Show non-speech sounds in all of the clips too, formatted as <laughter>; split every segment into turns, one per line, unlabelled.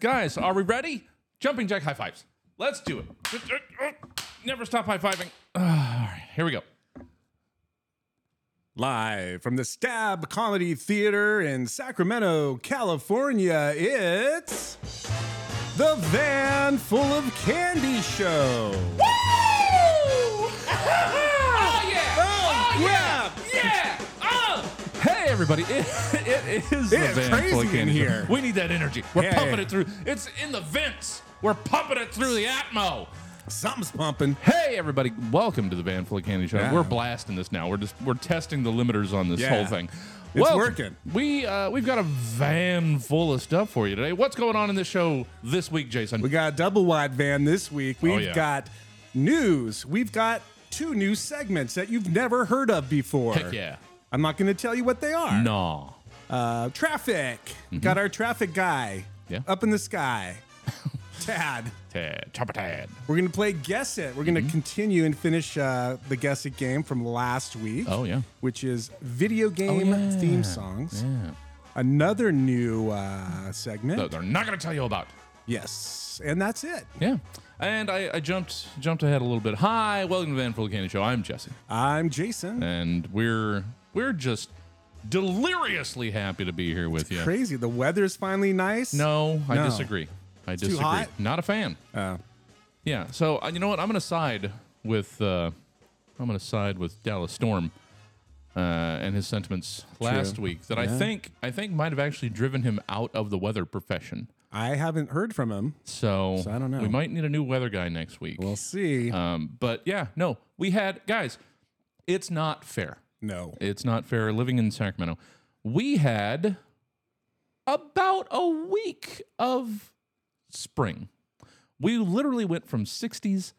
guys, are we
<sighs>
ready? Jumping jack high fives. Let's do it. Never stop high fiving. All right, here we go.
Live from the Stab Comedy Theater in Sacramento, California, it's the Van Full of Candy Show.
Oh yeah!
Oh, yeah!
Yeah! Oh! Hey everybody! <laughs> It, it is the van
It's
full of
crazy in
candy.
here.
We need that energy. We're
Hey.
pumping it through. It's in the vents. We're pumping it through the atmo.
Something's pumping.
Hey everybody! Welcome to the Van Full of Candy Show.
Yeah.
We're blasting this now. We're just we're testing the limiters on this
Yeah.
whole thing.
It's
Welcome.
working.
We uh, we've got a van full of stuff for you today. What's going on in this show this week, Jason? Oh,
We got a double wide van this week. We've
yeah.
got news. We've got two new segments that you've never heard of before.
Heck yeah.
I'm not going to tell you what they are.
no.
Uh, traffic. Got our traffic guy
Mm-hmm. Yeah.
up in the sky. Tad.
Tad. Chopper Tad.
We're going to play Guess It. We're going to
Mm-hmm.
continue and finish uh, the Guess It game from last week.
Oh, yeah. Oh,
Which is video game
yeah.
theme songs.
Yeah.
Another new uh, segment.
That they're not going to tell you about.
Yes. And that's it.
Yeah. And I, I jumped jumped ahead a little bit. Hi, welcome to the Van Full Candy Show. I'm Jesse,
I'm Jason.
and we're we're just deliriously happy to be here with you.
Crazy. The weather's finally nice.
No, I
No.
disagree. I disagree.
hot?
Not a fan.
Oh.
Yeah. So uh, you know what? I'm going to side with uh, I'm going to side with Dallas Storm uh, and his sentiments last week that I think I think might have actually driven him out of the weather profession.
I haven't heard from him.
So,
I don't know.
We might need a new weather guy next week.
We'll see.
Um, but yeah, no, we had guys. It's not fair.
no.
It's not fair. Living in Sacramento, we had about a week of spring. We literally went from 60s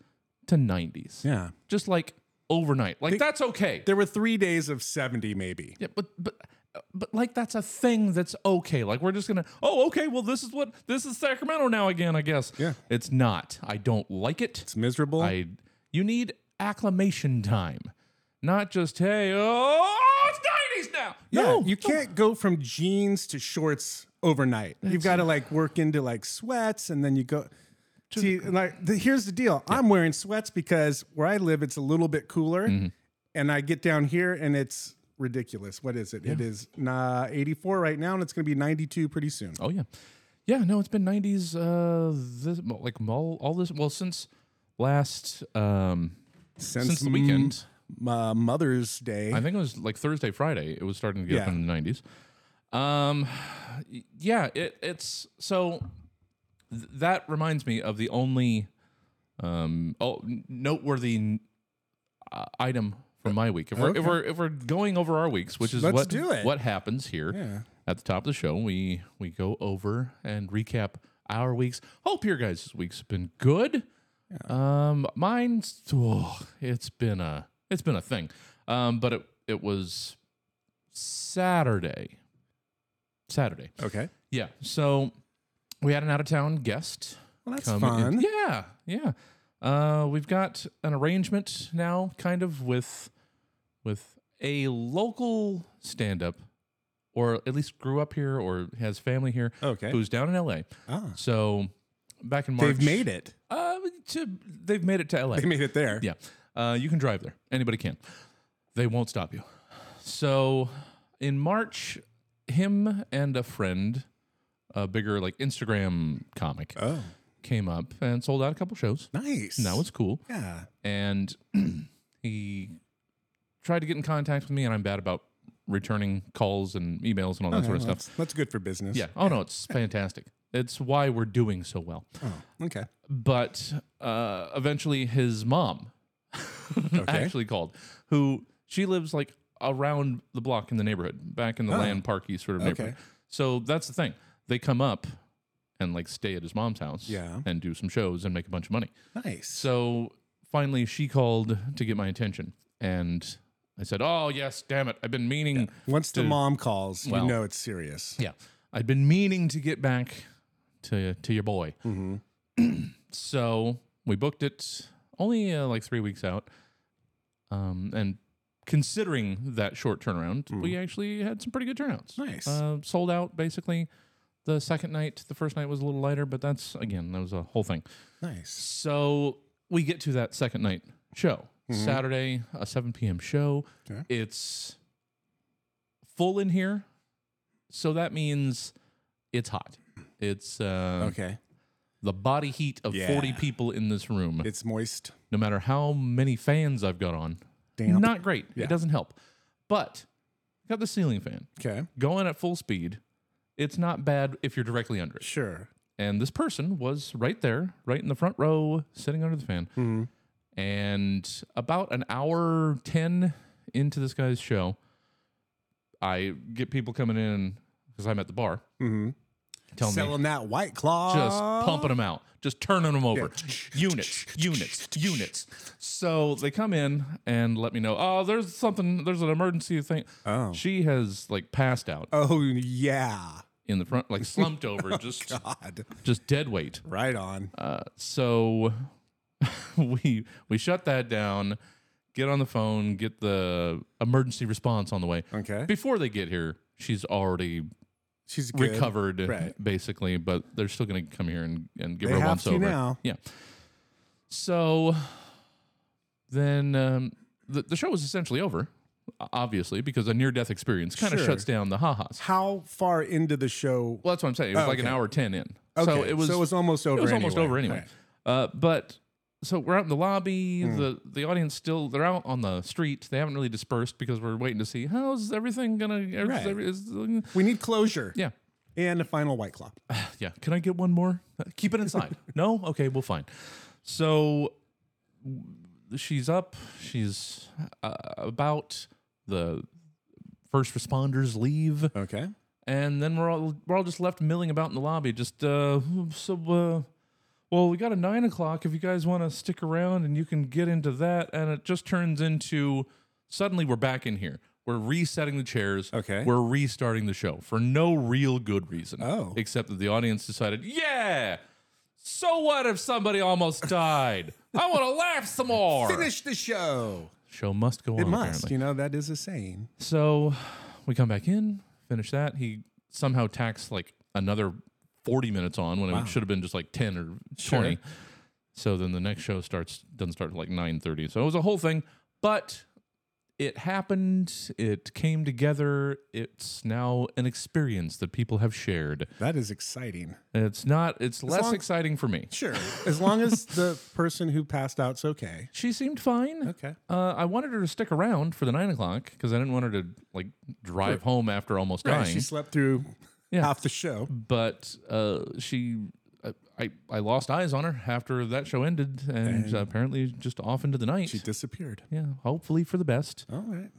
to 90s,
Yeah.
just like overnight. Like that's okay.
There were three days of 70, maybe.
Yeah, but but but like that's a thing that's okay. Like we're just gonna oh okay. Well, this is what this is Sacramento now again. I guess.
Yeah.
It's not. I don't like it.
It's miserable.
I you need acclimation time, not just hey oh it's nineties now.
No,
no,
you can't go from jeans to shorts overnight. You've got to like work into like sweats, and then you go. See, like the, here's the deal: I'm wearing sweats because where I live, it's a little bit cooler,
Mm-hmm.
and I get down here and it's ridiculous. What is it? It is nah, 84 right now, and it's going to be 92 pretty soon.
Oh yeah, yeah. No, it's been nineties. Uh, this like all, all this well since last um since the
m-
weekend.
m- uh, Mother's Day,
I think it was like Thursday, Friday. It was starting to get up
Yeah.
in the nineties. Um, y- yeah. It it's so th- that reminds me of the only um oh n- noteworthy n- uh, item from my week. If we're,
Okay.
if we're if we're going over our weeks, which is
Let's
what
do it.
what happens here
Yeah.
at the top of the show, we we go over and recap our weeks. Hope your guys' weeks have been good. Um, mine's oh, it's been a it's been a thing. Um, but it it was Saturday. Saturday.
okay,
Yeah. So we had an out of town guest.
well that's
come in-
fun.
Yeah, yeah. Uh, we've got an arrangement now, kind of with with a local stand up, or at least grew up here or has family here.
Okay.
who's down in L.A.
Ah.
So back in March,
They've made it.
Uh, to, they've made it to L.A.
They made it there.
Yeah. Uh, you can drive there. Anybody can. They won't stop you. So in March, him and a friend, a bigger like Instagram comic,
Oh,
came up and sold out a couple shows.
nice.
That was cool.
yeah.
And <clears throat> he tried to get in contact with me, and I'm bad about returning calls and emails and all that sort of stuff.
Well, Oh, that's, that's good for business.
Yeah. Oh, no, it's fantastic. It's why we're doing so well.
Okay.
but uh, eventually his mom <laughs> actually called, who she lives like around the block in the neighborhood, back in the land parky sort of neighborhood.
Oh. Okay.
So that's the thing. They come up and like stay at his mom's house
Yeah.
and do some shows and make a bunch of money.
Nice.
So finally she called to get my attention and I said, Oh yes, damn it. I've been meaning
Once the mom calls,
well-
you know it's serious.
Yeah. I'd been meaning to get back to to your boy. <clears throat> so we booked it only uh, like three weeks out. Um, and considering that short turnaround, we actually had some pretty good turnouts.
Nice.
Uh, sold out Uh, basically. the second night. The first night was a little lighter, but that's again that was a whole thing.
Nice.
So we get to that second night show Saturday, a seven p.m. show.
Mm-hmm. Okay.
It's full in here, so that means it's hot. It's uh,
Okay.
the body heat of
Yeah.
forty people in this room.
It's moist.
no matter how many fans I've got on,
Damp.
not great.
Yeah.
It doesn't help. But got the ceiling fan
Okay.
going at full speed. It's not bad if you're directly under it.
Sure.
And this person was right there, right in the front row, sitting under the fan.
Mm-hmm.
And about an hour 10 into this guy's show, I get people coming in because I'm at the bar. Telling me,
Mm-hmm. Selling that white claw.
just pumping them out, just turning them over. <sniffs>
<sniffs>
units, units, units. So they come in and let me know, oh, there's something, there's an emergency thing.
Oh.
She has like passed out
Oh yeah. Oh,
in the front, like slumped
<laughs>
over, just
God.
just dead weight.
Right on.
Uh, so <laughs> we we shut that down. Get on the phone. Get the emergency response on the way.
Okay.
Before they get here, she's already
She's good.
recovered,
Right.
basically. But they're still going to come here and, and give
They
her a
have
once
to
over.
now.
Yeah. So then um, the the show was essentially over, o- obviously, because a near death experience kind of
Sure.
shuts down the ha ha's.
How far into the show?
Well, that's what I'm saying. It was like an
okay.
hour ten in.
Okay.
So it was
So it was almost over.
it was almost over anyway.
Right.
Uh, but so we're out in the lobby.
Hmm.
The the audience still they're out on the street. They haven't really dispersed because we're waiting to see how's everything gonna. is
Right.
every- is-
We need closure
yeah,
and a final white claw.
<sighs> yeah. Can I get one more? Uh, Keep it
<laughs>
inside. no. Okay. Well, fine. So w- she's up. She's uh, about the first responders leave.
Okay.
and then we're all we're all just left milling about in the lobby. Just uh, so uh, well, we got a nine o'clock. If you guys want to stick around, and you can get into that, and it just turns into suddenly we're back in here. We're resetting the chairs.
Okay.
We're restarting the show for no real good reason.
Oh.
Except that the audience decided, yeah. So what if somebody almost died? I want to laugh some more.
Finish the show.
Show must go on.
It must.
apparently.
You know that is a saying.
So we come back in, finish that. He somehow tacks like another 40 minutes on when it should have been just like 10 or 20. So then the next show starts doesn't start till like 9:30. So it was a whole thing, but it happened, it came together. It's now an experience that people have shared.
That is exciting.
It's not it's less
long-
exciting for me.
Sure. As long as the person who passed out's okay.
She seemed fine.
Okay.
Uh, I wanted her to stick around for the nine o'clock because I didn't want her to like drive home after almost
Right,
dying.
She slept through
Yeah.
half the show.
but uh, she, I, I, I lost eyes on her after that show ended, and, apparently just off into the night.
She disappeared.
yeah, hopefully for the best.
All right.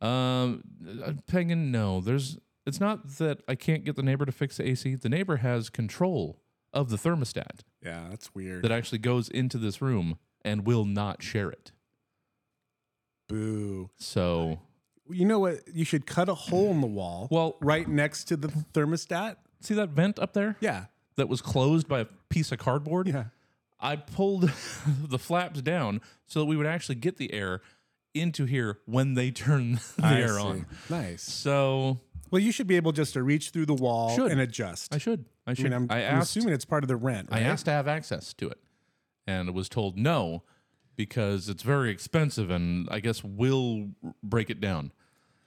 Um, uh, Penguin, no, there's. It's not that I can't get the neighbor to fix the AC. The neighbor has control of the thermostat
Yeah, that's weird.
that actually goes into this room and will not share it.
Boo.
So,
You know what? You should cut a hole in the wall.
Well-
right next to the thermostat.
see that vent up there
Yeah.
that was closed by a piece of cardboard.
Yeah.
I pulled <laughs> the flaps down so that we would actually get the air into here when they turn <laughs> the
I
air
see.
on.
Nice.
So
Well, you should be able just to reach through the wall
Should.
and adjust.
I should. I
I
should.
mean,
I,
I'm, I'm
asked.
assuming it's part of the rent.
I
right?
asked to have access to it, and was told no because it's very expensive, and I guess we'll break it down,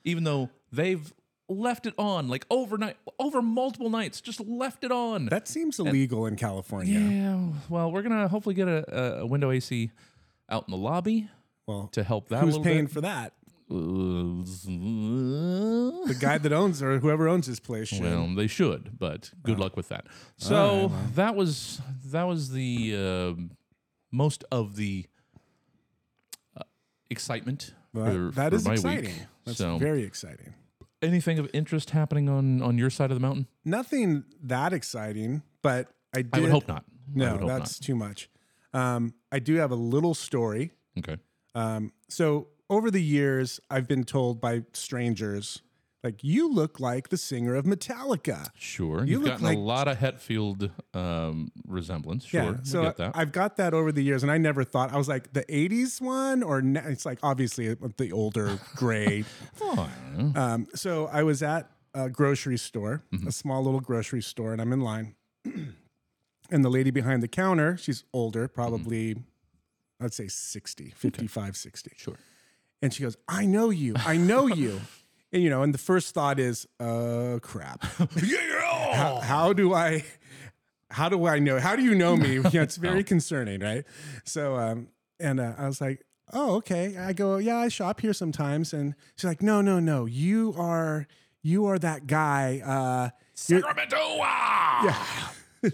even though they've left it on like overnight, over multiple nights, just left it on.
That seems illegal in California.
yeah. Well, we're gonna hopefully get a, a window AC out in the lobby
Well,
to help that.
who's
little
paying
bit.
for that?
Well,
The guy that owns or whoever owns this place should.
they should, but
Oh.
good luck with that. So that was that was the um most of the uh, excitement.
Well,
for,
that
for
is
my
exciting.
Week.
That's
so,
very exciting.
anything of interest happening on on your side of the mountain?
Nothing that exciting, but I did.
I would hope not. I
No,
would hope
that's too much. Um, I do have a little story.
not. Okay.
Um, so over the years, I've been told by strangers, like, you look like the singer of Metallica.
Sure.
You
You've
look
gotten
like-
a lot of Hetfield um, resemblance. Sure. I
So
get that.
I've got that over the years, and I never thought I was like the '80s one, or na-
<laughs>
it's like obviously the older gray.
Oh, I don't know.
um, so I was at a grocery store,
Mm-hmm.
a small little grocery store, and I'm in line. and the lady behind the counter, she's older, probably, I'd say 60, 55, 60.
Sure.
And she goes, I know you. I know you. and, you know, and the first thought is, oh, crap. how, how do I how do I know? How do you know me? You know, it's very concerning, right? So um and uh, I was like, "Oh, okay." I go, "Yeah, I shop here sometimes." And she's like, "No, no, no. You are you are that guy uh you're-
Sacramento. ah!
<laughs>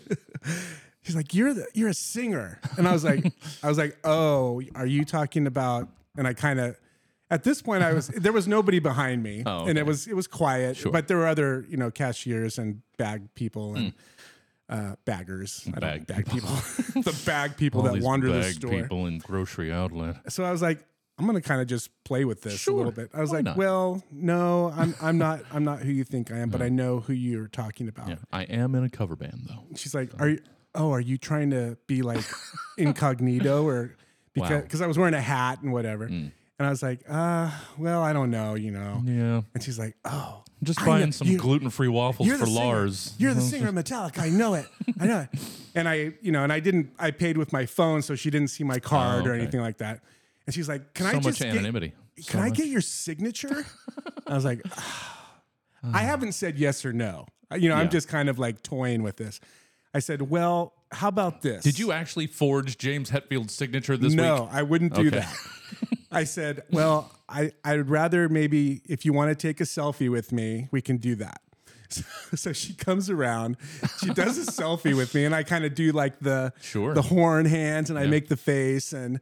She's like, "You're the, you're a singer," and I was
<laughs>
like, "I was like, oh, are you talking about?" And I kind of, at this
<laughs>
point, I was there was nobody behind me,
Oh,
and
okay.
it was it was quiet, but there were other you know cashiers and bag people and uh, baggers, I don't-
Hmm. Bag
bag people,
<laughs>
<laughs> the bag people
All
that
these
wander the
bag
store.
people in grocery outlet.
So I was like, I'm gonna kind of just play with this a little
Sure.
bit. I was
Why
like,
not?
well, no, I'm I'm not I'm not who you think I am,
Hmm.
but I know who you're talking about.
Yeah, I am in a cover band though.
she's like, "Are you? Oh, are you trying to
<laughs>
be like incognito or because
Wow. Mm.
because I was wearing a hat and whatever?" And I was like, "Uh, well, I don't know, you know."
Yeah,
And she's like, "Oh,
just
I
buying
know-
some
you-
gluten-free waffles
you're
for
the singer.
Lars. <laughs>
You're the singer of Metallica. I know it. I know it." And I, you know, and I didn't. I paid with my phone, so she didn't see my card or
Oh, okay.
anything like that. And she's like, "Can
so
I
much
just get,
anonymity. So
can I
much-
get your signature? I was like, "Ah." I haven't said yes or no. I- You know, I'm
Uh-huh. Yeah.
just kind of like toying with this. I said, well, how about this?
Did you actually forge James Hetfield's signature this
No,
week?
I wouldn't do
Okay.
that. I said, well, I, I'd rather maybe if you want to take a selfie with me, we can do that. <laughs> So, so she comes around, she does
<laughs>
a selfie with me, and I kind of do like the
Sure.
the horn hands, and I make the face, and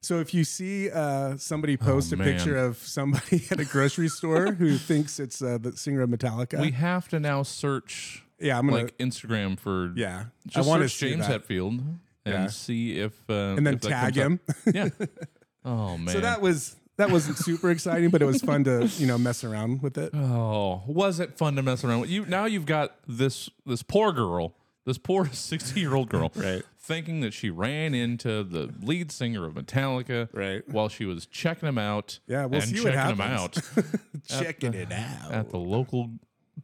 so if you see uh, somebody post a
Oh, man.
picture of somebody <laughs> at a grocery store who thinks it's uh, the singer of Metallica,
We have to now search
yeah, I'm gonna
like Instagram for
yeah,
Just
I want to
search James Hetfield and
Yeah.
see if uh,
and then tag him.
Yeah.
<laughs>
Oh man.
so that was that wasn't super exciting, but it was fun to you know mess around with it.
<laughs> Oh, was it fun to mess around with you? Now you've got this this poor girl, this poor <laughs> sixty year old girl,
Right.
Thinking that she ran into the lead singer of Metallica,
Right.
While she was checking him out,
Yeah, we'll
and
see what
checking him
<laughs>
out
happens. Checking it out.
at the local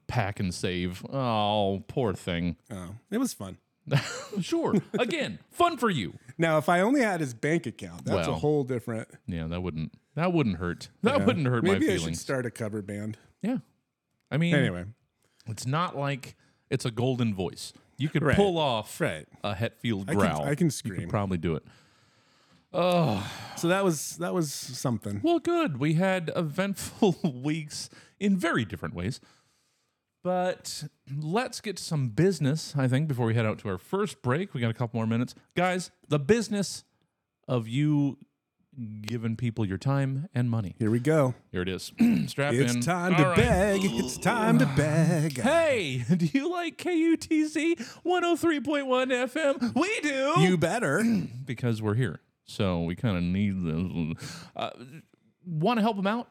pack and save. Oh, poor thing.
Oh, it was fun.
<laughs> sure, again, fun for you.
Now, if I only had his bank account, that's a
Well,
whole different.
Yeah, that wouldn't that wouldn't hurt. That wouldn't hurt
Maybe
my
I should
feelings.
start a cover band.
yeah, I mean,
Anyway,
it's not like it's a golden voice. You could
Right.
pull off
right.
a Hetfield
I can,
growl.
I can scream.
probably do it.
so that was that was something.
Well, good. We had eventful <laughs> weeks in very different ways. But let's get to some business, I think, before we head out to our first break. We got a couple more minutes. Guys, the business of you giving people your time and money.
Here we go.
Here it is. <clears throat> Strap in.
It's time
All
to
right.
beg. It's
<sighs>
time to beg.
Hey, <laughs> do you like KUTZ 103.1 FM? We do.
You better.
<clears throat> because we're here. So we kind of need the Uh, Want to help them out?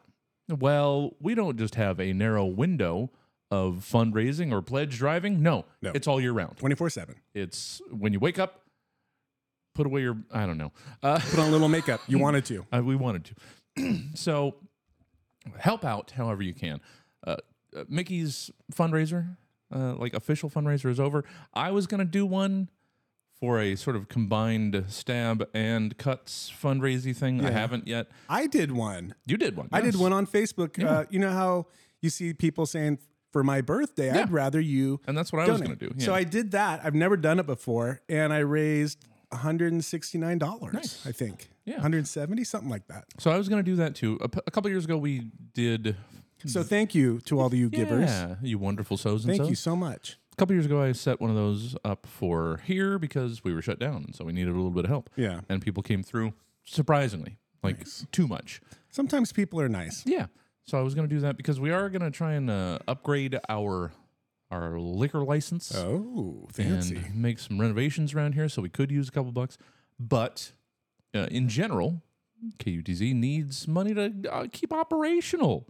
Well, we don't just have a narrow window of fundraising or pledge driving. No,
No.
it's all year round.
24 7.
It's when you wake up, put away your, I don't know. Uh,
Put on a little makeup. You
<laughs>
wanted to.
uh, we wanted to. <clears throat> so help out however you can. Uh, uh, Mickey's fundraiser, uh, like official fundraiser, is over. I was going to do one for a sort of combined stab and cuts fundraising thing. I haven't yet.
I did one.
You did one.
I did
yes.
one on Facebook. Uh, you know how you see people saying, for my birthday, I'd rather you.
And that's what I was going
donate."
to do. Yeah.
So I did that. I've never done it before. And I raised $169, I think.
Yeah.
170 something like that.
so I was going to do that too. A, p- a couple years ago, we did.
So thank you to all the you givers.
Yeah, you wonderful sows and
Thank
so's.
you so much.
A couple years ago, I set one of those up for here because we were shut down, so we needed a little bit of help.
Yeah.
and people came through surprisingly, like too much.
Sometimes people are nice.
Yeah, so I was gonna do that because we are gonna try and uh, upgrade our our liquor license
Oh,
and
fancy.
make some renovations around here, so we could use a couple bucks. But uh, in general, KUTZ needs money to uh, keep operational.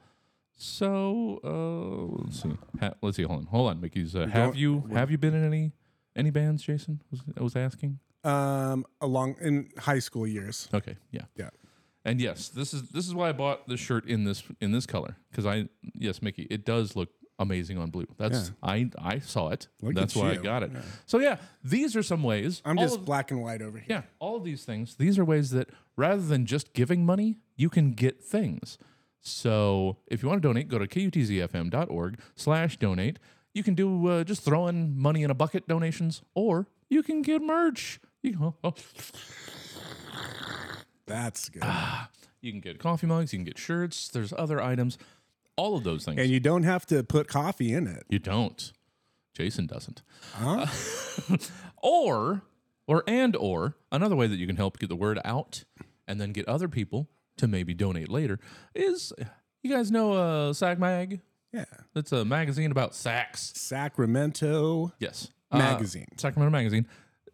So uh, let's see. Ha- let's see. Hold on. Hold on, Mickey's. Uh, have
going-
you have you been in any any bands? Jason was was asking.
Um, along in high school years.
Okay. Yeah.
Yeah.
And yes, this is this is why I bought the shirt in this in this color because I yes, Mickey, it does look amazing on blue. That's I I saw it.
Look
That's
at
why I
you.
got it. So yeah, these are some ways.
I'm
all
just
of-
black and white over here.
yeah, all of these things. These are ways that rather than just giving money, you can get things. So if you want to donate, go to kutzfm.org slash donate. You can do uh, just throwing money in a bucket donations, or you can get merch. You can, oh, oh.
That's good.
<sighs> you can get coffee mugs, you can get shirts. There's other items, all of those things.
and you don't have to put coffee in it.
You don't. Jason doesn't. <laughs> or, or, and, or, another way that you can help get the word out and then get other people to maybe donate later is you guys know uh, Sack Mag?
Yeah.
That's a magazine about sacks.
Sacramento
Yes.
magazine.
Uh, Sacramento Magazine.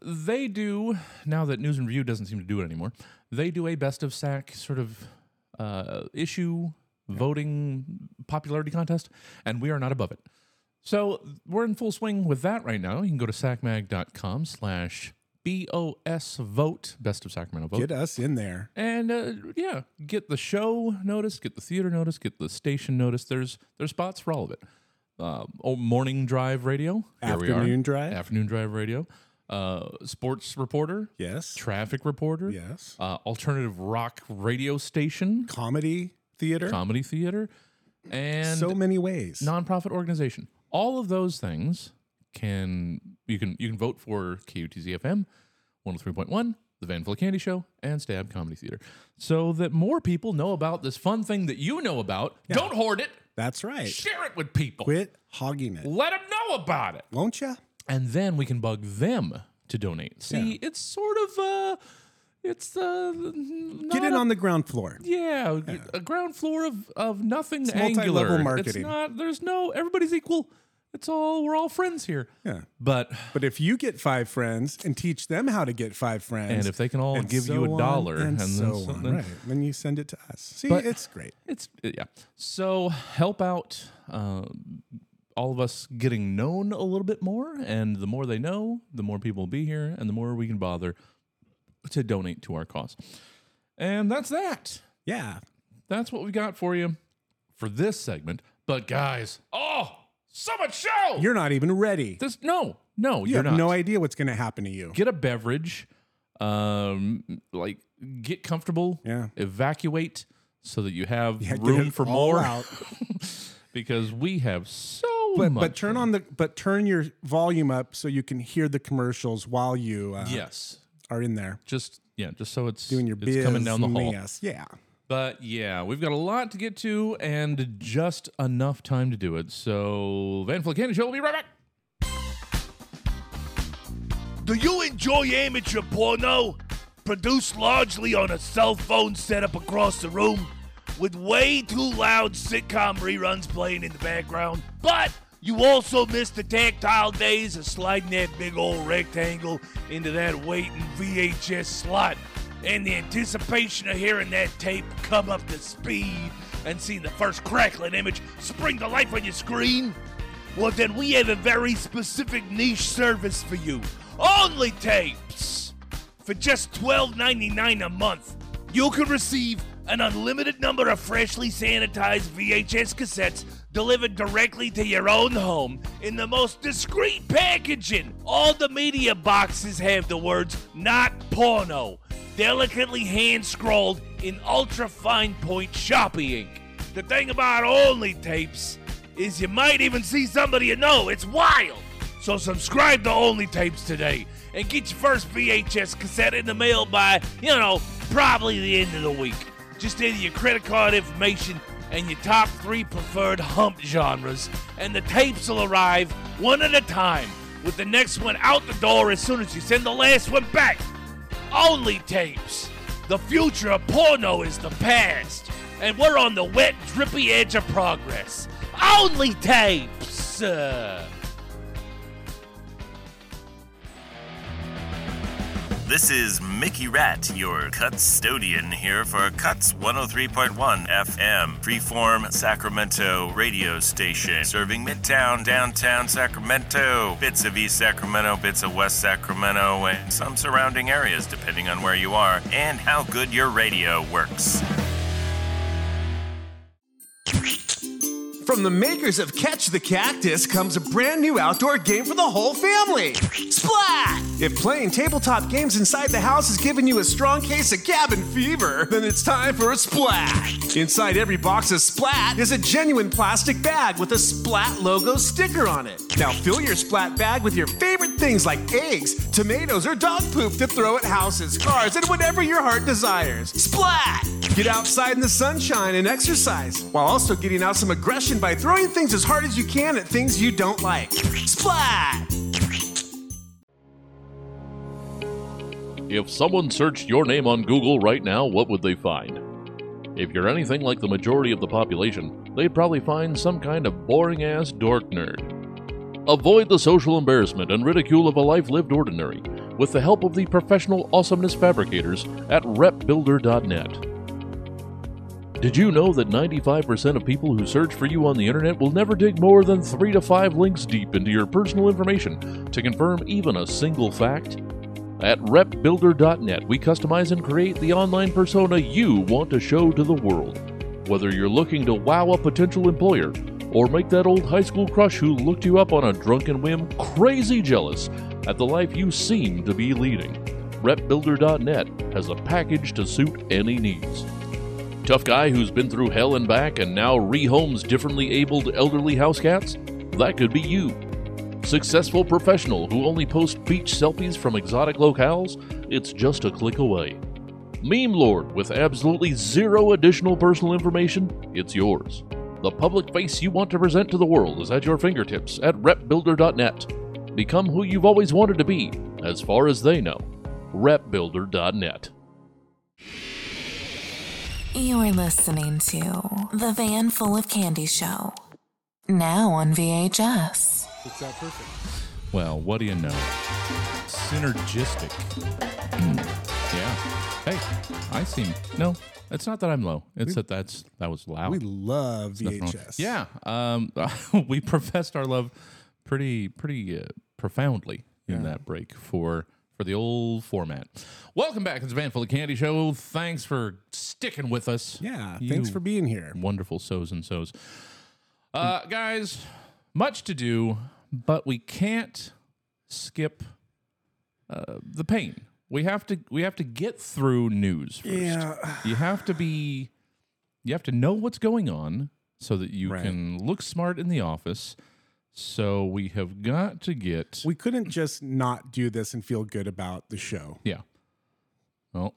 They do, now that News and Review doesn't seem to do it anymore, they do a best of sack sort of uh, issue voting popularity contest, and we are not above it. So we're in full swing with that right now. You can go to sacmag.com slash BOS vote, best of Sacramento vote.
Get us in there.
And uh, yeah, get the show notice, get the theater notice, get the station notice. There's there's spots for all of it. Uh, oh, morning drive radio, Here we are.
Afternoon drive.
afternoon drive radio, uh, sports reporter,
Yes.
traffic reporter,
Yes.
uh, alternative rock radio station,
Comedy theater.
comedy theater, and
so many ways.
nonprofit organization. All of those things can you can you can vote for KUTZ FM 103.1, the Van Vliet Candy Show, and Stab Comedy Theater, so that more people know about this fun thing that you know about. Don't hoard it.
That's right.
Share it with people.
Quit hogging it.
Let them know about it,
Won't ya?
and then we can bug them to donate. See, it's sort of uh, it's uh, not
Get in
a-
on the ground floor.
yeah, a ground floor of of nothing angular.
multi-level
It's
marketing.
not. There's no. Everybody's equal. It's all. We're all friends here.
Yeah.
But
But if you get five friends and teach them how to get five friends,
and if they can all
and
give you
so
a
on
dollar,
and,
then
so on,
something-
right? Then you send it to us. See,
But-
it's great.
It's uh, yeah. So help out uh, all of us getting known a little bit more, and the more they know, the more people will be here, and the more we can bother to donate to our cause. And that's that.
Yeah,
That's what we got for you for this segment. But guys, oh, so much show.
you're not even ready.
This no, no,
You
you're
have
not.
no idea what's going to happen to you.
get a beverage, um, like get comfortable,
Yeah.
evacuate so that you have
Yeah, get
room
it
for
all
more.
out.
<laughs> because we have so
But,
much.
but turn on the but turn your volume up so you can hear the commercials while you uh,
yes,
are in there
just yeah, just so it's
doing your
it's coming down the hall.
business. Yeah,
But yeah, we've got a lot to get to and just enough time to do it. So Van Flick Candy Show will be right back.
Do you enjoy amateur porno? Produced largely on a cell phone set up across the room, with way too loud sitcom reruns playing in the background. But you also miss the tactile days of sliding that big old rectangle into that waiting VHS slot, and the anticipation of hearing that tape come up to speed and seeing the first crackling image spring to life on your screen. Well, then we have a very specific niche service for you. Only tapes! For just $12.99 a month, you can receive an unlimited number of freshly sanitized VHS cassettes delivered directly to your own home in the most discreet packaging. All the media boxes have the words not porno, delicately hand scrawled in ultra fine point Sharpie ink. The thing about only tapes is you might even see somebody you know. It's wild. So subscribe to Only Tapes today and get your first VHS cassette in the mail by, you know, probably the end of the week. Just enter your credit card information and your top three preferred hump genres, and the tapes will arrive one at a time, with the next one out the door as soon as you send the last one back. Only tapes. The future of porno is the past, and we're on the wet, drippy edge of progress. Only tapes. Uh,
This is Mickey Rat, your custodian here for Cuts 103.1 FM, freeform Sacramento radio station, serving Midtown, downtown Sacramento, bits of East Sacramento, bits of West Sacramento, and some surrounding areas, depending on where you are and how good your radio works.
From the makers of Catch the Cactus comes a brand new outdoor game for the whole family Splat! If playing tabletop games inside the house has given you a strong case of cabin fever, then it's time for a splat. Inside every box of splat is a genuine plastic bag with a splat logo sticker on it. Now fill your splat bag with your favorite things like eggs, tomatoes, or dog poop to throw at houses, cars, and whatever your heart desires. Splat! Get outside in the sunshine and exercise while also getting out some aggression by throwing things as hard as you can at things you don't like. Splat!
If someone searched your name on Google right now, what would they find? If you're anything like the majority of the population, they'd probably find some kind of boring ass dork nerd. Avoid the social embarrassment and ridicule of a life lived ordinary with the help of the professional awesomeness fabricators at repbuilder.net. Did you know that 95% of people who search for you on the internet will never dig more than 3 to 5 links deep into your personal information to confirm even a single fact? At repbuilder.net, we customize and create the online persona you want to show to the world. Whether you're looking to wow a potential employer or make that old high school crush who looked you up on a drunken whim crazy jealous at the life you seem to be leading, repbuilder.net has a package to suit any needs. Tough guy who's been through hell and back and now rehomes differently abled elderly housecats? That could be you. Successful professional who only posts beach selfies from exotic locales? It's just a click away. Meme Lord with absolutely zero additional personal information? It's yours. The public face you want to present to the world is at your fingertips at repbuilder.net. Become who you've always wanted to be, as far as they know. repbuilder.net.
You're listening to The Van Full of Candy Show. Now on VHS.
It's that perfect.
Well, what do you know? Synergistic. Hmm. yeah. Hey, I seem no. It's not that I'm low. It's that that's that was loud.
We love
Nothing wrong.
VHS.
Yeah, um, <laughs> we professed our love pretty pretty uh, profoundly in that break for for the old format. Welcome back. It's Van Full of Candy Show. Thanks for sticking with us.
Yeah. Thanks
You
for being here.
wonderful so's and so's. Uh, guys, much to do, but we can't skip uh, the pain. We have to we have to get through news first.
Yeah.
You have to be you have to know what's going on so that you
Right.
can look smart in the office. So we have got to get
We couldn't just not do this and feel good about the show.
Yeah. Well,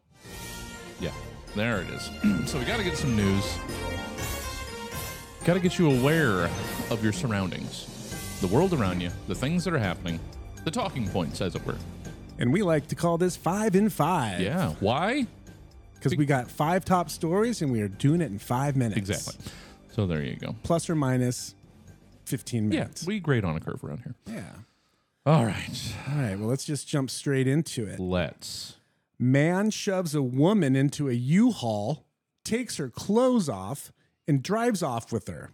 yeah. There it is. <clears throat> so we got to get some news. Got to get you aware of your surroundings, the world around you, the things that are happening, the talking points, as it were.
And we like to call this five in five.
Yeah. Why?
Because we got five top stories and we are doing it in five minutes.
Exactly. So there you go.
Plus or minus 15
Yeah,
minutes.
we grade on a curve around here.
yeah.
All right.
All right. Well, let's just jump straight into it.
Let's.
Man shoves a woman into a U haul, takes her clothes off, and drives off with her.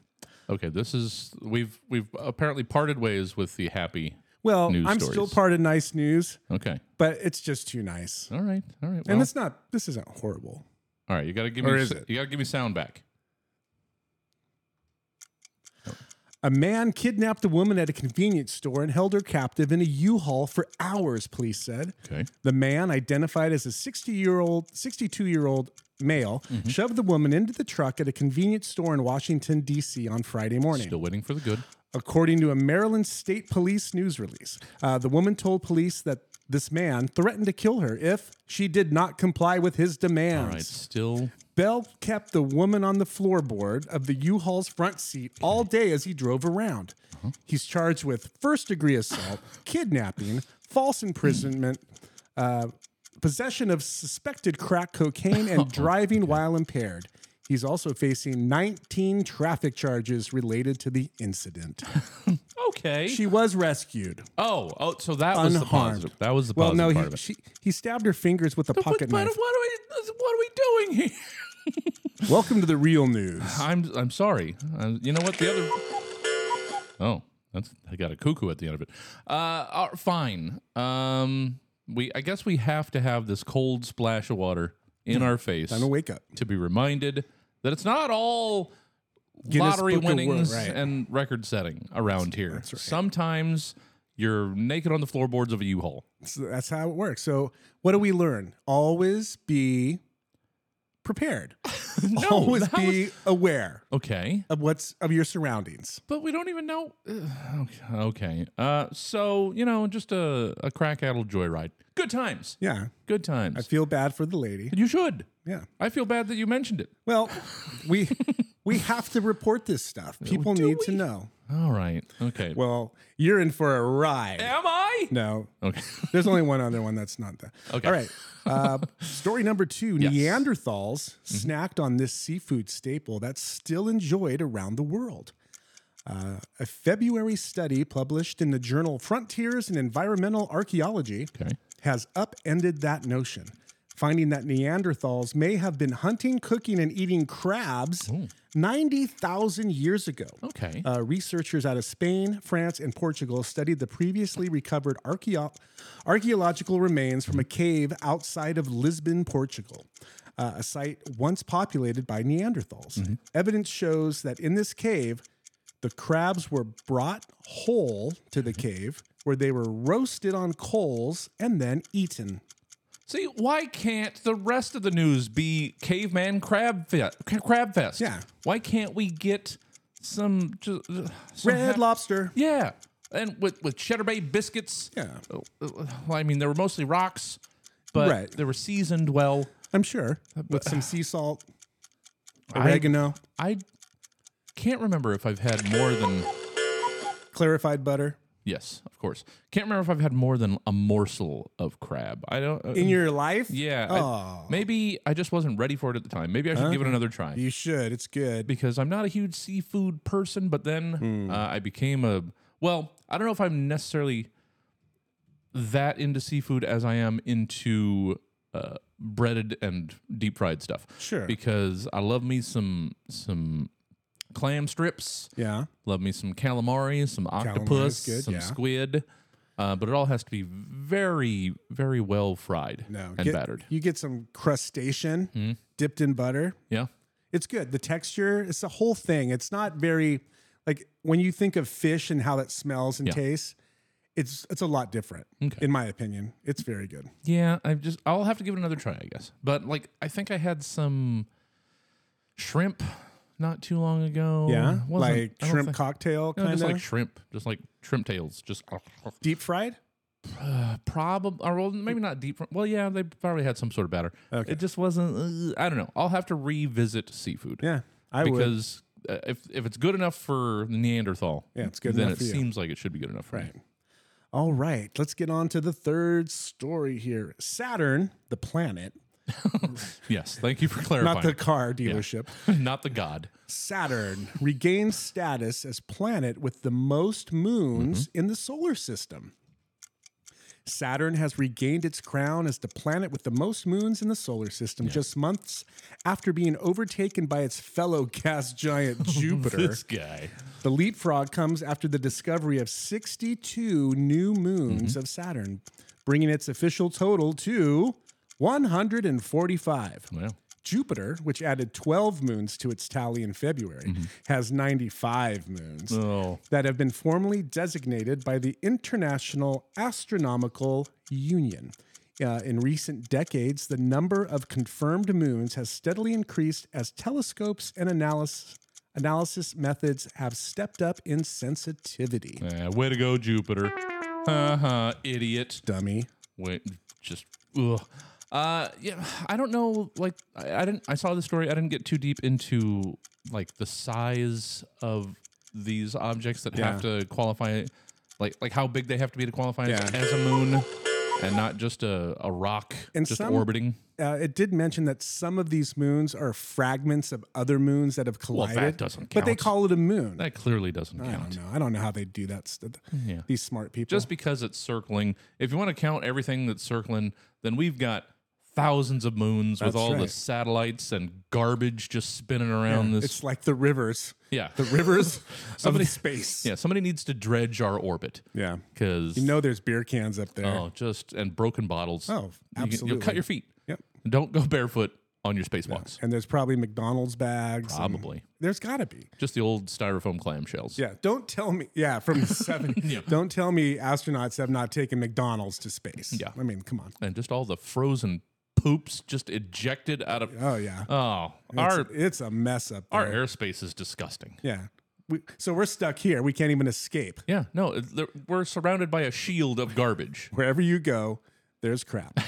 Okay, this is we've we've apparently parted ways with the happy.
Well,
News
I'm still
stories.
part of nice news,
Okay.
but it's just too nice.
All right. All right.
And
well,
it's not, this isn't horrible.
all right, you got to give
or
me
is
s-
it?
you got to give me sound back.
A man kidnapped a woman at a convenience store and held her captive in a U-Haul for hours, police said.
Okay.
The man, identified as a 60-year-old, 62-year-old male, shoved the woman into the truck at a convenience store in Washington D.C. on Friday morning.
Still waiting for the good.
According to a Maryland State Police news release, uh, the woman told police that this man threatened to kill her if she did not comply with his
All right,
demands.
still
Bell kept the woman on the floorboard of the U-Haul's front seat all day as he drove around. He's charged with
<sighs>
first-degree assault, kidnapping, false imprisonment, uh, possession of suspected crack
<laughs>
cocaine, and driving while impaired. He's also facing 19 traffic charges related to the incident.
okay.
She was rescued,
oh, oh, so that was the
unharmed.
positive. That was the
well,
positive
no,
part
he,
of it.
she he stabbed her fingers with a pocket
what,
knife.
what are we? What are we doing here?
Welcome to the real news.
<sighs> I'm I'm sorry. Uh, you know what? The other. Oh, that's I got a cuckoo at the end of it. Uh, all right, fine. Um, we I guess we have to have this cold splash of water in our face
Time to wake up.
to be reminded that it's not all
Guinness
lottery
Book of World-
winnings
right.
and record setting around here. Sometimes you're naked on the floorboards of a U-Haul.
So that's how it works. So, what do we learn? Always be
<laughs>
prepared. <laughs> Always
that
be aware
Okay.
of what's of your surroundings.
But we don't even know. Ugh, Okay. Uh, so, you know, just a, a crack addle joyride. Good times.
Yeah,
Good times.
I feel bad for the lady.
you should.
Yeah.
I feel bad that you mentioned it.
Well,
<laughs>
we we have to report this stuff. People need to know.
All right. Okay.
Well, you're in for a ride.
Am I?
No,
Okay.
<laughs> there's only one other one that's not that.
Okay.
All right. Uh, <laughs> story number two:
Yes. Mm-hmm.
Neanderthals snacked on this seafood staple that's still enjoyed around the world. Uh, a February study published in the journal Frontiers in Environmental Archaeology has upended that notion, finding that Neanderthals may have been hunting, cooking, and eating crabs 90,000 years ago.
Okay.
Uh, researchers out of Spain, France, and Portugal studied the previously recovered archeo- archaeological remains from a cave outside of Lisbon, Portugal, uh, a site once populated by Neanderthals. Evidence shows that in this cave, the crabs were brought whole to
Mm-hmm.
the cave where they were roasted on coals and then eaten.
See, why can't the rest of the news be caveman crab fest? Crab fest.
Yeah.
Why can't we get some, ju- uh, some
Red
hap-
lobster.
Yeah. And with, with Cheddar Bay biscuits.
Yeah.
Uh, uh, Well, I mean, they were mostly rocks, but
Right.
they were seasoned well.
I'm sure. With
<sighs>
some sea salt, oregano,
I can't remember if I've had more than
clarified butter.
yes, of course. Can't remember if I've had more than a morsel of crab. I don't. uh,
In your life?
yeah, I-
Oh,
maybe I just wasn't ready for it at the time. Maybe I should give it another try
you should. It's good. Hmm.
because I'm not a huge seafood person. But then uh, I became a well. I don't know if I'm necessarily that into seafood as I am into uh, breaded and deep fried stuff.
Sure.
because I love me some some clam strips.
Yeah.
Love me some calamari, some octopus,
Calamari's good,
some
yeah.
squid. Uh, but it all has to be very, very well fried
No.
and
get-
battered. Hmm?
You get some crustacean dipped in butter.
Yeah.
It's good. The texture, it's the whole thing. It's not very like when you think of fish and how that smells and
Yeah.
tastes, it's it's a lot different, in my opinion. It's very good.
Yeah. I've just, I'll have to give it another try, I guess. But like, I think I had some shrimp not too long ago.
Yeah.
Wasn't-
like
I don't
shrimp
think-
cocktail
No,
kind of
just like shrimp, just like shrimp tails, just <sighs>
deep fried?
probably, or well, maybe not deep. fr- Well, yeah, they probably had some sort of batter.
Okay.
It just wasn't. uh, I don't know. I'll have to revisit seafood.
Yeah. I would
because uh, if if it's good enough for Neanderthal,
Yeah, it's good
Then
enough
it
for you.
seems like it should be good enough for
Right.
me.
All right, let's get on to the third story here. Saturn, the planet,
Yes, thank you for
<laughs> not the
clarifying.
car dealership.
<laughs> Not the god.
Saturn regains status as planet with the most moons in the solar system. Saturn has regained its crown as the planet with the most moons in the solar system just months after being overtaken by its fellow gas giant Jupiter.
This guy.
The leapfrog comes after the discovery of 62 new moons of Saturn, bringing its official total to 145.
Well,
Jupiter, which added 12 moons to its tally in February, has 95 moons
oh,
that have been formally designated by the International Astronomical Union. Uh, in recent decades, the number of confirmed moons has steadily increased as telescopes and analysis, analysis methods have stepped up in sensitivity.
eh, way to go, Jupiter. Uh huh. Idiot.
Dummy.
Wait, just. Ugh. Uh, yeah, I don't know. Like, I, I didn't. I saw the story. I didn't get too deep into like the size of these objects that have to qualify, like like how big they have to be to qualify as-
Yeah.
as a moon, and not just a, a rock
And
just
some-
orbiting.
Uh, it did mention that some of these moons are fragments of other moons that have
Well,
collided.
that doesn't
But they
count.
call it a moon.
That clearly doesn't
I
count.
don't know. I don't know how they do that. st- These smart people.
Just because it's circling, if you want to count everything that's circling, then we've got thousands of moons with
That's
all the
right.
satellites and garbage just spinning around this.
it's like the rivers.
yeah.
<laughs> The
<laughs>
rivers
Somebody-
of space.
yeah, somebody needs to dredge our orbit
Yeah.
because
You know there's beer cans up there.
oh, just and broken bottles. You
Oh,
can- You'll cut
absolutely.
your feet.
Yep.
Don't go barefoot on your spacewalks.
And there's probably McDonald's bags. and-
Probably.
There's got to be.
Just the old styrofoam clamshells.
Yeah. Don't tell me. Yeah, from
<laughs>
the 70s. Don't tell me astronauts have not taken McDonald's to space.
Yeah.
I mean, come on.
And just all the frozen poops just ejected out of.
Oh, yeah.
Oh,
It's,
our
it's a mess up there.
our airspace is disgusting.
yeah. We, so we're stuck here. We can't even escape.
Yeah, no, it- there- we're surrounded by a shield of garbage.
Wherever you go,
<laughs>
there's crap.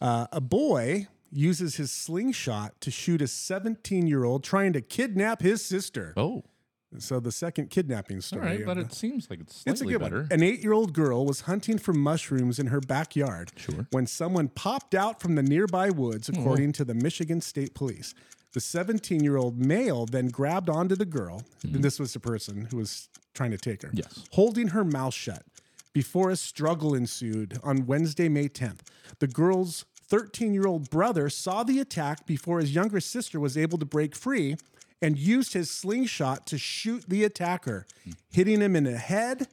uh, a boy uses his slingshot to shoot a 17 year old trying to kidnap his sister.
Oh,
So the second kidnapping
all
story.
right,
of
but
the-
it seems like it's slightly
It's a good
better.
one. An eight year old girl was hunting for mushrooms in her backyard when someone popped out from the nearby woods, according to the Michigan State Police. The 17 year old male then grabbed onto the girl. This was the person who was trying to take her,
Yes.
holding her mouth shut before a struggle ensued on Wednesday, May 10th. The girl's 13 year old brother saw the attack before his younger sister was able to break free and used his slingshot to shoot the attacker, hitting him in the head,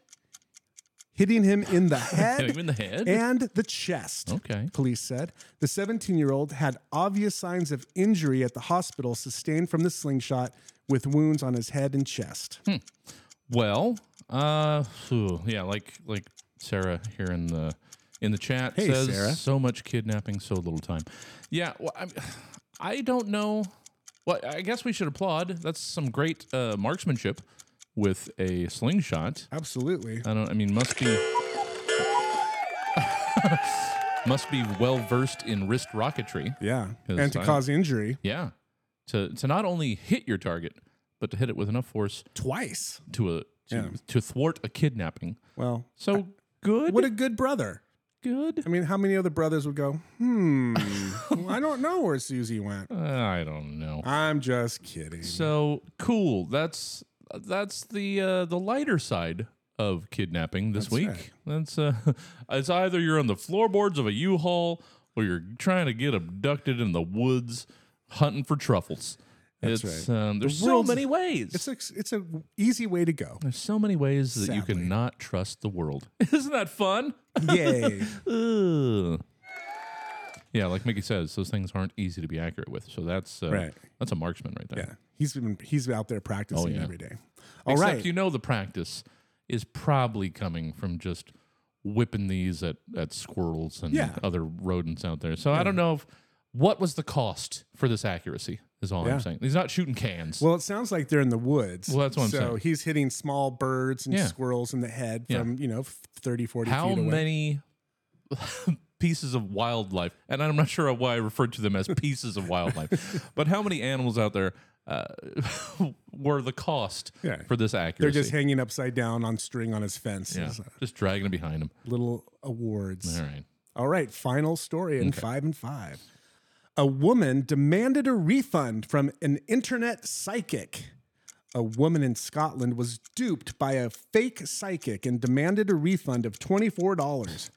hitting him in
<laughs>
the head,
Hitting him in the head?
and the chest.
Okay.
Police said the 17 year old had obvious signs of injury at the hospital sustained from the slingshot with wounds on his head and chest.
Hmm. Well, uh, phew, yeah, like like Sarah here in the in the chat
Hey,
says,
Sarah.
so much kidnapping, so little time. Yeah, well, I'm, <sighs> I don't know. Well, I guess we should applaud. That's some great uh, marksmanship with a slingshot.
Absolutely.
I don't. I mean, must be <laughs> must be well versed in wrist rocketry.
Yeah.
'Cause
And to
I-
cause injury
Yeah, to to not only hit your target, but to hit it with enough force
twice.
to a to, to thwart a kidnapping.
Well,
So good,
Uh, what a good brother.
good.
I mean, how many other brothers would go, hmm, I don't know where Susie went?
I don't know.
I'm just kidding.
So cool. That's that's the uh, the lighter side of kidnapping this week.
right.
That's uh, <laughs> it's either you're on the floorboards of a U-Haul or you're trying to get abducted in the woods hunting for truffles.
That's
it's
right.
um, <laughs> there's so
world's-
many ways.
It's a, it's a easy way to go.
there's so many ways that you
Sadly.
can not trust the world. <laughs> Isn't that fun?
Yay.
<laughs> Ugh. Yeah, like Mickey says, those things aren't easy to be accurate with. So that's uh,
Right.
that's a marksman right there. Oh,
Yeah. He's been he's out there practicing
yeah.
every day. All right.
Except you know the practice is probably coming from just whipping these at, at squirrels and
Yeah.
other rodents out there. So I don't know if what was the cost for this accuracy is all
Yeah.
I'm saying. He's not shooting cans.
Well, it sounds like they're in the woods.
Well, that's what I'm
so
saying.
he's hitting small birds and
Yeah.
squirrels in the head
Yeah.
from, you know, 30, 40
How
feet away.
many <laughs> pieces of wildlife? And I'm not sure why I referred to them as pieces of wildlife,
<laughs>
but how many animals out there uh, <laughs> were the cost
Yeah.
for this accuracy?
They're just hanging upside down on string on his fence.
yeah,
It's, uh,
just dragging it behind them.
Little awards.
All right.
All right, final story in five and five. A woman demanded a refund from an internet psychic. A woman in Scotland was duped by a fake psychic and demanded a refund of $24.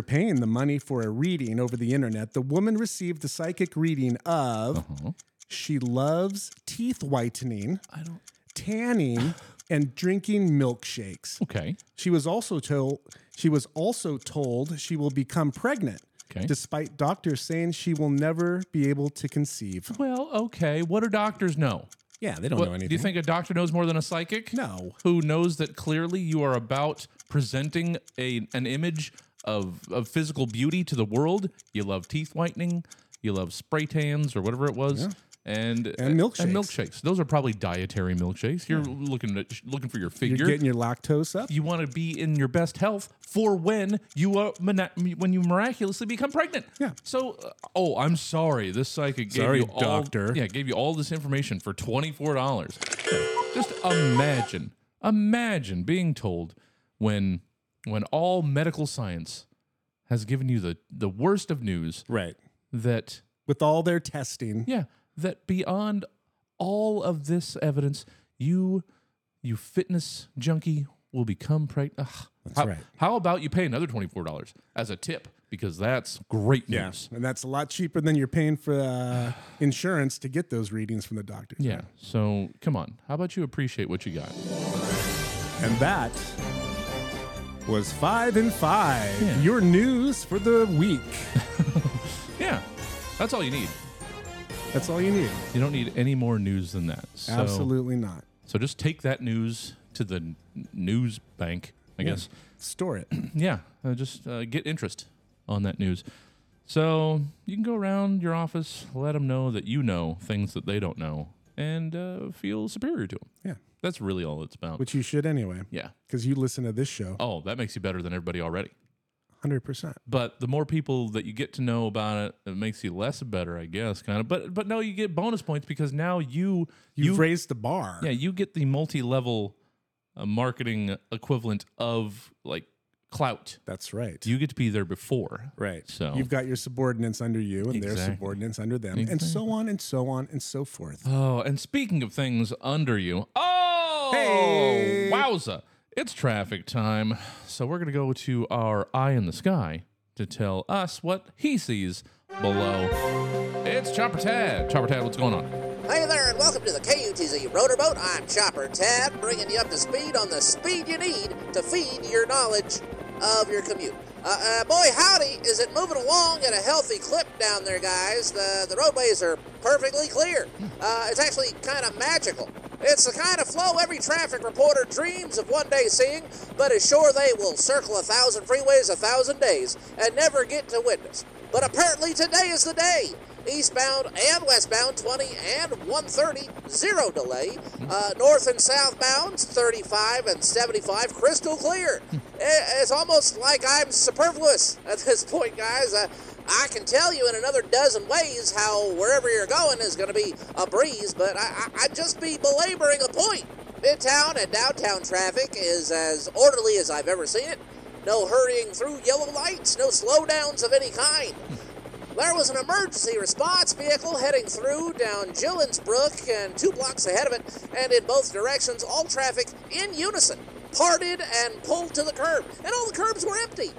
Mm-hmm.
paying the money for a reading over the internet, the woman received the psychic reading of
Uh-huh.
She loves teeth whitening, tanning, and drinking milkshakes.
Okay.
She was also told she was also told she will become pregnant,
Okay.
despite doctors saying she will never be able to conceive.
Well, okay. What do doctors know?
Yeah, they don't
What- Do you think a doctor knows more than a psychic?
No.
Who knows that clearly you are about presenting a an image of of physical beauty to the world. You love teeth whitening, you love spray tans or whatever it was. And,
And milkshakes.
and milkshakes. Those are probably dietary milkshakes. You're looking at, looking for your
You're
figure.
getting your lactose up.
you want to be in your best health for when you are mina- when you miraculously become pregnant.
Yeah.
So, uh, oh, I'm sorry. This psychic gave
Sorry,
you all,
doctor.
Yeah, gave you all this information for twenty four dollars. Just imagine, imagine being told when when all medical science has given you the the worst of news
right.
that
With all their testing.
yeah, that beyond all of this evidence, you, you fitness junkie, will become pregnant. That's how,
right.
How about you pay another twenty four dollars as a tip because that's great news.
And that's a lot cheaper than you're paying for uh, insurance to get those readings from the doctors.
Yeah. So come on, how about you appreciate what you got?
And that
<laughs>
was five and five. Your news for the week.
Yeah. That's all you need.
That's all you need.
You don't need any more news than that. So,
Absolutely not.
So just take that news to the n- news bank, I guess.
Store it.
<clears throat> Yeah, uh, just uh, get interest on that news. So you can go around your office, let them know that you know things that they don't know, and uh, feel superior to them.
Yeah.
That's really all it's about.
Which you should anyway.
yeah.
Because you listen to this show
Oh, that makes you better than everybody already.
100%.
But the more people that you get to know about it, it makes you less better, I guess, kind of. But but no, you get bonus points because now you
You've raised the bar.
yeah you get the multi level uh, marketing equivalent of like clout.
That's right.
You get to be there before,
right.
So
You've got your subordinates under you and their
Exactly.
subordinates under them and so on and so on and so forth.
Oh, and speaking of things under you, oh,
Hey!
wowza. It's traffic time. So we're going to go to our eye in the sky to tell us what he sees below. It's Chopper Tad. Chopper Tad, what's going on?
Hey there, and welcome to the KUTZ Rotorboat. I'm Chopper Tab, bringing you up to speed on the speed you need to feed your knowledge of your commute. Uh, uh, boy, howdy, is it moving along at a healthy clip down there, guys? The, the roadways are perfectly clear.
Hmm.
Uh, it's actually kind of magical. It's the kind of flow every traffic reporter dreams of one day seeing, but is sure they will circle a thousand freeways a thousand days and never get to witness. But apparently today is the day. Eastbound and westbound 20 and 130, zero delay. Uh, north and southbound 35 and 75, crystal clear. I- It's almost like I'm superfluous at this point, guys. Uh, I can tell you in another dozen ways how wherever you're going is going to be a breeze, but I, I, I'd just be belaboring a point. Midtown and downtown traffic is as orderly as I've ever seen it. No hurrying through yellow lights, no slowdowns of any kind. There was an emergency response vehicle heading through down Gillensbrook and two blocks ahead of it, and in both directions, all traffic in unison parted and pulled to the curb, and all the curbs were empty.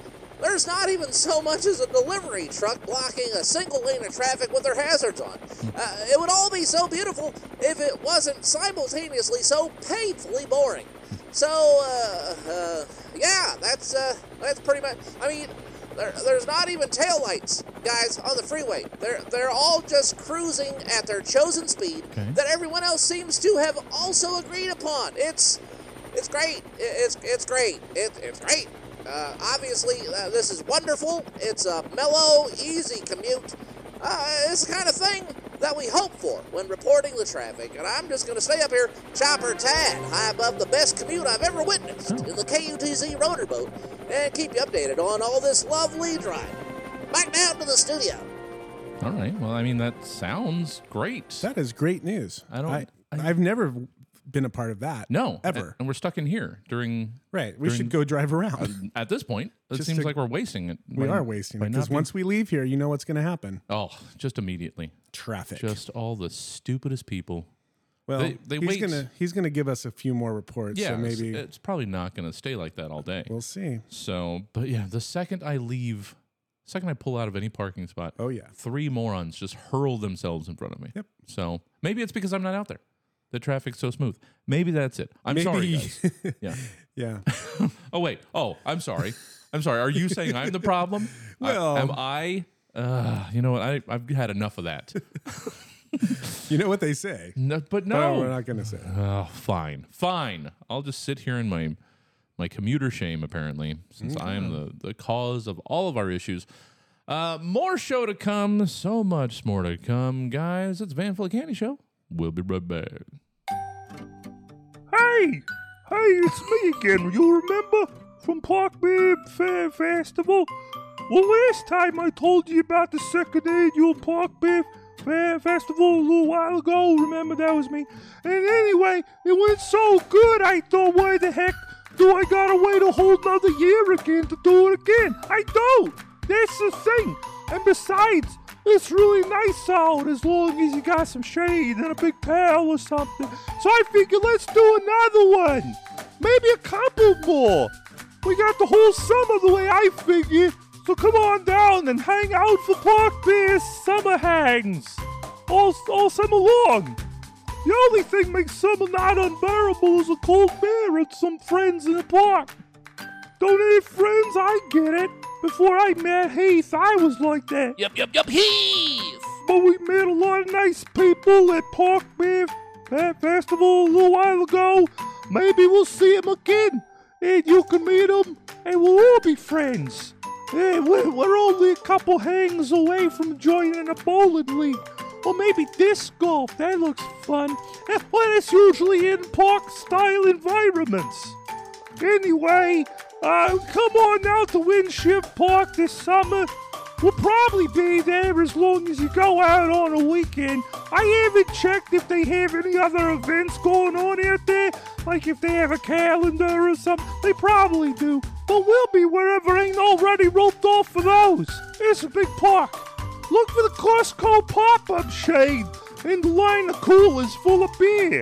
There's not even so much as a delivery truck blocking a single lane of traffic with their hazards on. Uh, it would all be so beautiful if it wasn't simultaneously so painfully boring. So, uh, uh, yeah, that's uh, that's pretty much. I mean, there, there's not even taillights, guys, on the freeway. They're, they're all just cruising at their chosen speed that everyone else seems to have also agreed upon. It's it's great. I- It's, it's great. It, it's great. Uh, obviously, uh, this is wonderful. It's a mellow, easy commute. Uh, it's the kind of thing that we hope for when reporting the traffic. And I'm just going to stay up here, chopper tad, high above the best commute I've ever witnessed
Oh.
in the KUTZ rotor boat, and keep you updated on all this lovely drive. Back down to the studio.
All right. Well, I mean, that sounds great.
That is great news.
I don't-
I,
I-
have never been a part of that.
No. And,
Ever.
and we're stuck in here during,
right. We
during-
should go drive
<laughs>
around.
at this point, it
Just
seems
to-
like we're wasting it.
we
by-
are wasting
by
it
not
because
being-
once we leave here, you know what's going to happen.
Oh, just immediately.
Traffic.
Just all the stupidest people.
well,
they- they
he's
wait.
gonna he's gonna give us a few more reports.
Yeah.
so
it's-
maybe
it's probably not going to stay like that all day.
we'll see.
So, but yeah, the second I leave, second I pull out of any parking spot,
Oh yeah,
three morons just hurl themselves in front of me.
Yep.
So maybe it's because I'm not out there. The traffic's so smooth. Maybe that's it. I'm
<laughs>
sorry, guys. Yeah.
yeah.
<laughs> Oh wait. Oh, I'm sorry. I'm sorry. Are you saying I'm the problem? I-
Well-
am I? Uh, you know what? I, I've had enough of that.
<laughs> you know what they say.
eh. No, but no.
No, we're not gonna say. it.
Oh, fine, fine. I'll just sit here in my my commuter shame. Apparently, since I am the the cause of all of our issues. Uh, more show to come. So much more to come, guys. It's Van Full of Candy Show. We'll be right back.
Hey, hey, it's me again. You remember from Park Bib Fair Festival? Well, last time I told you about the second annual Park Bib Fair Festival a little while ago. Remember that was me. And anyway, it went so good. I thought, why the heck do I gotta wait a whole nother year again to do it again? I don't. That's the thing. And besides, it's really nice out as long as you got some shade and a big pail or something. So I figured let's do another one. Maybe a couple more. We got the whole summer the way I figure. So come on down and hang out for Park Beer's summer hangs. All, all summer long. The only thing makes summer not unbearable is a cold beer with some friends in the park. Don't need friends, I get it. Before I met Heath, I was like that.
Yup, yup, yup, heave!
But we met a lot of nice people at Park Bear Fa- Festival a little while ago. Maybe we'll see them again, and you can meet them, and we'll all be friends. Hey, we're, we're only a couple hangs away from joining a bowling league, or maybe disc golf. That looks fun. And what is usually in park-style environments. Anyway, uh, come on out to Winship Park this summer. We'll probably be there as long as you go out on a weekend. I haven't checked if they have any other events going on out there, like if they have a calendar or something. They probably do, but we'll be wherever ain't already roped off for those. It's a big park. Look for the Costco pop-up shade and the line of coolers full of beer.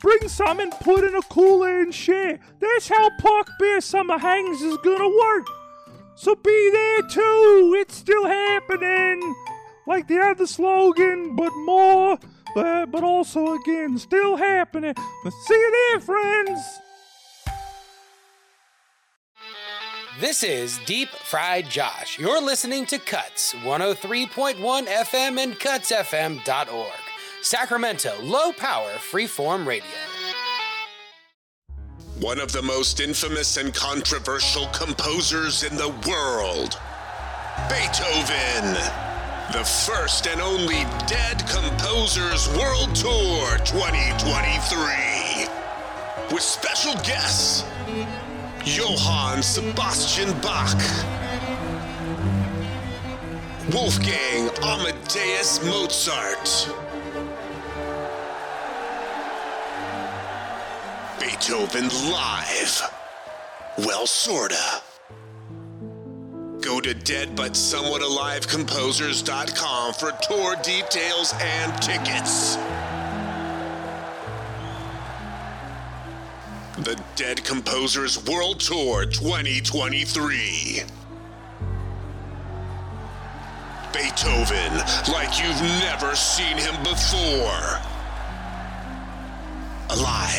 Bring some and put in a cooler and share. That's how Park Beer Summer Hangs is gonna work. So be there too. It's still happening. Like the other slogan, but more, but, but also again, still happening. But see you there, friends.
This is Deep Fried Josh. You're listening to Cuts 103.1 FM and cutsfm.org. Sacramento, low power, freeform radio.
One of the most infamous and controversial composers in the world, Beethoven. The first and only Dead Composers World Tour 2023. With special guests, Johann Sebastian Bach, Wolfgang Amadeus Mozart. Beethoven Live. Well, sorta. Go to deadbutsomewhataliveComposers.com for tour details and tickets. The Dead Composers World Tour 2023. Beethoven, like you've never seen him before. Alive.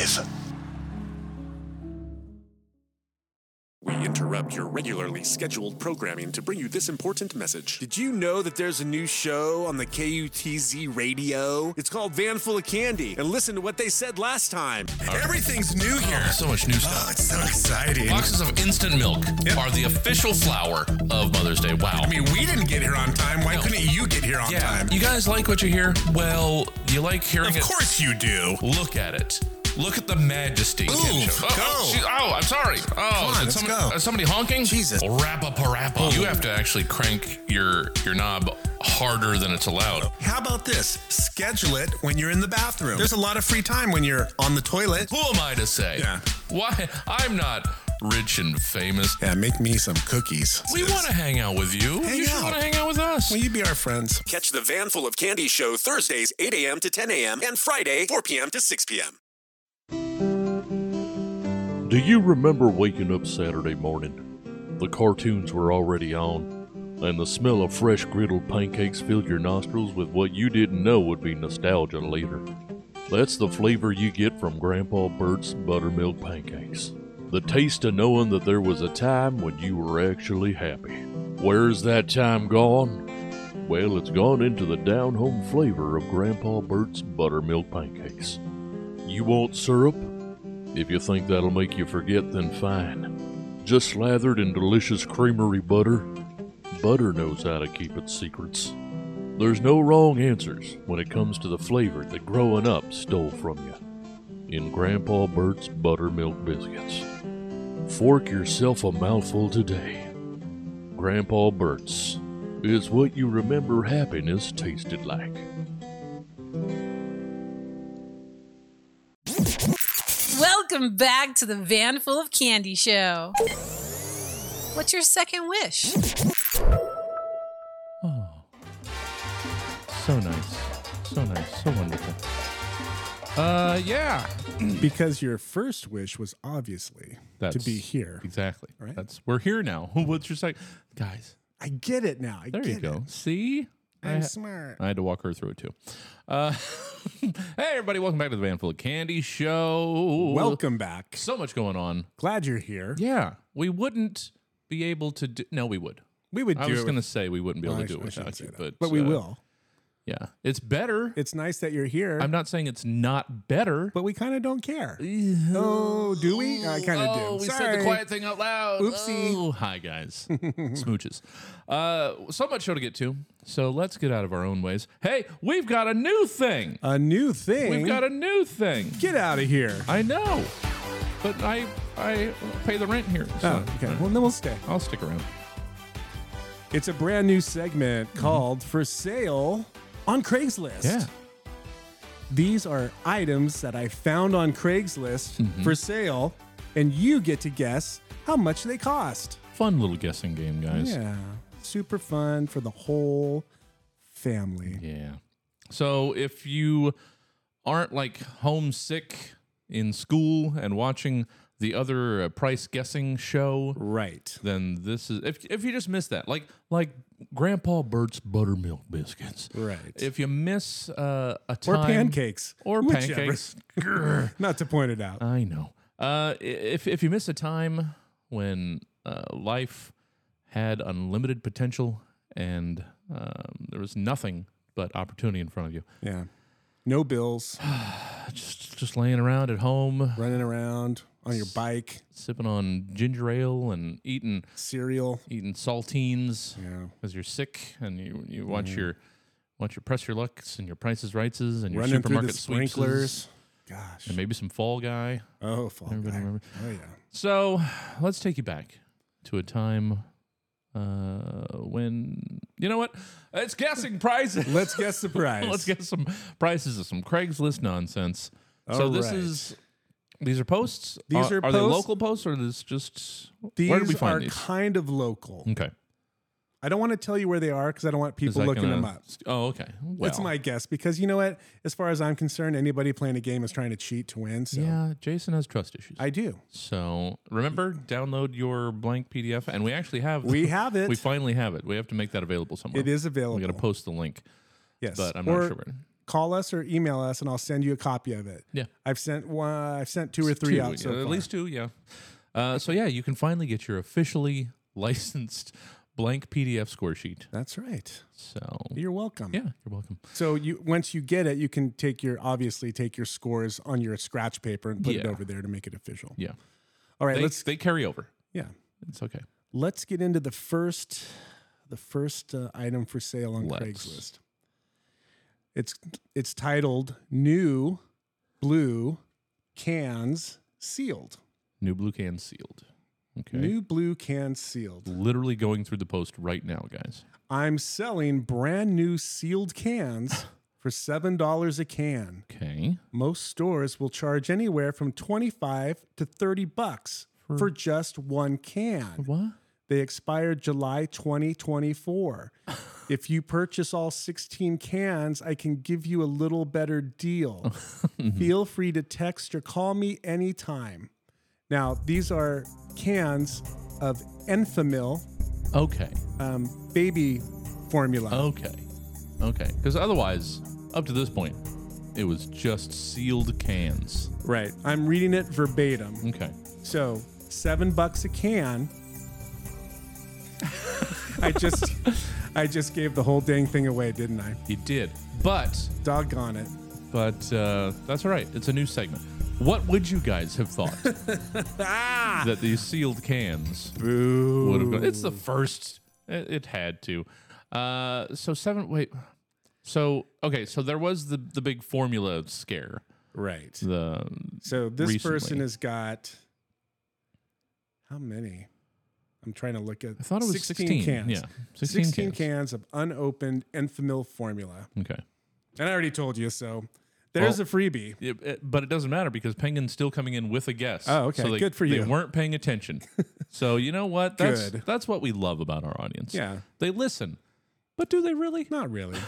We interrupt your regularly scheduled programming to bring you this important message.
Did you know that there's a new show on the KUTZ radio? It's called Van Full of Candy. And listen to what they said last time. Everything's new here.
So much new stuff.
it's so exciting.
Boxes of instant milk are the official flower of Mother's Day. Wow.
I mean, we didn't get here on time. Why
No.
couldn't you get here on
yeah,
time?
you guys like what you hear? Well, you like hearing
Of
it.
course you do.
Look at it. Look at the majesty. Ooh, oh,
go.
Oh, gee- oh, I'm sorry. Oh, is it
let's
some-
go. Oh.
is somebody honking? Jesus. Oh. Rappa parappa. You have to actually crank your your knob harder than it's allowed.
How about this? Schedule it when you're in the bathroom. There's a lot of free time when you're on the toilet.
Who am I to say?
Yeah.
Why? I'm not rich and famous.
Yeah, make me some cookies.
We want to hang out with you.
Hang
you should
out.
want to hang out with us.
Will you be our friends?
Catch the Van Full of Candy show Thursdays, 8 a.m. to 10 a.m., and Friday, 4 p.m. to 6 p.m.
Do you remember waking up Saturday morning? The cartoons were already on, and the smell of fresh griddled pancakes filled your nostrils with what you didn't know would be nostalgia later. That's the flavor you get from Grandpa Bert's buttermilk pancakes. The taste of knowing that there was a time when you were actually happy. Where's that time gone? Well, it's gone into the down home flavor of Grandpa Bert's buttermilk pancakes. You want syrup? If you think that'll make you forget, then fine. Just slathered in delicious creamery butter, butter knows how to keep its secrets. There's no wrong answers when it comes to the flavor that growing up stole from you in Grandpa Bert's buttermilk biscuits. Fork yourself a mouthful today. Grandpa Bert's is what you remember happiness tasted like.
Welcome back to the Van Full of Candy Show. What's your second wish?
So nice. So nice. So wonderful. Uh, yeah.
<clears throat> because your first wish was obviously to
That's-
be here.
Exactly.
Right?
That's we're here now. <laughs> What's your second? Guys,
I get it now. I
there
get
you go.
It.
See? I
I'm
ha-
smart.
I had to walk her through it too. Uh, <laughs> hey, everybody, welcome back to the Van Full of Candy Show.
Welcome back.
So much going on.
Glad you're here.
Yeah, we wouldn't be able to do. No, we would.
We would do
I was
it
going to
with-
say we wouldn't be
Well,
able
I
to do it
sh- I shouldn't
without
say
you, but
that. but we
uh,
will.
Yeah. It's better.
It's nice that you're here.
I'm not saying it's not better,
but we kind of don't care. oh, do we? I kind of
oh,
do.
we
Sorry.
said the quiet thing out loud.
Oopsie.
Oh, hi <laughs> guys, smooches. Uh, so much show to get to. So let's get out of our own ways. Hey, we've got a new thing.
A new thing.
We've got a new thing.
Get out of here.
I know, but I I pay the rent here. So uh,
Oh, okay. Well, then we'll stay.
I'll stick around. Mm-hmm.
It's a brand new segment called For Sale on Craigslist.
Yeah.
These are items that I found on Craigslist
Mm-hmm.
for sale, and you get to guess how much they cost.
Fun little guessing game, guys.
Yeah. Super fun for the whole family.
Yeah. So if you aren't like homesick in school and watching the other uh, price guessing show,
right?
Then this is if if you just miss that, like like Grandpa Bert's buttermilk biscuits,
Right.
If you miss uh, a
Or
time
pancakes.
or
Whichever. <laughs>
pancakes, Grr.
Not to point it out.
I know. Uh, i- if if you miss a time when uh, life had unlimited potential and um, there was nothing but opportunity in front of you,
Yeah. No bills,
<sighs> just just laying around at home,
running around on your bike,
sipping on ginger ale and eating
cereal.
eating saltines
Yeah. Mm-hmm.
because you're sick and you you watch your watch your press your lucks and your prices rights and your
Running through the
supermarket sweepses
sprinklers. Gosh.
and maybe some fall guy.
Oh, fall
Everybody
guy.
remember?
Oh, yeah.
So let's take you back to a time uh, when you know what? It's guessing prices.
Let's
<laughs>
guess the price.
let's guess some prices of some Craigslist nonsense. so
All
this
right.
is these are posts.
These are
are they
posts.
local posts or is just
These
where did we find
are
these?
kind of local.
Okay.
I don't want to tell you where they are because I don't want
Is
people
that
looking
gonna-
them up.
Oh, okay. Well,
That's my guess because you know what? As far as I'm concerned, anybody playing a game is trying to cheat to win. So
Yeah, Jason has trust issues.
I do.
So remember, download your blank PDF, and we actually have
We have it.
We finally have it. We have to make that available somewhere.
It is available.
We got to post the link.
Yes.
but I'm
or
not sure. Where.
Call us or email us, and I'll send you a copy of it.
Yeah.
I've sent one. I've sent two or three
Two,
out so
yeah, at
far.
least two. Yeah. Uh, so yeah, you can finally get your officially <laughs> licensed blank PDF score sheet.
That's right.
So
You're welcome.
yeah, you're welcome.
So you once you get it, you can take your obviously take your scores on your scratch paper and put it
Yeah.
over there to make it official.
Yeah.
All right.
they,
let's
they carry over.
yeah.
It's okay.
Let's get into the first the first uh, item for sale on
Let's.
Craigslist. It's it's titled New Blue Cans Sealed.
New blue can sealed. Okay.
New blue cans sealed.
Literally going through the post right now, guys.
I'm selling brand new
<sighs>
sealed cans for $7 a can.
Okay.
Most stores will charge anywhere from 25 to 30 bucks for, just one can.
What?
They expire
<sighs>
July 2024. if you purchase all 16 cans, I can give you a little
<laughs>
better deal.
Mm-hmm.
Feel free to text or call me anytime. Now, these are cans of Enfamil
Okay.
um, baby formula.
Okay. Okay. Because otherwise, up to this point, it was just sealed cans.
Right. I'm reading it verbatim.
Okay.
So, seven bucks a can. I just, I just gave the whole dang thing away, didn't I?
You did. But,
Doggone it.
but uh, that's all right. It's a new segment. What would you guys have thought
<laughs>
that these sealed cans would have gone? It's the first. It, it had to. Uh, so, seven. Wait. So, okay. So there was the, the big formula scare.
Right.
The
So this person
recently.
has got how many? I'm trying to look at.
I thought it was 16,
cans.
yeah.
16,
16
cans. of unopened Enfamil formula,
Okay.
and I already told you. So there's
Well-
a freebie.
It, it- but it doesn't matter because Penguin's still coming in with a guess.
Oh, okay.
So they,
Good for
They
you.
weren't paying
<laughs>
attention. so you know what? That's
Good.
that's what we love about our audience.
Yeah.
They listen, but do they really?
Not really.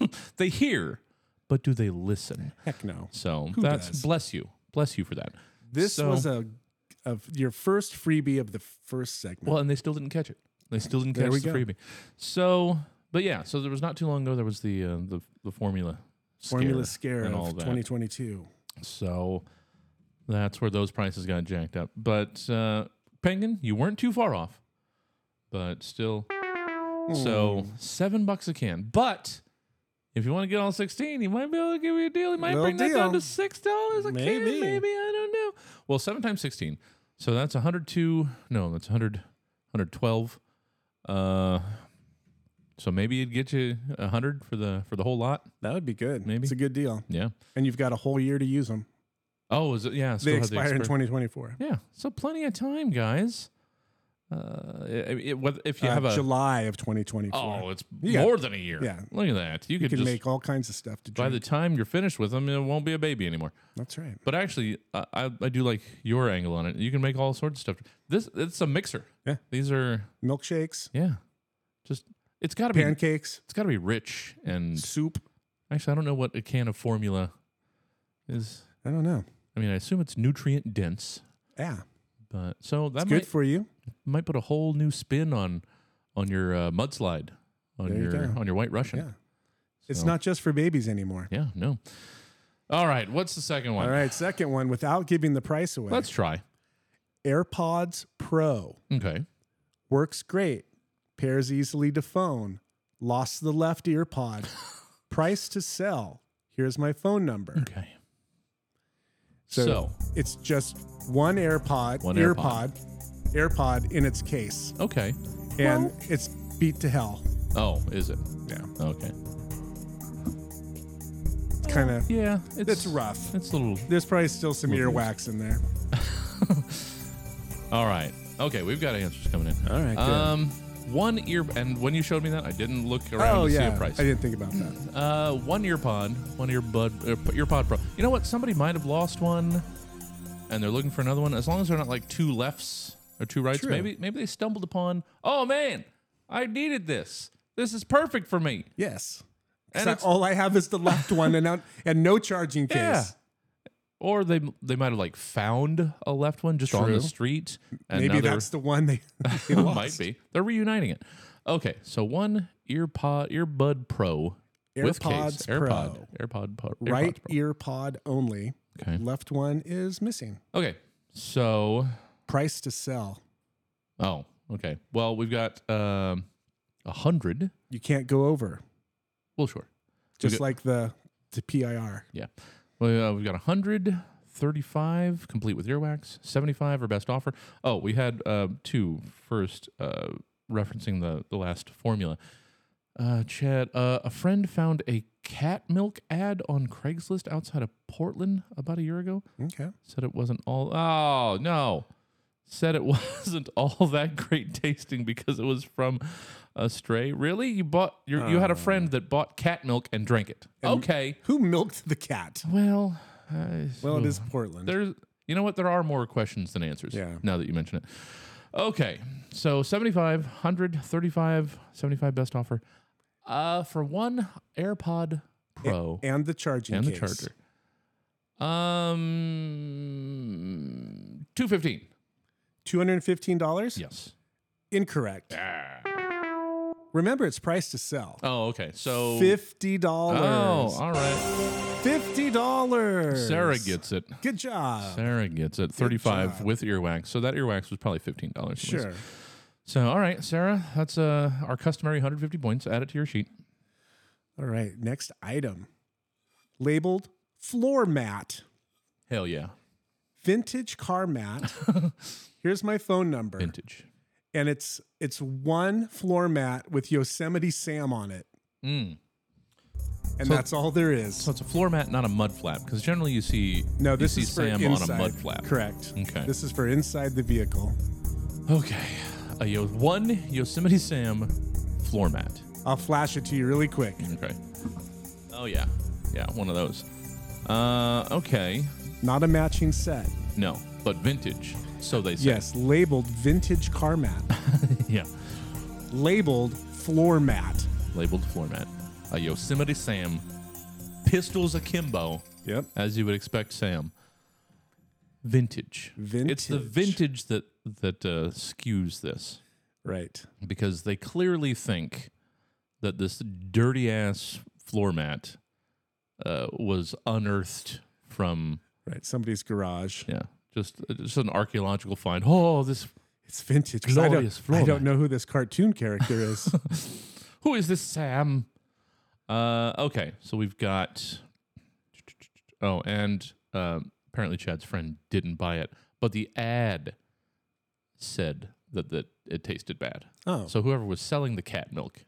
<laughs> They hear, but do they listen?
Heck no.
So
Who
that's
does?
bless you, bless you for that.
This
So-
was a of your first freebie of the first segment.
well, and they still didn't catch it. They still didn't
There
catch
we
the
go.
freebie. So, but yeah, so there was not too long ago there was the uh, the the formula
formula scare
and
of
all that.
2022.
So that's where those prices got jacked up. But uh, Penguin, you weren't too far off,
Hmm.
but still. So seven bucks a can. But If you want to get all 16, he might be able to give you a deal. He might
Little
bring that down to
deal.
$6 a maybe.
Maybe.
can, maybe. I don't know. Well, 7 times 16. So that's 102. No, that's 100, 112. Uh, so maybe it'd get you 100 for the for the whole lot.
That would be good.
Maybe.
It's a good deal.
Yeah.
And you've got a whole year to use them.
Oh, is it? Yeah.
they
still have the
expire in
expir-
2024.
Yeah. So plenty of time, guys. Uh, it, it, whether- if you
Uh,
have a
July of 2024.
Oh, it's
You got-
more than a year.
Yeah.
Look at that. You,
You
could
can
just,
make all kinds of stuff to
by
drink.
the time you're finished with them, it won't be a baby anymore.
That's right.
But actually, I, I, I do like your angle on it. You can make all sorts of stuff. This it's a mixer.
Yeah.
These are
Milkshakes.
yeah. Just it's got to be
Pancakes.
It's got to be rich and
soup.
Actually, I don't know what a can of formula is.
I don't know.
I mean, I assume it's nutrient dense,
Yeah.
but so that
It's
might
good for you.
might put a whole new spin on on your uh, mudslide on
There you
your
go.
on your white russian
Yeah. It's
So-
not just for babies anymore.
yeah no all right what's the second one
All right. Second one, without giving the price away.
let's try
AirPods Pro.
okay
Works great. Pairs easily to phone. Lost the left ear pod.
<laughs>
Price to sell. Here's my phone number.
Okay.
So,
So-
it's just one AirPod,
One
AirPod, AirPod in its case.
okay
And it's beat to hell.
oh is it
yeah
okay
It's kind of
yeah.
It's, rough.
It's a little.
There's probably still some
Little-
earwax in there.
all right okay we've got answers coming in all
right, good.
um one ear and when you showed me that i didn't look around
Oh
to
yeah,
see a price
I didn't think about that.
Uh, one ear pod, one ear bud, uh, ear pod pro. You know what? Somebody might have lost one, and they're looking for another one. As long as they're not like two lefts or two rights,
True.
maybe maybe they stumbled upon. Oh man, I needed this. This is perfect for me.
Yes,
And
So
it's-
all I have is the left one, and out, and no charging case.
Yeah. Or they they might have like found a left one just on
True.
the street. And
Maybe
now they're-
that's the one they, <laughs> they
<laughs>
lost.
might be. They're reuniting it. Okay, so one ear pod, earbud pro with case,
AirPods
AirPod, AirPod, Pro- AirPods
Right ear pod only.
Okay.
Left one is missing.
Okay, so
Price to sell.
Oh, okay. Well, we've got um, a hundred.
You can't go over.
Well, sure.
Just
got-
like the the PIR.
Yeah. Well, uh, we've got a hundred. 35 complete with earwax 75 or best offer oh we had uh, two first uh, referencing the, the last formula uh, chad uh, a friend found a cat milk ad on craigslist outside of portland about a year ago
Okay.
said it wasn't all oh no said it <laughs> wasn't all that great tasting because it was from a stray really you bought you you had a friend that bought cat milk and drank it okay
Who milked the cat?
well I-
Well, it is Portland.
there's you know what there are more questions than answers
Yeah.
now that you mention it okay so 75 100 35 75 best offer uh for one airpod pro
and the charging
and the
case.
charger um 215
Two hundred and fifteen dollars.
yes Ah.
Incorrect. Remember, it's price to sell.
oh okay so
Fifty dollars.
oh all right
Fifty dollars.
sarah gets it
Good job.
sarah gets it 35 with earwax so that earwax was probably $15 at least.
Sure.
so all right sarah that's uh our customary 150 points add it to your sheet
All right. Next item, labeled floor mat,
hell yeah
vintage car
<laughs>
mat. Here's my phone number,
vintage
and it's it's one floor mat with Yosemite Sam on it,
Mm.
and
So-
that's all there is.
So it's a floor mat, not a mud flap, because generally you see
no,
you
this
see
is for
Sam
inside.
on a mud flap.
Correct.
Okay.
This is for inside the vehicle.
Okay. A Yo- one Yosemite Sam floor mat.
I'll flash it to you really quick.
Okay. Oh yeah, yeah, one of those. Uh, okay.
Not a matching set.
No, but vintage. So they say.
Yes, labeled vintage car
<laughs>
mat,
Yeah.
labeled floor mat.
Labeled floor mat. A Yosemite Sam, pistols akimbo,
Yep.
as you would expect Sam. Vintage. It's the vintage that that uh, skews this.
Right.
because they clearly think that this dirty ass floor mat uh, was unearthed from
Right. Somebody's garage.
yeah just uh, just an archaeological find. Oh, this
It's vintage. 'cause I don't,
Glorious floor
I don't
mat. <laughs>
know who this cartoon character is.
who is this Sam? Uh, okay, so we've got. Oh, and uh, apparently Chad's friend didn't buy it, but the ad said that that it tasted bad.
Oh.
so whoever was selling the cat milk.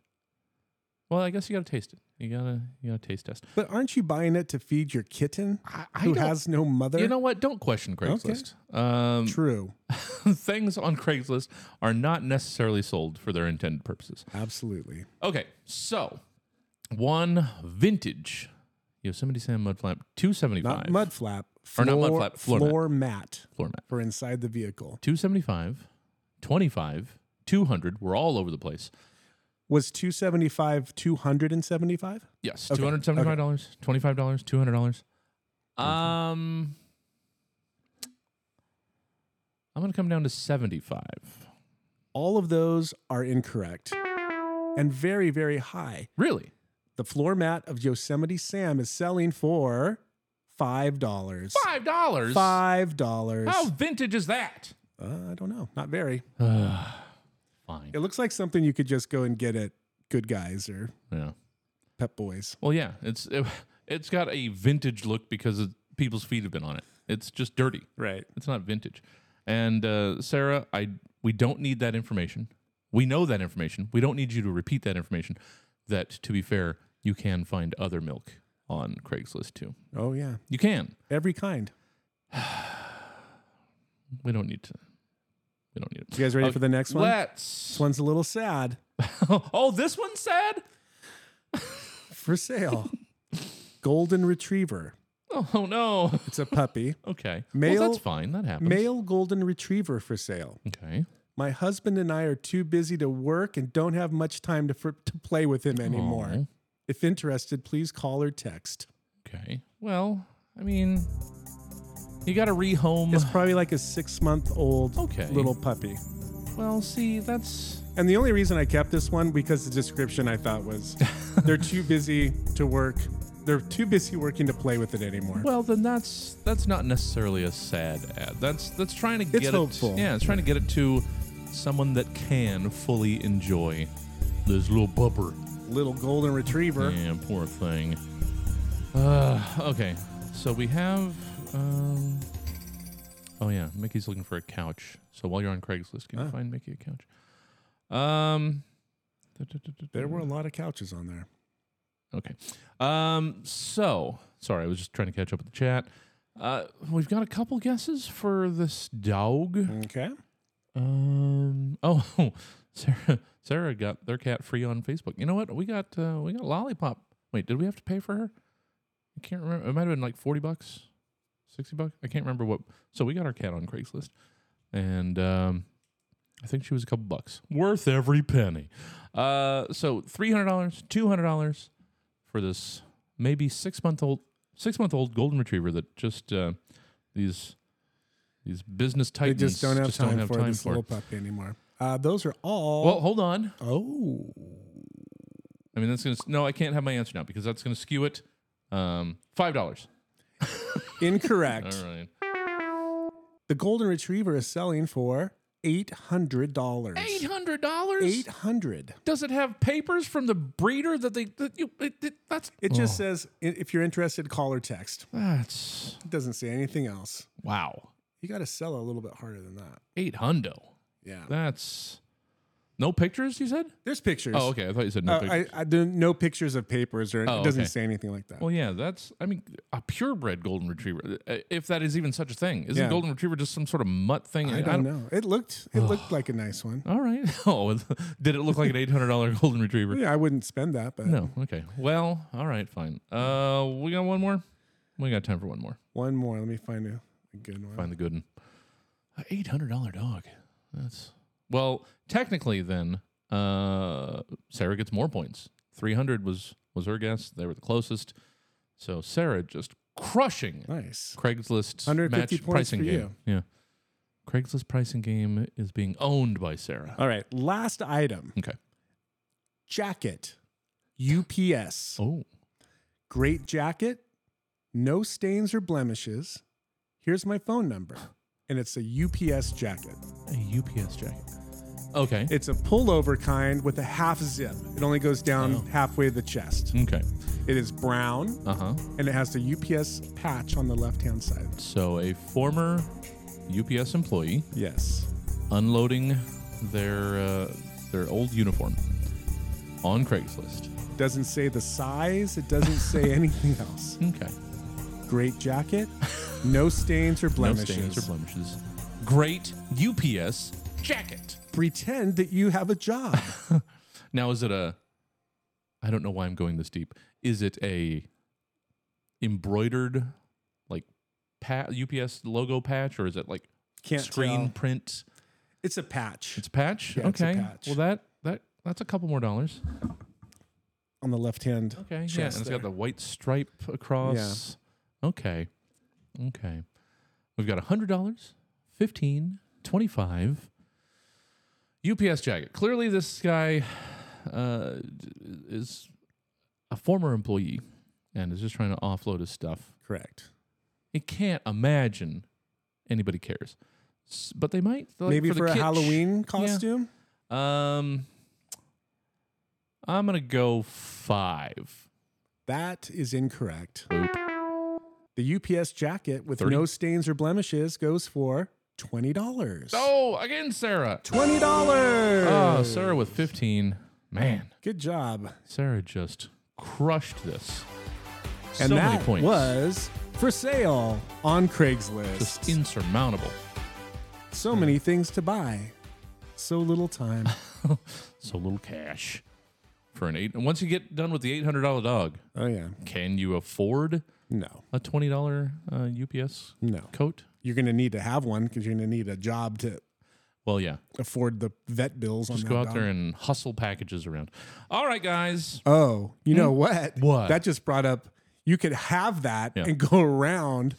Well, I guess you gotta taste it. You gotta you gotta taste test.
But aren't you buying it to feed your kitten
I
who
don't-
has no mother?
You know what? Don't question Craigslist. Um,
True.
<laughs> things on Craigslist are not necessarily sold for their intended purposes.
Absolutely.
Okay, so one vintage Yosemite Sam mud flap 275.
Not mud flap.
Or not mud flap, floor mat.
mat.
Floor mat.
For inside the vehicle.
275, 25, 200. We're all over the place.
Was 275 275?
Yes,
Okay,
$275, $25, $200. <laughs> Um, I'm going to come down to 75.
All of those are incorrect and very, very high.
Really?
The floor mat of Yosemite Sam is selling for $5.
$5?
$5.
How vintage is that?
Uh, I don't know. Not very.
<sighs> Fine.
It looks like something you could just go and get at Good Guys or
Yeah.
Pep Boys.
Well, yeah, it's it, has got a vintage look because of people's feet have been on it. It's just dirty.
Right.
It's not vintage. And uh, Sarah, I we don't need that information. We know that information. We don't need you to repeat that information. That to be fair, you can find other milk on Craigslist too.
Oh, yeah.
You can.
Every kind.
<sighs> We don't need to. We don't need it.
You guys ready
Okay,
for the next one?
Let's.
This one's a little sad.
Oh, this one's sad. <laughs>
For sale. Golden Retriever.
Oh no.
It's a puppy.
<laughs> Okay.
Male-
well, that's fine. That happens.
Male Golden Retriever for sale.
Okay.
My husband and I are too busy to work and don't have much time to, for, to play with him anymore.
Aw.
If interested, please call or text.
Okay. Well, I mean, you got to rehome.
It's probably like a six month old
Okay.
little puppy.
Well, see, that's
And the only reason I kept this one because the description I thought
<laughs>
was they're too busy to work. They're too busy working to play with it anymore.
well, then that's that's not necessarily a sad ad. That's that's trying to get
hopeful.
it. Yeah, it's trying to get it to someone that can fully enjoy this little bumper.
Little golden retriever.
Yeah, poor thing. Uh, okay, so we have. Um, oh yeah, Mickey's looking for a couch. So while you're on Craigslist,
Ah.
can you find Mickey a couch? Um,
There were a lot of couches on there.
Okay. Um, so sorry, I was just trying to catch up with the chat. Uh, we've got a couple guesses for this dog.
Okay.
Um, <laughs> oh, Sarah, Sarah got their cat free on Facebook. You know what? We got uh, we got lollipop. Wait, did we have to pay for her? I can't remember. It might have been like forty bucks, sixty bucks. I can't remember what. So we got our cat on Craigslist, and um, I think she was a couple bucks worth every penny. Uh, so three hundred dollars, two hundred dollars for this maybe six month old six month old golden retriever that just uh, these these business
They
titans
just don't have time for
time
this
for.
little puppy anymore. Uh, those are all.
Well, hold on.
oh,
I mean, that's gonna no. I can't have my answer now because that's gonna skew it. Um, Five dollars.
<laughs> incorrect.
All right.
The golden retriever is selling for eight hundred dollars.
Eight hundred dollars.
Eight hundred.
Does it have papers from the breeder that they that you? It, it, that's
It just says i- if you're interested, call or text.
Oh. that's
It doesn't say anything else.
wow.
You got to sell a little bit harder than that.
Eight hundo.
Yeah.
That's no pictures. You said.
There's pictures.
Oh, okay. I thought you said no
Uh,
pictures.
I, I do no pictures of papers or
Oh,
it doesn't
okay.
say anything like that.
Well, yeah, that's. I mean, a purebred golden retriever, uh, if that is even such a thing, isn't
Yeah.
golden retriever just some sort of mutt thing?
I, don't know. It looked it looked like a nice one.
All right. <laughs> Oh, did it look like an eight hundred dollar <laughs> golden retriever?
Yeah, I wouldn't spend that, but
No. Okay. Well. All right. Fine. Uh, we got one more. We got time for one more.
one more. Let me find a, a good one.
Find the good one. A eight hundred dollar dog. That's well. Technically, then uh, Sarah gets more points. Three hundred was was her guess. They were the closest. So Sarah just crushing
Nice.
Craigslist
150
match
points
pricing
for
game.
you.
Yeah. Craigslist pricing game is being owned by Sarah.
All right. Last item.
Okay.
Jacket. UPS.
Oh.
Great jacket. No stains or blemishes. Here's my phone number. And it's a UPS jacket.
A UPS jacket. Okay.
It's a pullover kind with a half zip. It only goes down
Oh.
halfway to the chest.
Okay.
It is brown
Uh huh.
and it has the UPS patch on the left hand side.
So a former UPS employee,
yes,
unloading their uh, their old uniform on Craigslist.
Doesn't say the size,
<laughs>
it doesn't say anything else.
Okay.
Great jacket, no stains or
<laughs>
blemishes.
No stains or blemishes. Great UPS jacket.
Pretend that you have a
<laughs>
job.
Now is it a? I don't know why I'm going this deep. Is it a embroidered like pa- UPS logo patch, or is it like
Can't
screen
tell.
print?
It's a patch.
It's a patch.
Yeah, it's a
okay.
patch.
Well, that that that's a couple more dollars.
on the left hand.
Okay. yeah, and it's got the white stripe across. Okay. Okay. We've got $100, 15, 25. UPS jacket. Clearly this guy uh, d- is a former employee and is just trying to offload his stuff.
Correct.
He can't imagine anybody cares. S- But they might. Like,
Maybe
for, the
for a
kitsch.
Halloween costume?
Um I'm going to go 5.
That is incorrect. The UPS jacket with no stains or blemishes goes for twenty dollars.
Oh, again, Sarah.
Twenty dollars.
Oh, Sarah with fifteen. Man,
good job.
Sarah just crushed this.
And
so
that
many points.
was for sale on Craigslist.
just insurmountable.
So many things to buy, so
<laughs>
little time.
So little cash for an eight. And once you get done with the eight hundred dollar dog,
oh yeah,
can you afford
no,
a twenty dollar uh, UPS
no.
coat?
You're gonna need to have one because you're gonna need a job to
Well, yeah.
afford the vet bills.
Just
on
go
that
out
dog.
there and hustle packages around. All right, guys. Hmm?
Oh, you know what?
What?
That just brought up you could have that
Yeah.
and go around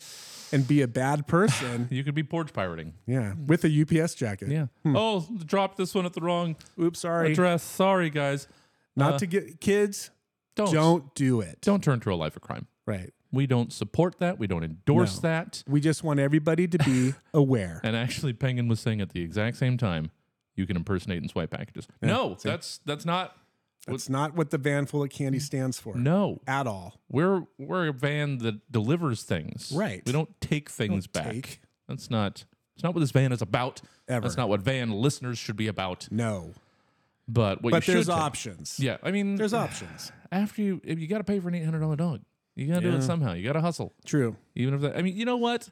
and be a bad person.
<laughs> You could be porch pirating.
yeah, with a UPS jacket.
Yeah. Oh, dropped this one at the wrong
Oops, sorry.
address. Sorry, guys.
Not
Uh,
to get kids,
don't
don't do it.
don't turn to a life of crime.
Right.
We don't support that. We don't endorse that.
We just want everybody to
<laughs>
be aware.
And actually, Penguin was saying at the exact same time, you can impersonate and swipe packages. no, that's that's not. Mm.
That's not what the van full of candy stands for
No,
at all.
we're we're a van that delivers things.
Right.
We don't take things
Don't
back.
take.
That's not. It's not what this van is about.
Ever.
That's not what van listeners should be about.
No.
But what
but
you
there's
should take-
options.
Yeah, I mean,
There's options.
after you if you got to pay for an eight hundred dollar dog. You got to do
Yeah.
it somehow. You got to hustle.
True.
Even if that, I mean, you know what?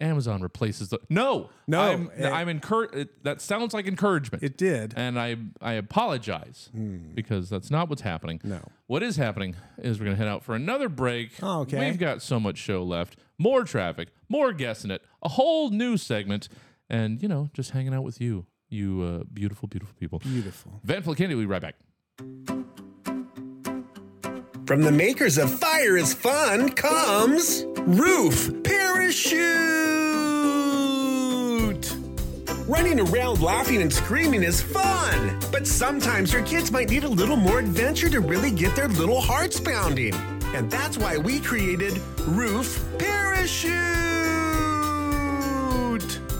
Amazon replaces the no,
No,
I'm,
eh.
I'm encour- That sounds like encouragement,
It did. Hmm.
and I I apologize because that's not what's happening.
No.
What is happening is we're gonna head out for another break.
Oh, okay.
We've got so much show left, more traffic, more guessing it, a whole new segment, and you know, just hanging out with you, you uh, beautiful, beautiful people.
Beautiful.
Vanful Candy, we'll be right back.
From the makers of Fire is Fun comes Roof Parachute. Running around laughing and screaming is fun, but sometimes your kids might need a little more adventure to really get their little hearts pounding. And that's why we created Roof Parachute.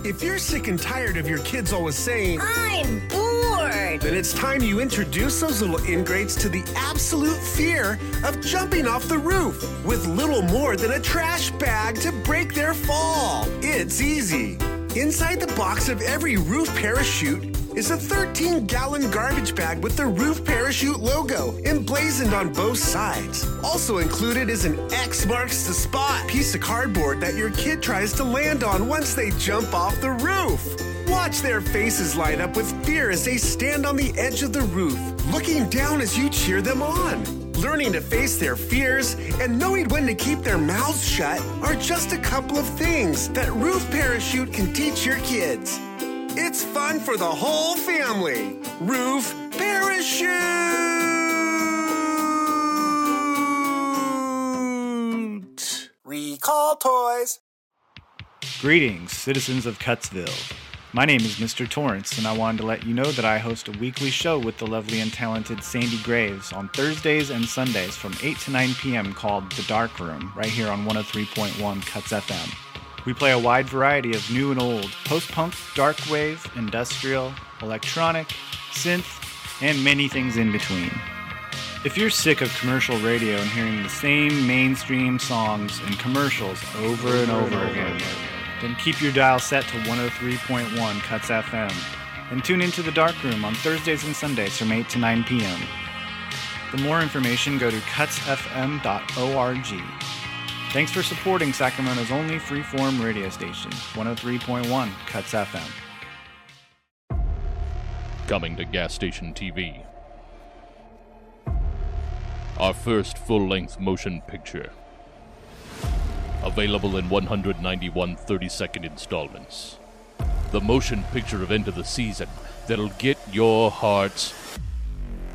If you're sick and tired of your kids always saying,
I'm bored.
then it's time you introduce those little ingrates to the absolute fear of jumping off the roof with little more than a trash bag to break their fall. It's easy. Inside the box of every roof parachute is a 13 gallon garbage bag with the Roof Parachute logo emblazoned on both sides. Also included is an X marks the spot piece of cardboard that your kid tries to land on once they jump off the roof. Watch their faces light up with fear as they stand on the edge of the roof, looking down as you cheer them on. Learning to face their fears and knowing when to keep their mouths shut are just a couple of things that Roof Parachute can teach your kids. It's fun for the whole family. Roof Parachute! Recall toys.
Greetings, citizens of Cutsville. My name is Mr. Torrance, and I wanted to let you know that I host a weekly show with the lovely and talented Sandy Graves on Thursdays and Sundays from 8 to 9 p.m. called The Dark Room, right here on 103.1 Cuts FM. We play a wide variety of new and old post punk, dark wave, industrial, electronic, synth, and many things in between. If you're sick of commercial radio and hearing the same mainstream songs and commercials over and over, again, then keep your dial set to 103.1 Cuts FM and tune into the Dark Room on Thursdays and Sundays from 8 to 9 p.m. For more information, go to cutsfm.org. Thanks for supporting Sacramento's only freeform radio station, 103.1 Cuts FM.
Coming to Gas Station TV. Our first full length motion picture. Available in 191 30 second installments. The motion picture event of the season that'll get your hearts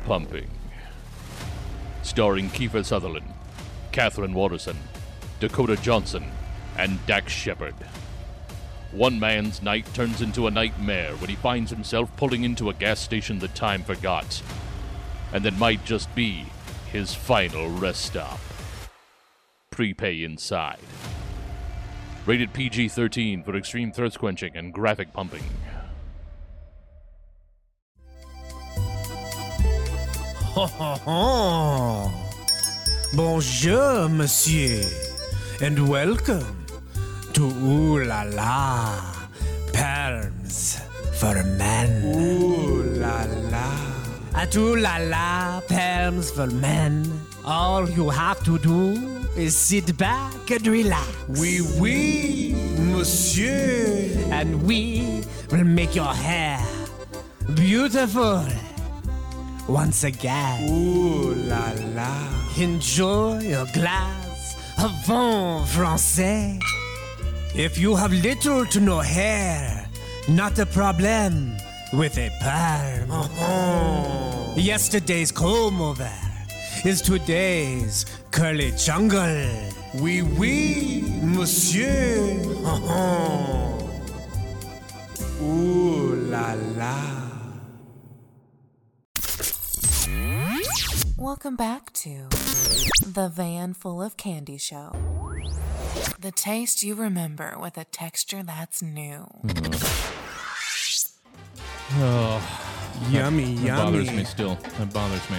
pumping. Starring Kiefer Sutherland, Catherine Watterson, Dakota Johnson, and Dax Shepard. One man's night turns into a nightmare when he finds himself pulling into a gas station that time forgot, and that might just be his final rest stop. Prepay inside. Rated PG 13 for extreme thirst quenching and graphic pumping.
<laughs> Bonjour, monsieur, and welcome to Ooh La La Perms for Men. Ooh La La. At Ooh La La Perms for Men, all you have to do is sit back and relax. Oui, oui, monsieur. And we will make your hair beautiful once again. Ooh la la. Enjoy your glass of vin francais. If you have little to no hair, not a problem with a perm. Uh-huh. Yesterday's comb over is today's curly jungle. Oui, oui, monsieur. Uh-huh. Ooh la la.
Welcome back to The Van Full of Candy Show. The taste you remember with a texture that's new.
Oh, that, That
Yummy, yummy.
bothers me still. That bothers me.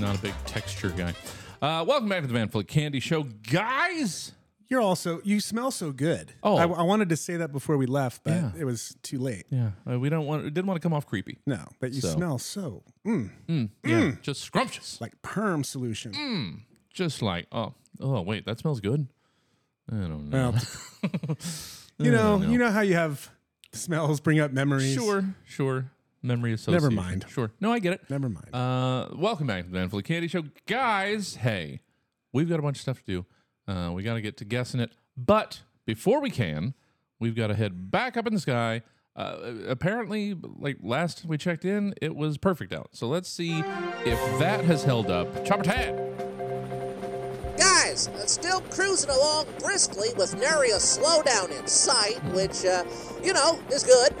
Not a big texture guy. Uh, welcome back to the Man Full of Candy Show, guys.
You're also you smell so good.
Oh.
I, I wanted to say that before we left, but
Yeah.
it was too late.
Yeah, uh, we don't want. We didn't want to come off creepy.
No, but you
So,
smell so mm,
mm, yeah, just scrumptious,
like perm solution.
Mm, just like oh, oh wait, that smells good. I don't know.
Well,
<laughs>
You
I
know,
don't
you know how you have smells bring up memories.
Mm. Sure, sure. Memory association.
Never mind.
Sure. No, I get it.
Never mind.
Uh, welcome back to the Manfully Candy Show, guys. Hey, we've got a bunch of stuff to do. Uh, we got to get to guessing it, but before we can, we've got to head back up in the sky. Uh, apparently, like last we checked in, it was perfect out. So let's see if that has held up. Chopper Tad.
Guys, uh, still cruising along briskly with nary a slowdown in sight, which, uh, you know, is good.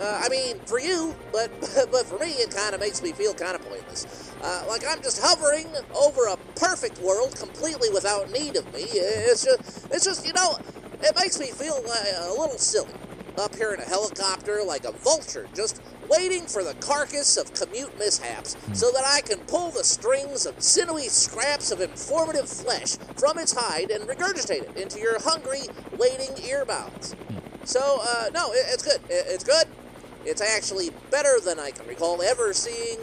Uh, I mean, for you, but <laughs> but for me, it kind of makes me feel kind of pointless. Uh, like I'm just hovering over a perfect world, completely without need of me. It's just, it's just, you know, it makes me feel uh, a little silly up here in a helicopter, like a vulture, just waiting for the carcass of commute mishaps so that I can pull the strings of sinewy scraps of informative flesh from its hide and regurgitate it into your hungry, waiting earmouths. So, uh, no, it, it's good. It, it's good. It's actually better than I can recall ever seeing.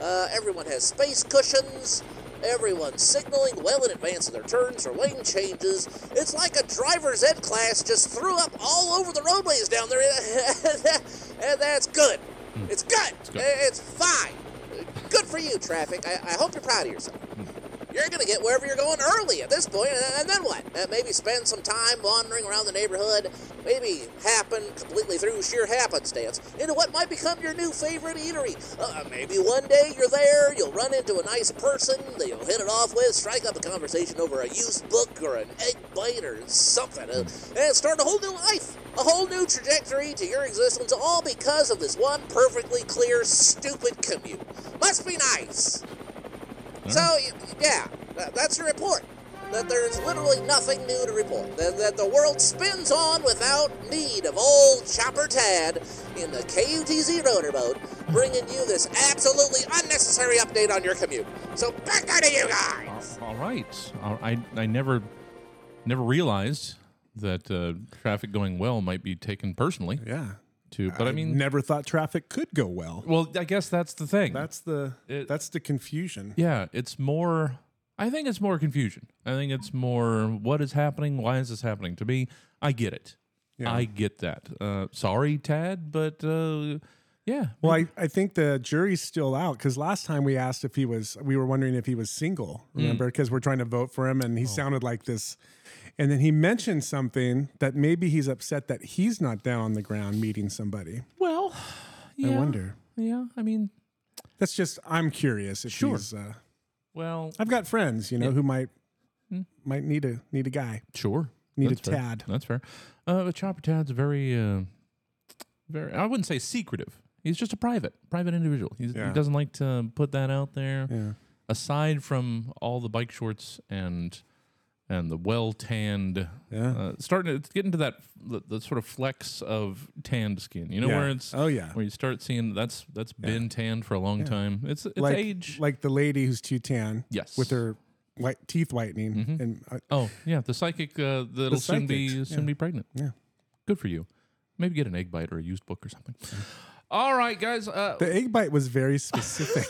Uh, everyone has space cushions. Everyone's signaling well in advance of their turns or lane changes. It's like a driver's ed class just threw up all over the roadways down there. <laughs> and that's good. Hmm. It's good. It's fine. Good for you, traffic. I, I hope you're proud of yourself. You're going to get wherever you're going early at this point, and, and then what? Uh, maybe spend some time wandering around the neighborhood, maybe happen completely through sheer happenstance into what might become your new favorite eatery. Uh, maybe one day you're there, you'll run into a nice person that you'll hit it off with, strike up a conversation over a used book or an egg bite or something, uh, and start a whole new life, a whole new trajectory to your existence, all because of this one perfectly clear, stupid commute. Must be nice. So, y- yeah, tha- that's your report. that there is literally nothing new to report, that, that the world spins on without need of old Chopper Tad in the KUTZ Rotorboat, bringing you this absolutely unnecessary update on your commute. So back out of you guys!
All right. All- I I never never realized that uh, traffic going well might be taken personally.
Yeah.
To but I, mean
never thought traffic could go well.
Well, I guess that's the thing.
That's the that's the confusion.
yeah, it's more. I think it's more confusion. I think it's more what is happening. Why is this happening to me? I get it.
Yeah.
I get that. Uh, sorry, Tad, but uh, yeah.
Well, I, I think the jury's still out because last time we asked if he was, we were wondering if he was
Mm.
single,
Oh.
remember? Because we're trying to vote for him and he sounded like this. And then he mentioned something that maybe he's upset that he's not down on the ground meeting somebody.
Well, yeah.
I wonder.
Yeah, I mean,
That's just, I'm curious if
Sure.
he's, uh,
well,
I've got friends, you know, who might,
Mm.
might need a, need a guy.
Sure.
Need
That's
a
fair.
tad.
That's fair. Uh, but Chopper Tad's very, uh, very. I wouldn't say secretive. He's just a private, private individual. He's,
Yeah.
He doesn't like to put that out there.
Yeah.
Aside from all the bike shorts and and the well tanned,
Yeah.
uh, starting to it's getting to that the, the sort of flex of tanned skin. You know
Yeah.
where it's
Oh, yeah.
where you start seeing that's that's
Yeah.
been tanned for a long
Yeah.
time. It's it's
like,
age.
Like the lady who's too tan.
Yes.
With her white teeth whitening. And uh, I,
Oh yeah, the psychic uh, that'll soon be
psychics,
soon
yeah.
be pregnant.
Yeah,
good for you. Maybe get an egg bite or a used book or something. All right, guys. Uh,
The egg bite was very specific.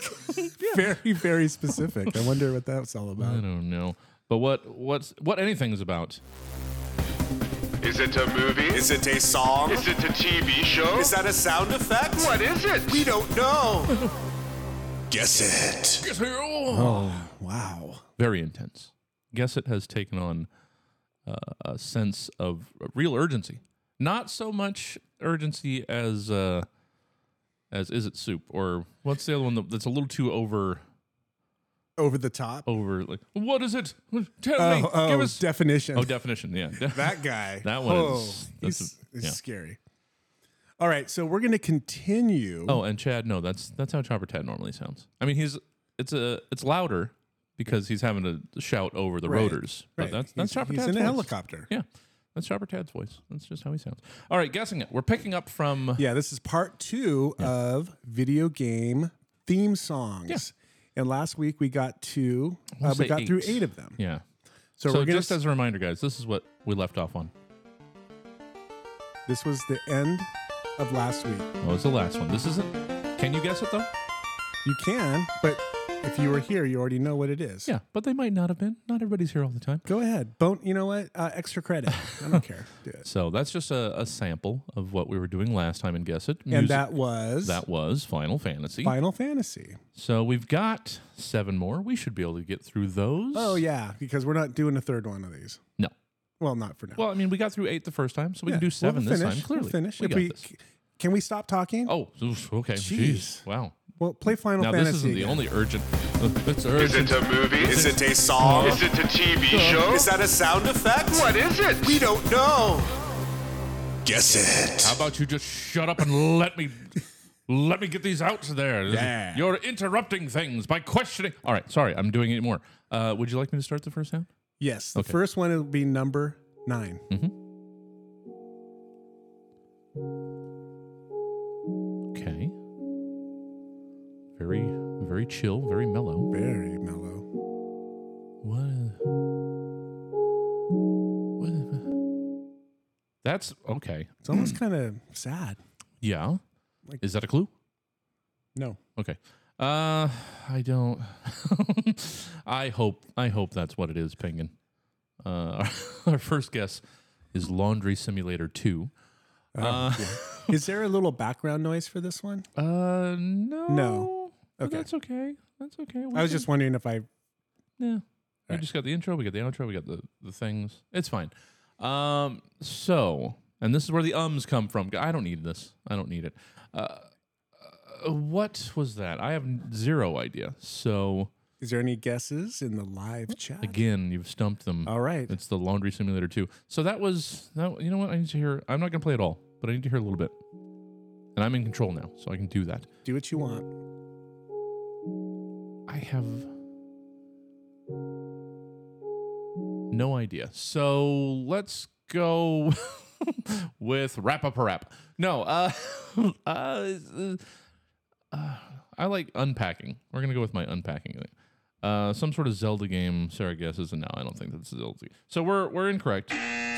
Very, very specific. I wonder what that was all
I
about.
don't know, but what what's what anything's about?
Is it a movie? Is it a song? Is it a TV show? Is that a sound effect? What is it? We don't
<laughs>
know.
Guess it.
Guess who?
Oh,
wow.
Very intense. Guess it has taken on uh, a sense of real urgency. Not so much urgency as uh, as is it soup or what's the other one that- that's a little too over
Over the top.
over like what is it? Tell me.
Oh, oh,
Give us <laughs>
definition.
Oh, definition. Yeah,
That guy.
That one.
Oh,
is, that's
he's,
a-
he's
yeah.
scary. All right, so we're going to continue.
Oh, and Chad, no, that's that's how Chopper Tad normally sounds. I mean, he's it's a it's louder because he's having to shout over the
Right,
rotors. But
right.
that's that's
He's-
Chopper
he's
Tad's
in a
voice.
helicopter. Uh,
Yeah, that's Chopper Tad's voice. That's just how he sounds. All right, guessing it. We're picking up from
Yeah, this is part two of video game theme songs. And last week we got to,
I wanna
uh, we
say
got through
eight.
eight of them.
yeah.
So
So,
we're gonna
just as a reminder, guys, this is what we left off on.
This was the end of last week.
Oh, it's the last one. This isn't. Can you guess it though?
You can, but if you were here, you already know what it is.
Yeah, but they might not have been. Not everybody's here all the time.
Go ahead. Bone, you know what? Uh,
<laughs>
extra credit. I don't care. Do it.
So that's just a, a sample of what we were doing last time in Guess It.
And that was-
that was Final Fantasy.
Final Fantasy.
So we've got seven more. We should be able to get through those.
Oh yeah, because we're not doing a third one of these.
No.
Well, not for now.
Well, I mean, we got through eight the first time, so we
Yeah,
can do
we'll
7 this
finish.
time. Clearly,
we'll finish.
we
If
got
we-
this.
Can we stop talking?
Oh, oof, okay. Jeez.
Jeez.
Wow.
Well, play Final
now
Fantasy.
this isn't the
again.
only urgent. <laughs> it's urgent.
Is it a movie? Is it a song? Is it a TV show? Is that a sound effect? What is it? We don't know.
Guess it. How about you just shut up and let me let me get these out there?
Yeah.
You're interrupting things by questioning. All right, sorry, I'm doing it more. Uh, would you like me to start the first sound?
Yes, the
Okay. Mm-hmm.
first one will be number 9
Okay. Very, very chill, very mellow.
Very mellow.
What? That's okay.
It's almost kind of sad.
Yeah.
Like-
Is that a clue? <laughs>
No.
Okay. Uh, I don't. <laughs> I hope. I hope that's what it is, Penguin. Uh, <laughs> our, our first guess is Laundry Simulator Two.
Oh,
Uh,
Is there a little background noise for this one?
Uh, no.
No.
But
Okay.
That's okay. That's okay. We
I was
can-
just wondering if I.
Yeah. We
Right.
just got the intro, we got the outro, we got the, the things. It's fine. Um, so, and this is where the ums come from. I don't need this. I don't need it. Uh, uh, what was that? I have zero idea. So,
Is there any guesses in the live chat?
again, you've stumped them.
All right.
It's the Laundry Simulator 2. So that was, that, you know what? I need to hear, I'm not going to play it all, but I need to hear a little bit. And I'm in control now, so I can do that.
Do what you want.
I have. No idea. So let's go <laughs> with rap up a rap. No, uh, <laughs> uh, uh, I like unpacking. We're gonna go with my unpacking thing. Uh, some sort of Zelda game. Sarah guesses, and now I don't think that's Zelda. So we're we're incorrect.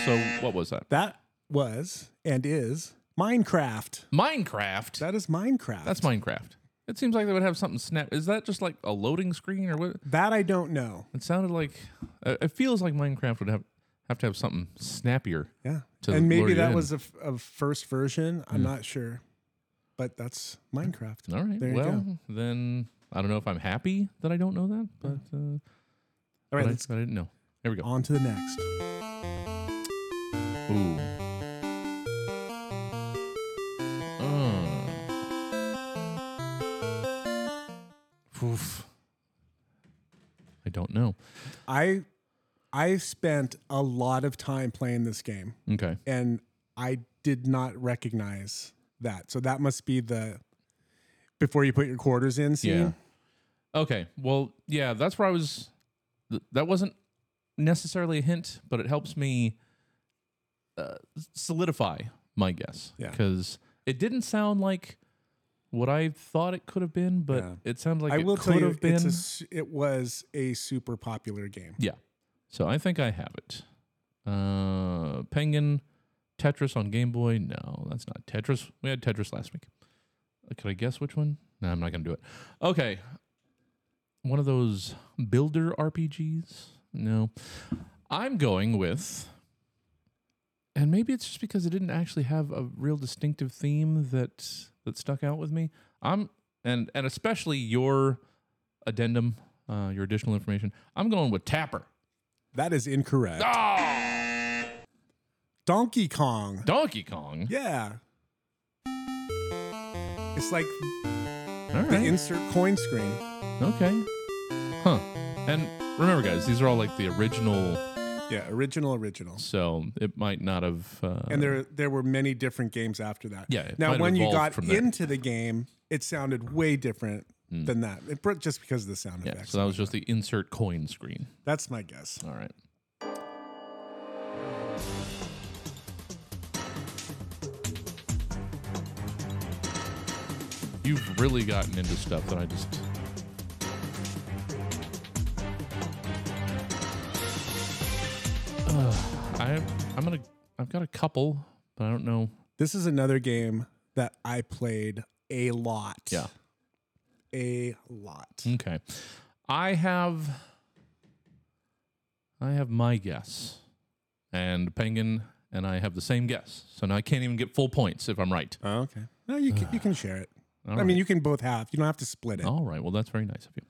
So what was that?
That was and is Minecraft.
Minecraft.
That is Minecraft.
That's Minecraft. It seems like they would have something snap. Is that just like a loading screen or what?
That I don't know.
It sounded like uh, it feels like Minecraft would have have to have something snappier.
Yeah,
to
and
lure
maybe
you
that
in.
was a, f- a first version. I'm
Mm.
not sure, but that's Minecraft.
all right.
There you
well,
go.
then I don't know if I'm happy that I don't know that, but uh, all
All right,
I,
let's-
but I didn't know. There we go.
On to the next.
Ooh. Mm. Uh. Oof. I don't know.
I I spent a lot of time playing this game,
Okay.
and I did not recognize that. So that must be the before you put your quarters in scene.
Yeah. Okay. Well, yeah, that's where I was. th- That wasn't necessarily a hint, but it helps me uh, solidify my guess.
Yeah.
Because it didn't sound like what I thought it could have been, but
Yeah.
it sounds like
I
it
will
could
tell you,
have been.
It's a s it was a super popular game.
yeah. So I think I have it. Uh, Penguin, Tetris on Game Boy. No, that's not Tetris. We had Tetris last week. Uh, Could I guess which one? No, I'm not going to do it. Okay. One of those builder RPGs? No. I'm going with, and maybe it's just because it didn't actually have a real distinctive theme that that stuck out with me. I'm and and especially your addendum, uh, your additional information. I'm going with Tapper. Ah.
That is incorrect. <laughs> Donkey Kong.
Donkey Kong.
Yeah. It's like
All
the
right.
insert coin screen.
okay. Huh. And remember, guys, these are all like the original,
Yeah, original, original.
so it might not have. Uh,
and there there were many different games after that.
Yeah, it might
Now
have
when you
evolved
got
from there. Hmm.
into the game, it sounded way different than that. It, br- just because of the sound
yeah.
effects.
So that was just the insert coin screen.
That's my guess.
All right. <sighs> You've really gotten into stuff that I just. Ugh, I I'm gonna I've got a couple, but I don't know.
This is another game that I played a lot.
Yeah.
A lot.
Okay. I have I have my guess. And Penguin and I have the same guess. So now I can't even get full points if I'm right.
Oh, okay. No, you can,
<sighs>
you can share it.
All
I mean, you can both have. You don't have to split it.
All right. Well, that's very nice of you.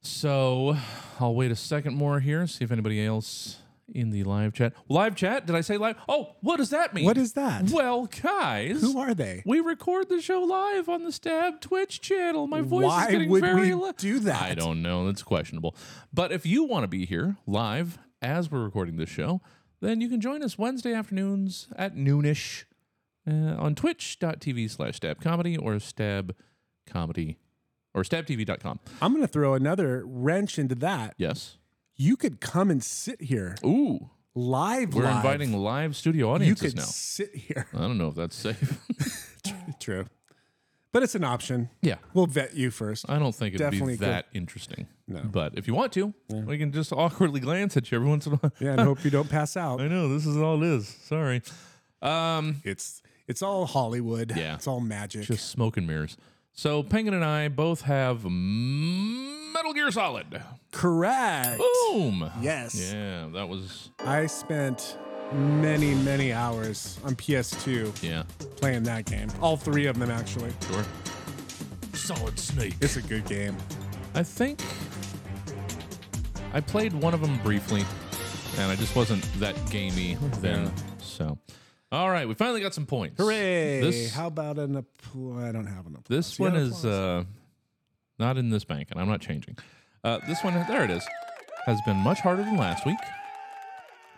So I'll wait a second more here, see if anybody else in the live chat. Live chat? Did I say live? Oh, what does that mean?
What is that?
Well, guys,
Who are they?
we record the show live on the Stab Twitch channel. My voice
Why
is getting
would
very
we
low.
do that?
I don't know. That's questionable. But if you want to be here live as we're recording this show, then you can join us Wednesday afternoons at noonish uh, on twitch.tv slash stabcomedy or stabcomedy or stabtv.com.
I'm going to throw another wrench into that.
Yes.
You could come and sit here
Ooh.
live.
We're
live.
inviting live studio
You
audiences
could
now.
sit here.
I don't know if that's safe.
<laughs> True. But it's an option.
yeah.
We'll vet you first.
I don't think it'd
Definitely
be
could-
that interesting.
No.
But if you want to, we can just <laughs> awkwardly glance at you every once in a while.
Yeah, and hope you don't pass
<laughs>
out.
I know this is all it is. Sorry. Um,
It's it's all Hollywood.
Yeah.
It's all magic.
just smoke and mirrors. So Penguin and I both have mm, Metal Gear Solid.
Correct.
Boom.
Yes.
Yeah, that was
I spent many, many hours on PS2
yeah.
playing that game. All three of them actually.
Sure. Solid Snake.
It's a good game.
I think I played one of them briefly, and I just wasn't that
<laughs>
gamey then. So, all right, we finally got some points.
Hooray.
This
How about an app- I don't have an app-
this
Yeah,
one
no
is uh, not in this bank, and I'm not changing. Uh, this one, there it is, has been much harder than last week,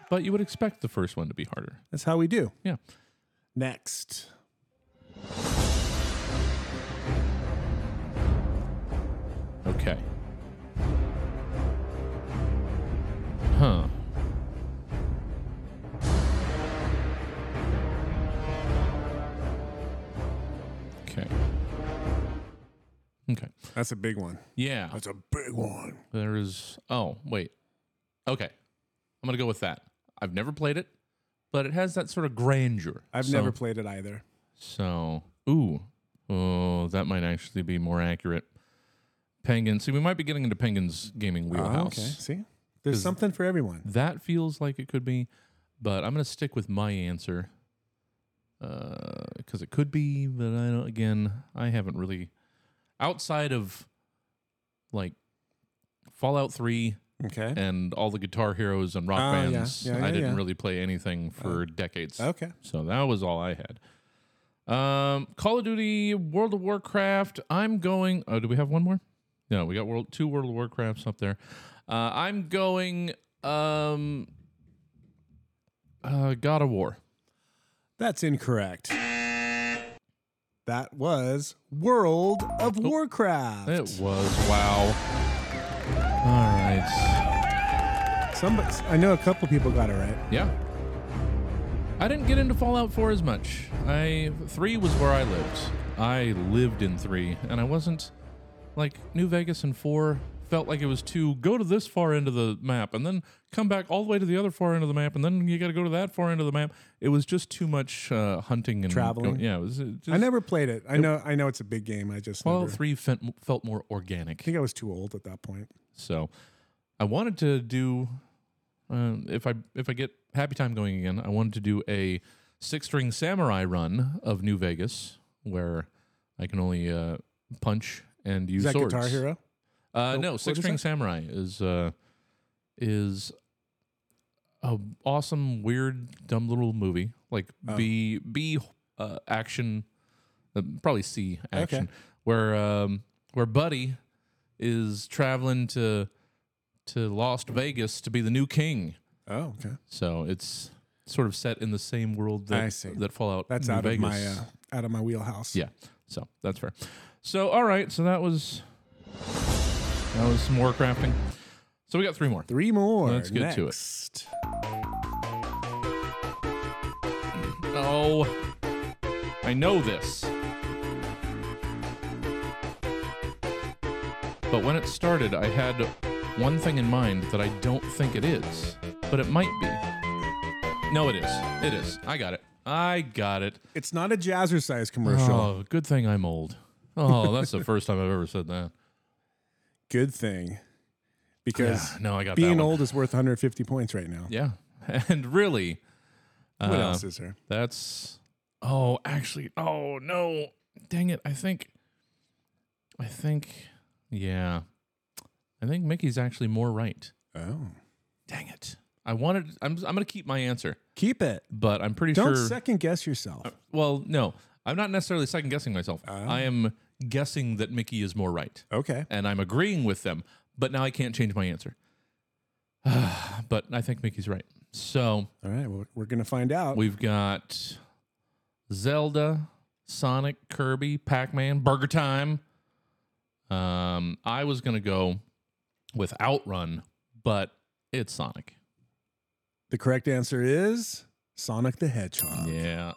but you would expect the first one to be harder.
That's how we do.
Yeah.
Next.
Okay. Huh.
That's a big one.
Yeah.
That's a big one.
There is. Oh, wait. Okay. I'm going to go with that. I've never played it, but it has that sort of grandeur.
I've
So-
never played it either.
So, ooh. Oh, that might actually be more accurate. Penguin. See, we might be getting into Penguin's gaming
Ah,
wheelhouse.
okay. See? There's
'Cause
something for everyone.
That feels like it could be, but I'm going to stick with my answer because it could be, but I don't, again, I haven't really, outside of like Fallout 3
okay.
and all the Guitar Heroes and rock
Oh, yeah.
bands,
Yeah, yeah,
I didn't
yeah. Oh.
really play anything for decades.
okay.
So that was all I had. Um, Call of Duty, World of Warcraft. I'm going. Oh, do we have one more? No, we got World two World of Warcrafts up there. Uh, I'm going. Um, uh, God of War.
That's incorrect. That was World of Warcraft.
Oh. It was wow. All right.
Somebody, I know a couple people got it right.
Yeah. I didn't get into Fallout 4 as much. I three was where I lived. I lived in three, and I wasn't like New Vegas and four felt like it was to go to this far end of the map and then come back all the way to the other far end of the map and then you got to go to that far end of the map. It was just too much uh, hunting and
Traveling.
yeah, it was. uh, Just,
I never played it. I
it-
know. I know it's a big game. I just
Fallout
never-
three felt, felt more organic.
I think I was too old at that point.
So I wanted to do um, if I if I get Happy Time going again, I wanted to do a six string samurai run of New Vegas where I can only uh, punch and use
Is that
swords.
Guitar Hero?
Uh,
Nope.
no,
What is
Six String
that?
Samurai is uh, is a awesome, weird, dumb little movie. Like
Oh.
B B uh, action, uh, probably C action,
Okay.
where um, where Buddy is traveling to to Las Vegas to be the new king.
Oh, okay.
So it's sort of set in the same world
I
that
see.
that Fallout.
That's
New
out
Vegas.
of my uh, out of my wheelhouse.
Yeah. So that's fair. So all right. So that was that was some more crafting. So we got three more.
Three more.
Let's get to
it.
No. Oh, I know this. But when it started, I had one thing in mind that I don't think it is, but it might be. No, it is. It is. I got it. I got it.
It's not a jazzercise commercial.
Oh, good thing I'm old.
<laughs>
Oh, that's the first time I've ever said that.
Good thing, because
Yeah, no, I got that
being
one.
old is worth 150 points right now.
Yeah. <laughs> And really, uh,
What else is there?
That's oh, actually, oh no, dang it! I think, I think, yeah, I think Mickey's actually more right.
Oh,
dang it! I wanted. I'm. I'm gonna keep my answer,
Keep it.
but I'm pretty
Don't
sure.
second guess yourself.
Oh. well, no, I'm not necessarily second guessing myself. I am guessing that Mickey is more right.
Ah. Okay.
and I'm agreeing with them, but now I can't change my answer. <sighs> but I think Mickey's right. So.
All right. Well, we're gonna find out.
We've got Zelda, Sonic, Kirby, Pac Man, Burger Time. Um, I was gonna go with Outrun, but it's Sonic.
the correct answer is Sonic the Hedgehog.
Yeah.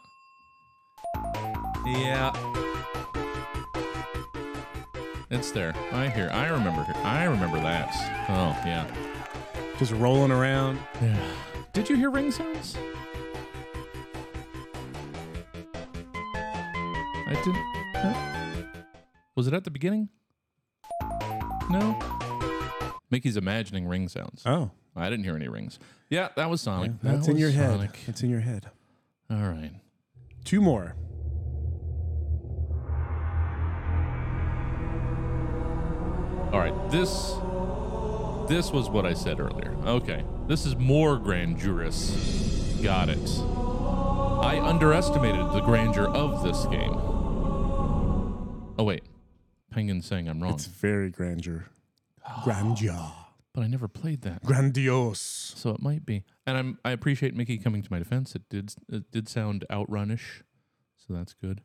Yeah. It's there. I hear. I remember. I remember that. Oh yeah.
Just rolling around.
Yeah. Did you hear ring sounds? I didn't. huh? Was it at the beginning? No. Mickey's imagining ring sounds.
Oh.
I didn't hear any rings. Yeah, that was Sonic. That
That's in
was
your head.
Sonic.
It's in your head.
All right.
Two more.
All right. This. This was what I said earlier. Okay. This is more grandurous. Got it. I underestimated the grandeur of this game. Oh wait. Penguin's saying I'm wrong.
It's very grandeur. Grandeur.
Ah. but I never played that.
Grandiose.
So it might be. And I'm I appreciate Mickey coming to my defense. It did it did sound outrunish, so that's good.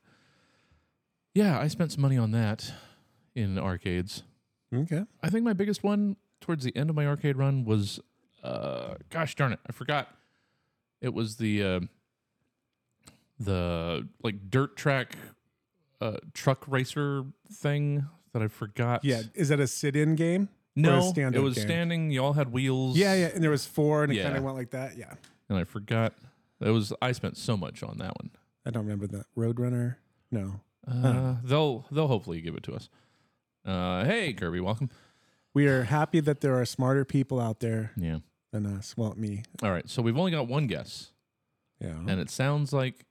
Yeah, I spent some money on that in arcades.
Okay.
I think my biggest one towards the end of my arcade run was, uh, gosh darn it, I forgot. It was the uh, the like dirt track uh, truck racer thing. that I forgot.
Yeah, is that a sit-in game?
No,
or a stand-up
it was
game?
standing. Y'all had wheels.
Yeah, yeah, and there was four, and it
Yeah.
kind of went like that. Yeah,
and I forgot. That was I spent so much on that one.
I don't remember that Roadrunner. No, I don't know.
Uh, they'll they'll hopefully give it to us. Uh, hey Kirby, welcome.
we are happy that there are smarter people out there.
Yeah.
than us. Well, me.
All right, so we've only got one guess.
Yeah.
And it sounds like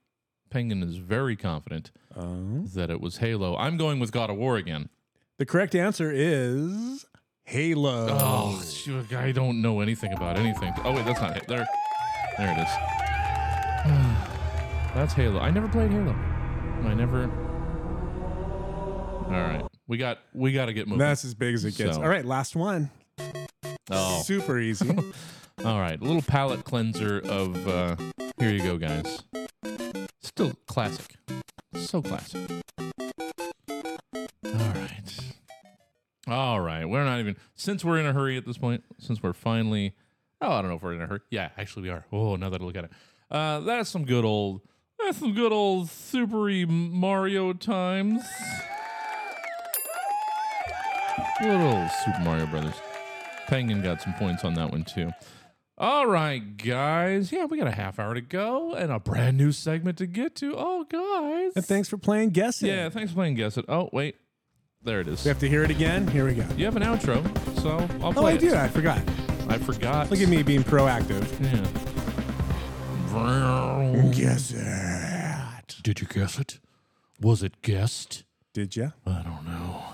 Penguin is very confident
Oh.
that it was Halo. I'm going with God of War again.
The correct answer is Halo.
Oh, shoot, I don't know anything about anything. Oh wait, that's not it. There, there it is. <sighs> that's Halo. I never played Halo. I never. All right, we got we got to get moving.
That's as big as it gets.
So-
All right, last one.
Oh.
Super easy.
<laughs> All right, a little palate cleanser of uh here you go guys. Still classic. So classic. All right. All right. We're not even since we're in a hurry at this point, since we're finally Oh, I don't know if we're in a hurry. Yeah, actually we are. Oh, now that I look at it. Uh that's some good old that's some good old
E
Super Mario times. Little Super Mario Brothers. Penguin got some points on that one too. All right, guys. Yeah, we got a half hour to go and a brand new segment to get to. Oh, guys.
And thanks for playing Guess It.
Yeah, thanks for playing Guess It. Oh, wait. There it is.
We have to hear it again. Here we go.
You have an outro, so I'll play
oh, I
it.
do. I forgot.
I forgot.
Look at me being proactive.
Yeah.
Guess it.
Did you guess it? Was it guessed?
Did you?
I don't know.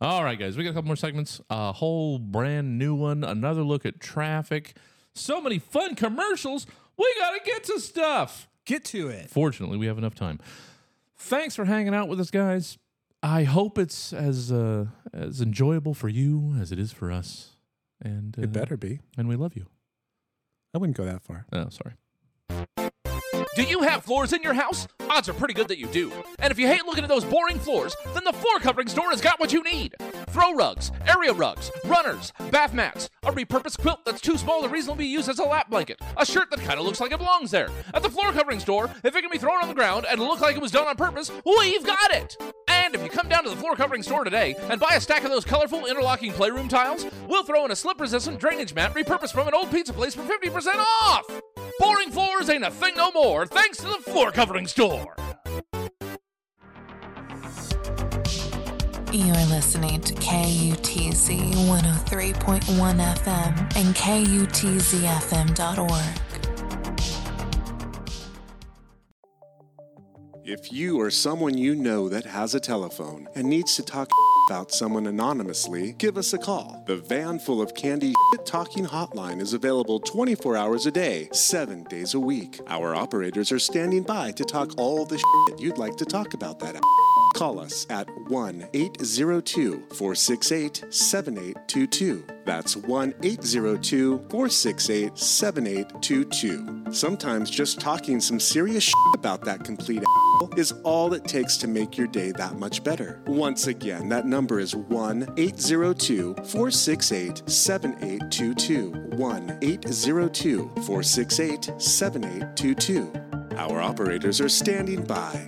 All right, guys, we got a couple more segments. A whole brand new one. Another look at traffic. So many fun commercials. We got to get to stuff.
Get to it.
Fortunately, we have enough time. Thanks for hanging out with us, guys. I hope it's as uh, as enjoyable for you as it is for us. And uh,
It better be.
And we love you.
I wouldn't go that far.
Oh, sorry.
Do you have floors in your house? Odds are pretty good that you do. And if you hate looking at those boring floors, then the Floor Coverings store has got what you need. Throw rugs, area rugs, runners, bath mats, a repurposed quilt that's too small to reasonably be used as a lap blanket, a shirt that kind of looks like it belongs there. At the Floor Coverings store, if it can be thrown on the ground and look like it was done on purpose, we've got it. And if you come down to the Floor Covering store today and buy a stack of those colorful interlocking playroom tiles, we'll throw in a slip-resistant drainage mat repurposed from an old pizza place for 50% off. Boring floors ain't a thing no more, thanks to the floor covering store.
You're listening to KUTZ 103.1 FM and KUTZFM.org.
If you or someone you know that has a telephone and needs to talk about someone anonymously, give us a call. The Van Full of Candy Talking Hotline is available 24 hours a day, 7 days a week. Our operators are standing by to talk all the shit you'd like to talk about that Call us at 1 802 468 7822. That's 1 802 468 7822. Sometimes just talking some serious shit about that complete asshole is all it takes to make your day that much better. Once again, that number is 1 802 468 7822. 1 802 468 7822. Our operators are standing by.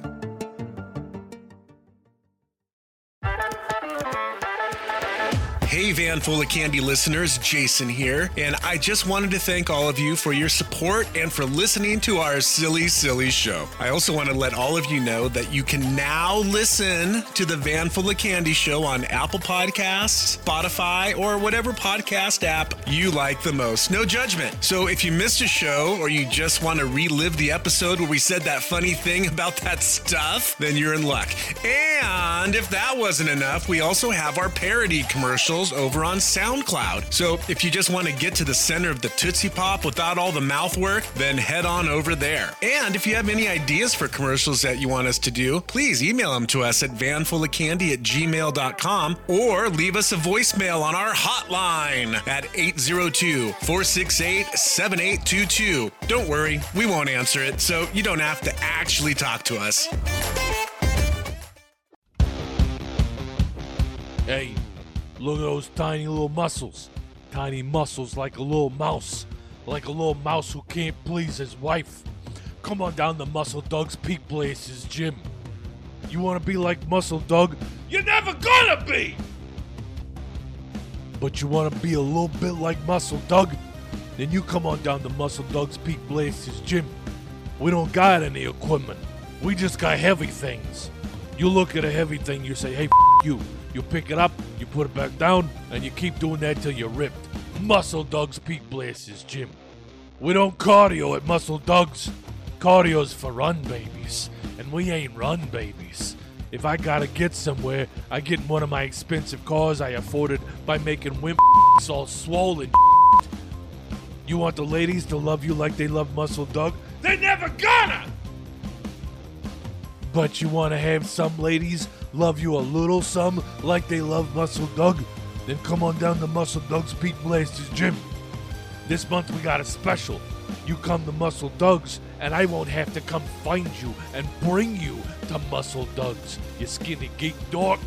Hey, Van Full of Candy listeners, Jason here, and I just wanted to thank all of you for your support and for listening to our silly, silly show. I also want to let all of you know that you can now listen to the Van Full of Candy show on Apple Podcasts, Spotify, or whatever podcast app you like the most. No judgment. So if you missed a show or you just want to relive the episode where we said that funny thing about <laughs> that stuff, then you're in luck. And if that wasn't enough, we also have our parody commercials over on SoundCloud. So if you just want to get to the center of the Tootsie Pop without all the mouth work, then head on over there. And if you have any ideas for commercials that you want us to do, please email them to us at vanfulofcandy at gmail.com or leave us a voicemail on our hotline at 802 468 7822. Don't worry, we won't answer it, so you don't have to actually talk to us.
Hey, look at those tiny little muscles. Tiny muscles like a little mouse. Like a little mouse who can't please his wife. Come on down to Muscle Doug's Peak Blazes gym. You want to be like Muscle Doug?
You're never gonna be!
But you want to be a little bit like Muscle Doug? Then you come on down to Muscle Doug's Peak Blazes gym. We don't got any equipment. We just got heavy things. You look at a heavy thing, you say, hey, f- you. You pick it up, you put it back down, and you keep doing that till you're ripped. Muscle Doug's Peak Blazes gym. We don't cardio at Muscle Doug's. Cardio's for run babies, and we ain't run babies. If I gotta get somewhere, I get in one of my expensive cars I afforded by making wimp all swollen. You want the ladies to love you like they love Muscle Doug?
They never gonna!
But you wanna have some ladies love you a little some like they love Muscle Doug? Then come on down to Muscle Doug's Pete Blasters gym. This month we got a special. You come to Muscle Doug's, and I won't have to come find you and bring you to Muscle Doug's, you skinny geek dork.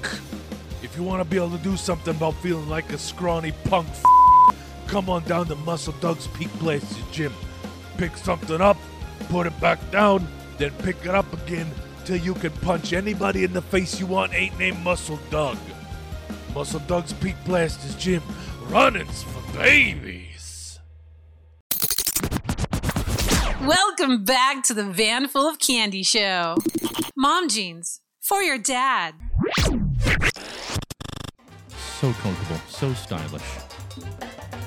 If you want to be able to do something about feeling like a scrawny punk, f- come on down to Muscle Doug's Peak Blasters gym. Pick something up, put it back down, then pick it up again till you can punch anybody in the face you want ain't named Muscle Doug. Muscle Doug's Peak Blasters gym. Running's for babies.
Welcome back to the Van Full of Candy Show. Mom jeans for your dad.
So comfortable, so stylish.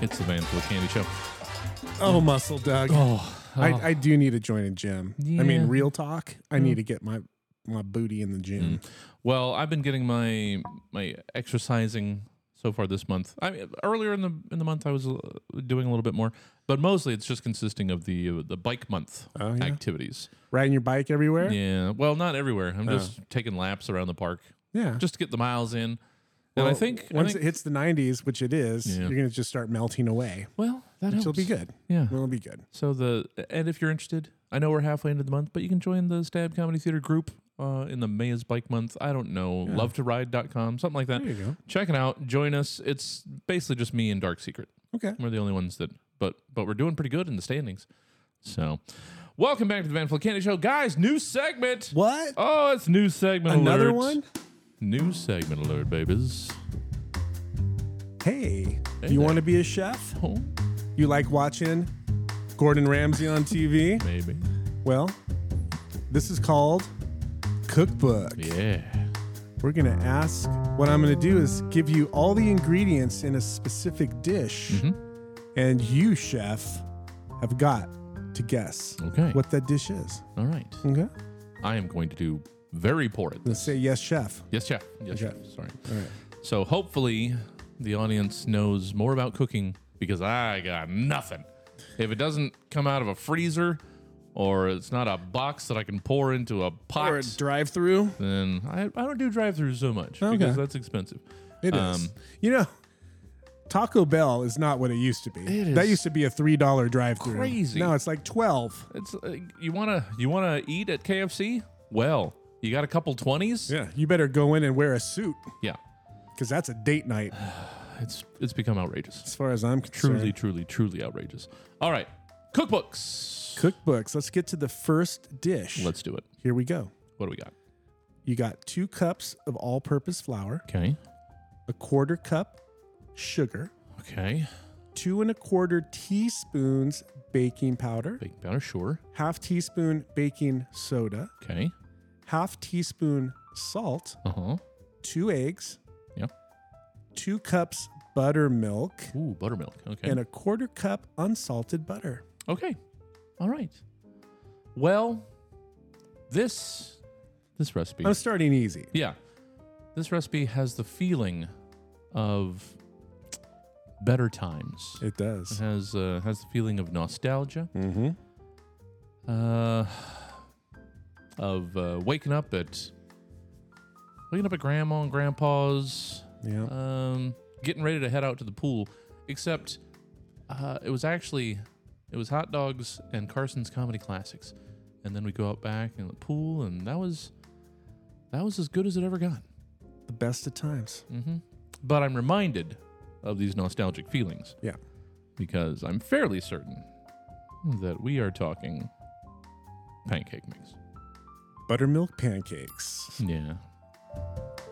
It's the Van Full of Candy Show.
Oh, muscle Doug.
Oh, oh.
I, I do need to join a gym. I
Yeah.
mean, real talk. I
Mm.
need to get my my booty in the gym.
Well, I've been getting my my exercising so far this month. I mean, earlier in the in the month I was uh, doing a little bit more, but mostly it's just consisting of the uh, the bike month
Oh, yeah.
activities.
Riding your bike everywhere.
Yeah. Well, not everywhere. I'm
Oh.
just taking laps around the park.
Yeah.
Just to get the miles in.
Well,
and I think I
once
think-
it hits the 90s, which it is,
Yeah.
you're going to just start melting away.
Well, that
which will
helps.
be good.
Yeah.
it'll be good.
So the and if you're interested, I know we're halfway into the month, but you can join the Stab Comedy Theater group uh, in the May is Bike Month. I don't know,
Yeah.
lovetoride.com, something like that.
There you go.
Check it out. Join us. It's basically just me and Dark Secret.
Okay.
We're the only ones that but but we're doing pretty good in the standings. So Welcome back to the Van Full Candy Show. Guys, new segment.
What?
Oh, it's new segment
Another
alert.
one?
New segment alert, babies.
Hey,
Hey
you
there.
want to be a chef?
Oh.
You like watching Gordon Ramsay on TV?
Maybe.
Well, this is called Cookbook.
Yeah.
We're going to ask what I'm going to do is give you all the ingredients in a specific dish,
Mm-hmm.
and you, chef, have got to guess
Okay.
what that dish is.
All right.
Okay.
I am going to do very poor at
Let's say yes, chef.
Yes, chef. Yes,
Okay.
chef. Sorry.
All right.
So hopefully the audience knows more about cooking because I got nothing. If it doesn't come out of a freezer or it's not a box that I can pour into a pot
Or a drive-through.
then I, I don't do drive-throughs so much
Okay.
because that's expensive. Um,
It is. You know, Taco Bell is not what it used to be.
It
That
is
used to be a three dollar drive through.
crazy.
Now it's like twelve.
It's uh, you want to you want to eat at KFC? Well, you got a couple 20s?
Yeah. You better go in and wear a suit
Yeah.
because that's a date night,
<sighs> It's it's become outrageous.
as far as I'm concerned.
Truly, truly, truly outrageous. All right. Cookbooks.
Cookbooks. Let's get to the first dish.
Let's do it.
Here we go.
What do we got?
You got two cups of all-purpose flour,
Okay.
a quarter cup sugar,
Okay.
two and a quarter teaspoons baking powder,
Baking powder, sure.
half teaspoon baking soda,
Okay.
half teaspoon salt,
Uh huh.
two eggs,
Yeah.
two cups buttermilk,
Ooh, buttermilk. Okay.
and a quarter cup unsalted butter.
okay. All right. Well, this this recipe.
I'm starting easy.
yeah. This recipe has the feeling of better times.
It
It
does.
has uh, has the feeling of nostalgia.
Mm-hmm.
Uh, of uh, waking up at waking up at grandma and grandpa's.
Yeah.
Um, getting ready to head out to the pool, except uh, it was actually it was hot dogs and Carson's Comedy Classics, and then we go out back in the pool, and that was that was as good as it ever got.
the best of times.
Mm-hmm. But I'm reminded of these nostalgic feelings
Yeah.
because I'm fairly certain that we are talking pancake mix.
Buttermilk pancakes.
Yeah.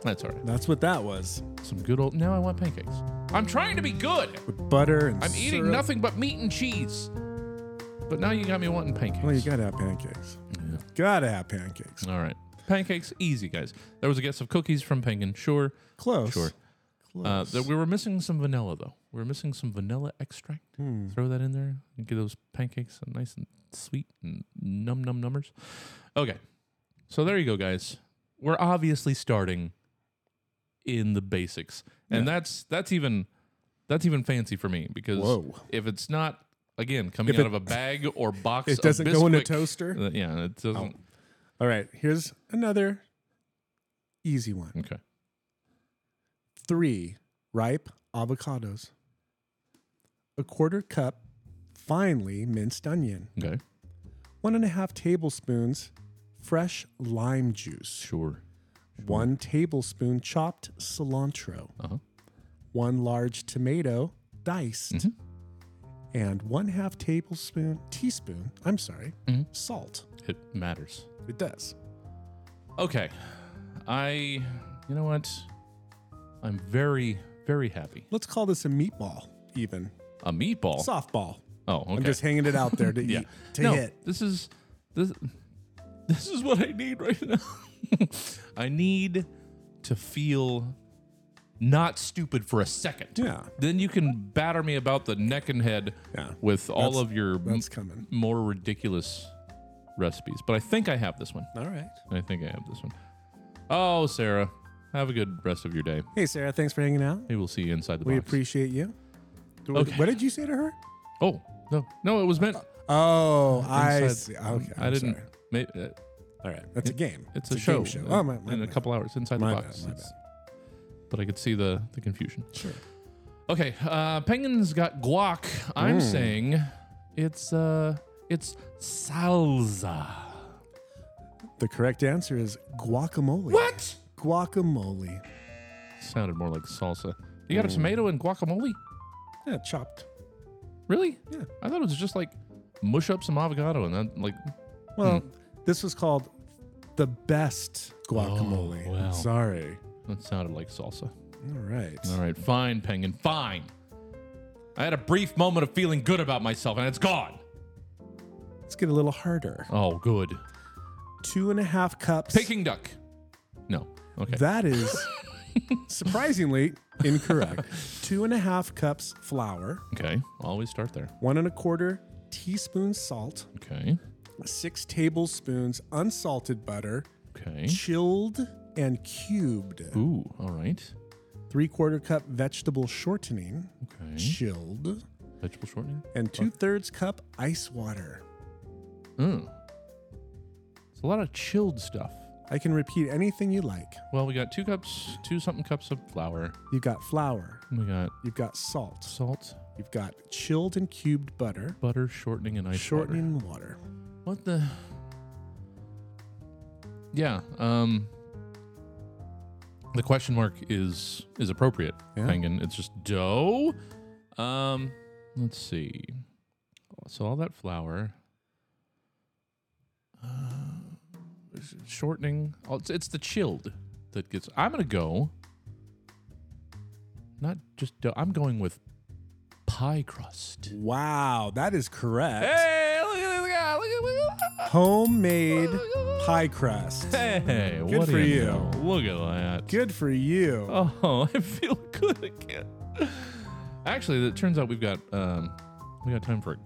That's all right.
That's what that was.
Some good old. Now I want pancakes. I'm trying to be good.
With butter and
I'm eating
syrup.
nothing but meat and cheese. But now you got me wanting pancakes.
Well, you gotta have pancakes. Gotta have pancakes.
All right. Pancakes, easy, guys. There was a guess of cookies from Penguin. Sure.
Close.
Sure. Uh, there- we were missing some vanilla, though. We were missing some vanilla extract.
Hmm.
Throw that in there and give those pancakes a nice and sweet and num num numbers. Okay. So there you go, guys. We're obviously starting in the basics. And that's that's even that's even fancy for me because
Whoa.
if it's not again coming
If
out
it-
of a bag or box
<laughs> It
of
doesn't go in a
Bisquick,
toaster? Oh.
uh, yeah, it doesn't
All right, here's another easy one.
Okay.
Three ripe avocados, a quarter cup finely minced onion,
Okay.
one and a half tablespoons fresh lime juice,
sure,
one tablespoon chopped cilantro,
uh-huh.
one large tomato diced,
Mm-hmm.
and one half tablespoon teaspoon. I'm sorry,
Mm-hmm.
salt.
It matters.
It does.
Okay. I you know what? I'm very, very happy.
Let's call this a meatball, even
A meatball.
softball.
Oh, okay.
I'm just hanging it out
<laughs>
there to
Yeah.
eat, to
No,
hit.
This is this this is what I need right now. <laughs> I need to feel not stupid for a second.
Yeah.
Then you can batter me about the neck and head with all
That's-
of your m-
that's coming.
more ridiculous recipes. But I think I have this one.
All right.
I think I have this one. Oh, Sarah, have a good rest of your day.
Hey, Sarah, thanks for hanging out.
Maybe we'll see you inside the
we
box.
appreciate you. Do-
Okay.
What did you say to her? Uh,
Oh, no. No, it was meant.
Oh,
Inside-
I
Mm-hmm.
see. Okay,
I
I'm
didn't.
sorry.
May, uh,
All right, that's a game.
It's,
It's
a,
a
show.
game show.
in-
Oh, my- my
in a
bad.
couple hours inside
My
the
bad,
box.
my
It's- But I could see the, the confusion.
Sure.
Okay, uh, Penguin's got guac. I'm
Mm.
saying it's uh it's salsa.
The correct answer is guacamole. What? Guacamole.
Sounded more like salsa. You got a
Mm.
tomato and guacamole?
Yeah, chopped.
Really? Yeah. I thought it was just like mush up some avocado and then like hmm.
Well, this was called the best guacamole.
Oh, wow.
Sorry.
That sounded like salsa.
All right.
All right, fine, Penguin, fine. I had a brief moment of feeling good about myself and it's gone.
Let's get a little harder.
Oh, good.
Two and a half cups.
Peking duck. No. Okay. <laughs>
That is surprisingly incorrect. Two and a half cups flour.
Okay. Always start there.
one and a quarter teaspoon salt.
Okay.
Six tablespoons unsalted butter.
Okay.
Chilled and cubed.
Ooh, all right.
Three quarter cup vegetable shortening.
Okay.
Chilled.
Vegetable shortening.
And two thirds cup ice water.
Mm. It's a lot of chilled stuff.
I can repeat anything you like.
Well, we got two cups, two something cups of flour.
You've got flour.
We got
You've got salt.
salt,
You've got chilled and cubed butter.
butter, shortening, and ice
shortening
water.
water.
What the? Yeah. Um. The question mark is is appropriate.
Yeah.
Penguin. It's just dough. Um. Let's see. So all that flour. Uh, shortening. Oh, it's, it's the chilled that gets. I'm gonna go. Not just dough. I'm going with pie crust.
Wow, that is correct.
Hey, look at this guy. Look at look at-
Homemade pie crust.
Hey,
good
what do
for
you
you.
know? Look at that.
Good for you.
Oh, <laughs> I feel good again. Actually, it turns out we've got um, we got time for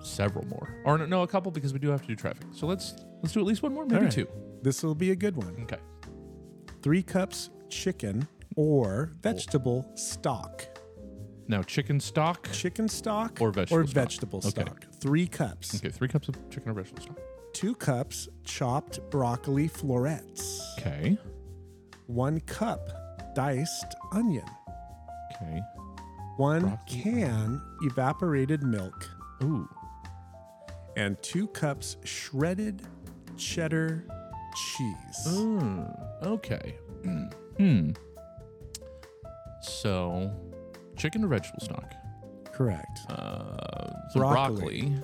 several more, or no, no, a couple because we do have to do traffic. So let's let's do at least one more, maybe
All right.
two.
This will be a good one.
Okay.
Three cups chicken or vegetable stock.
Now, chicken stock
Chicken stock
or vegetable
or
stock?
vegetable
Okay.
stock. Three cups.
Okay, three cups of chicken or vegetable stock.
Two cups chopped broccoli florets.
Okay.
One cup diced onion.
Okay.
One can evaporated milk.
Ooh.
And two cups shredded cheddar cheese.
Mm, okay. hmm. So, chicken or vegetable stock?
Correct.
Uh, some broccoli,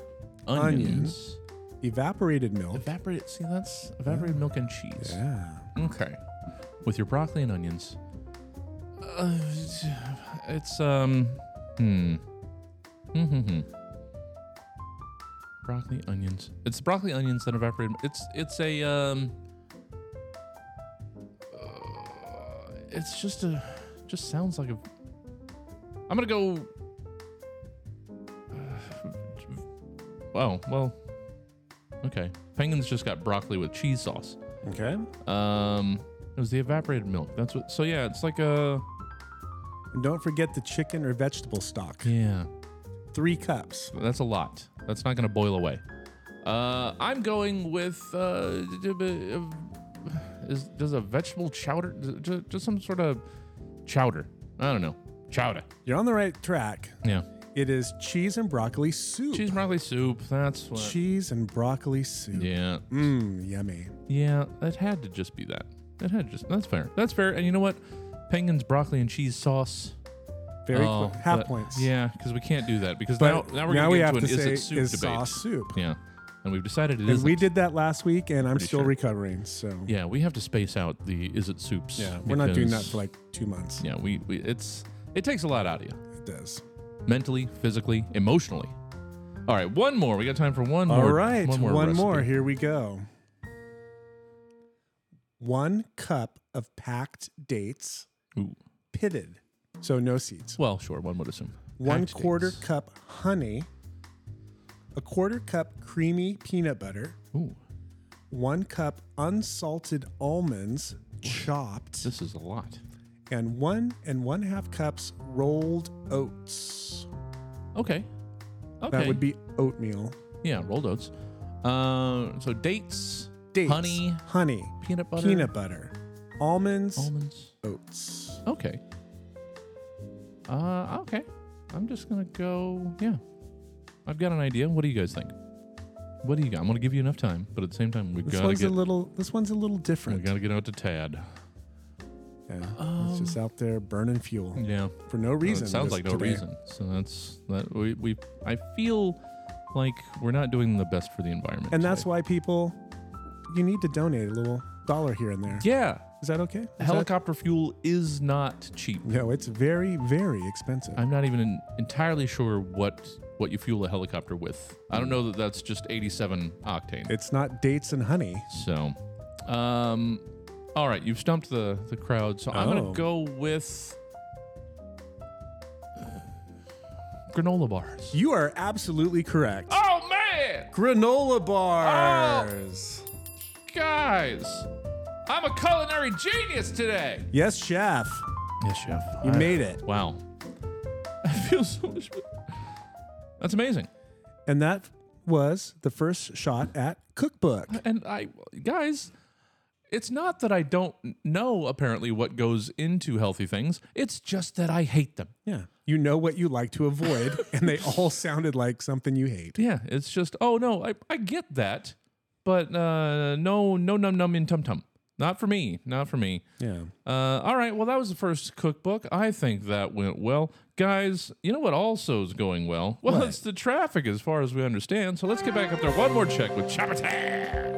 onions,
evaporated milk.
evaporate. See, that's evaporated milk and cheese.
Yeah.
Okay. with your broccoli and onions. Uh, it's um, hmm, hmm, hmm, hmm. Broccoli, onions. It's broccoli, onions that evaporated. It's it's a um, uh, it's just a, just sounds like a. I'm gonna go. <sighs> Wow. Well. Okay. Penguins just got broccoli with cheese sauce.
Okay.
Um, it was the evaporated milk. That's what. So yeah, it's like a.
And don't forget the chicken or vegetable stock.
Yeah.
Three cups.
That's a lot. That's not going to boil away. Uh, I'm going with. Uh, is does a vegetable chowder? Just, just some sort of chowder. I don't know. Chowder.
You're on the right track.
Yeah.
It is cheese and broccoli soup.
Cheese and broccoli soup. That's what.
Cheese and broccoli soup.
Yeah.
Mmm, yummy.
Yeah, it had to just be that. It had just. That's fair. That's fair. And you know what? Penguins broccoli and cheese sauce. Oh,
Very quick. Half points.
Yeah, because we can't do that because
But
now, now we're
now we
going to
have
get into an
to
is it
say,
soup
is
debate.
sauce soup?
Yeah, and we've decided it
And
is.
we did that last week, and I'm
Pretty
still
sure.
recovering. So
Yeah, we have to space out the is it soups.
Yeah, we're not doing that
because-
for like two months.
Yeah, we, we it's it takes a lot out of you.
It does.
Mentally, physically, emotionally. All right, one more. We got time for one
All
more.
right,
one more. recipe.
Here we go. One cup of packed dates,
Ooh.
pitted, so no seeds.
Well, sure, one would assume.
One
Packed
quarter
dates.
cup honey, a quarter cup creamy peanut butter,
Ooh.
one cup unsalted almonds chopped,
This is a lot.
and one and one half cups rolled oats.
Okay. Okay.
That would be oatmeal.
yeah, rolled oats. Uh, so dates,
Dates,
honey,
honey,
peanut butter,
peanut butter, almonds,
almonds.
oats.
Okay. Uh, okay. I'm just gonna go. Yeah, I've got an idea. What do you guys think? What do you got? I'm gonna give you enough time, but at the same time, we
This
gotta
one's
get Oh
a little. This one's a little
we
different.
gotta get out to Tad.
Yeah, it's just out there burning fuel.
Um, Yeah,
For no reason.
it sounds
this-
like no
today.
reason. So that's that. We, we I feel like we're not doing the best for the environment.
And that's why people, you need to donate a little dollar here and there.
yeah,
Is that okay? Is that-
helicopter fuel is not cheap.
no, it's very, very expensive.
I'm not even en- entirely sure what what you fuel a helicopter with. I don't know that that's just 87 octane.
It's not dates and honey.
So, um, all right, you've stumped the the crowd. So I'm
Oh.
gonna go with uh, granola bars.
You are absolutely correct.
Oh man,
Granola bars.
Oh, guys, I'm a culinary genius today. <laughs>
Yes, chef.
Yes, chef.
You made it.
Wow, I feel so much. better. That's amazing.
And that was the first shot at cookbook.
Uh, And I, guys, it's not that I don't know apparently what goes into healthy things. It's just that I hate them.
Yeah. You know what you like
<laughs>
to avoid, and they all sounded like something you hate.
Yeah, it's just oh no, I, I get that, but uh, no no num num in tum tum. Not for me. Not for me.
Yeah.
Uh, all right. Well, that was the first cookbook. I think that went well, guys. You know what also is going well? <laughs> Well,
What?
it's the traffic, as far as we understand. So let's get back up there. One more check with Chopper Tad.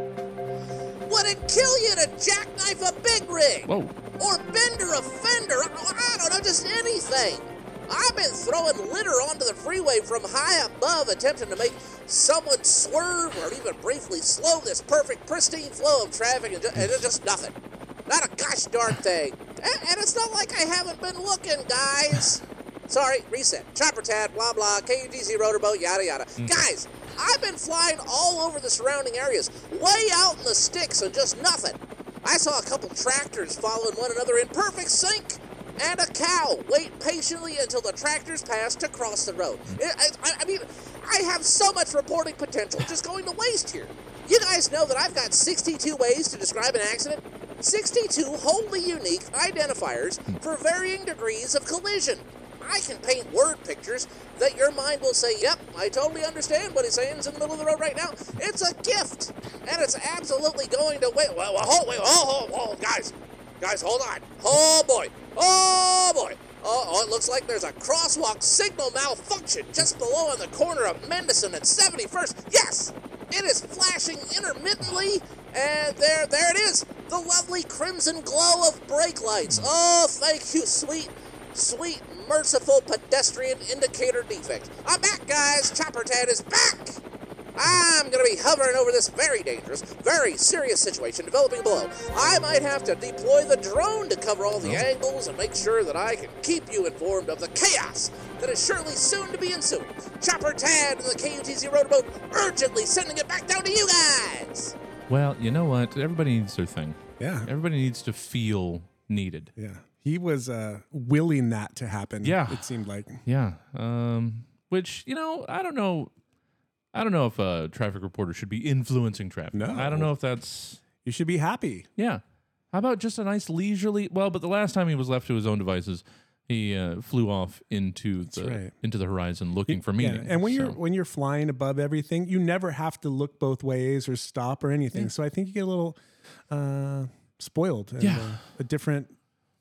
Would it kill you to jackknife a big rig?
Whoa.
Or bender a fender? I I don't know, just anything. I've been throwing litter onto the freeway from high above, attempting to make someone swerve or even briefly slow this perfect, pristine flow of traffic, and, ju- and it's just nothing. Not a gosh darn thing. And, and it's not like I haven't been looking, guys. Sorry, reset. Chopper tat, blah blah, KUTZ rotorboat, yada yada. Guys, I've been flying all over the surrounding areas, way out in the sticks and just nothing. I saw a couple tractors following one another in perfect sync, and a cow wait patiently until the tractors passed to cross the road. I, I, I mean, I have so much reporting potential just going to waste here. You guys know that I've got 62 ways to describe an accident. 62 wholly unique identifiers for varying degrees of collision. I can paint word pictures that your mind will say, Yep, I totally understand what he's saying. It's in the middle of the road right now. It's a gift, and it's absolutely going to wait. Well, well, hold, wait, hold, hold, hold, guys, guys, hold on. Oh boy, oh boy. Oh, oh, it looks like there's a crosswalk signal malfunction just below on the corner of Mendocin and 71st. Yes, it is flashing intermittently And there, there it is. The lovely crimson glow of brake lights. Oh, thank you, sweet, sweet, merciful pedestrian indicator defect. I'm back, guys. Chopper Tad is back. I'm going to be hovering over this very dangerous, very serious situation developing below. I might have to deploy the drone to cover all the angles and make sure that I can keep you informed of the chaos that is surely soon to be ensuing. Chopper Tad and the KUTZ Rotorboat urgently sending it back down to you guys.
Well, you know what? Everybody needs their thing.
Yeah.
Everybody needs to feel needed.
Yeah. He was uh, willing that to happen.
Yeah.
It seemed like.
Yeah. Um, which, you know, I don't know. I don't know if a traffic reporter should be influencing traffic.
No.
I don't know if that's.
You should be happy.
Yeah. How about just a nice leisurely? Well, but the last time he was left to his own devices, he uh, flew off into the
right.
into the horizon looking for
Yeah,
meaning.
And when you're when you're flying above everything, you never have to look both ways or stop or anything. So I think you get a little uh, spoiled. And,
Yeah.
uh, a different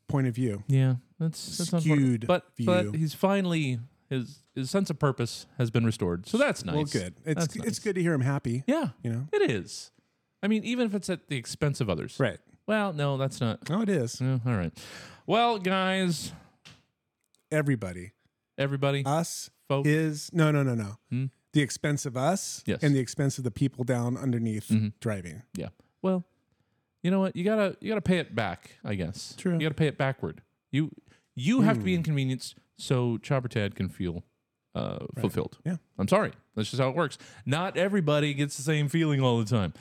point of view.
Yeah, that's that's unfortunate.
Skewed
But
view.
but he's finally his his sense of purpose has been restored, so that's nice.
Well, good. It's
That's nice.
it's good to hear him happy.
Yeah,
you know.
it is. I mean, even if it's at the expense of others,
right?
Well, no, that's not.
No, it is.
all right. Well, guys,
everybody,
everybody,
us,
folks.
his. No, no, no, no.
Hmm?
The expense of us,
Yes. Mm-hmm.
and the expense of the people down underneath driving.
Yeah. Well, you know what? You gotta you gotta pay it back. I guess. True. You gotta pay it backward. You you have to
Hmm.
be inconvenienced so Chopper Tad can feel uh, fulfilled.
Yeah.
I'm sorry. That's just how it works. Not everybody gets the same feeling all the time.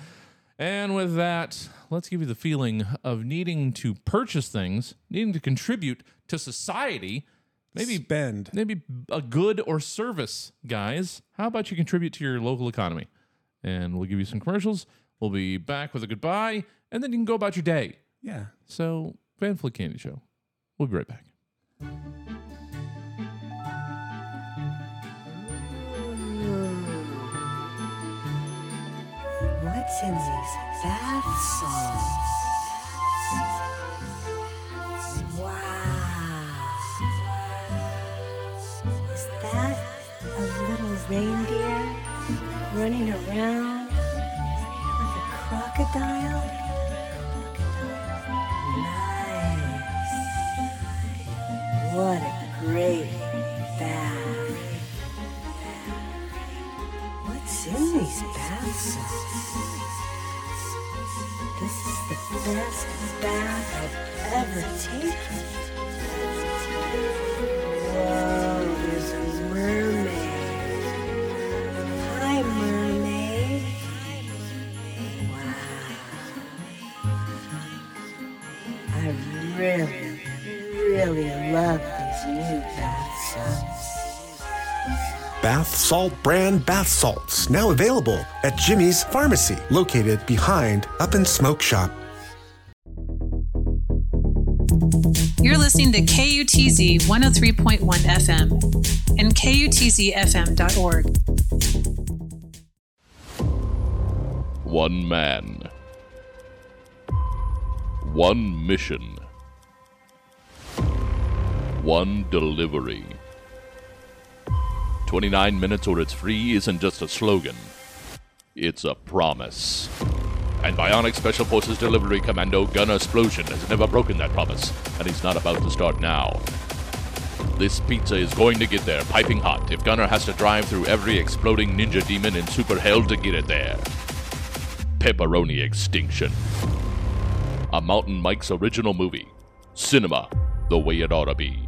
And with that, let's give you the feeling of needing to purchase things, needing to contribute to society. Maybe
spend.
Maybe a good or service, guys. How about you contribute to your local economy? and we'll give you some commercials. We'll be back with a goodbye, and then you can go about your day.
Yeah.
So, Van Fleet Candy Show. We'll be right back.
What's in these bath salts? Wow. Is that a little reindeer running around with a crocodile? Nice. What a great bath. What's in these bath salts? This is the best bath I've ever taken. Whoa, there's a mermaid. Hi, mermaid. Wow. I really, really love these new bath salts.
Bath Salt brand bath salts, now available at Jimmy's Pharmacy, located behind Up and Smoke Shop.
You're listening to KUTZ 103.1 FM and KUTZFM.org.
One man. One mission. One delivery. 29 minutes or it's free isn't just a slogan, it's a promise. And Bionic Special Forces Delivery Commando Gunner Explosion has never broken that promise, and he's not about to start now. This pizza is going to get there piping hot if Gunner has to drive through every exploding ninja demon in super hell to get it there. Pepperoni Extinction. A Mountain Mike's original movie. Cinema, the way it ought to be.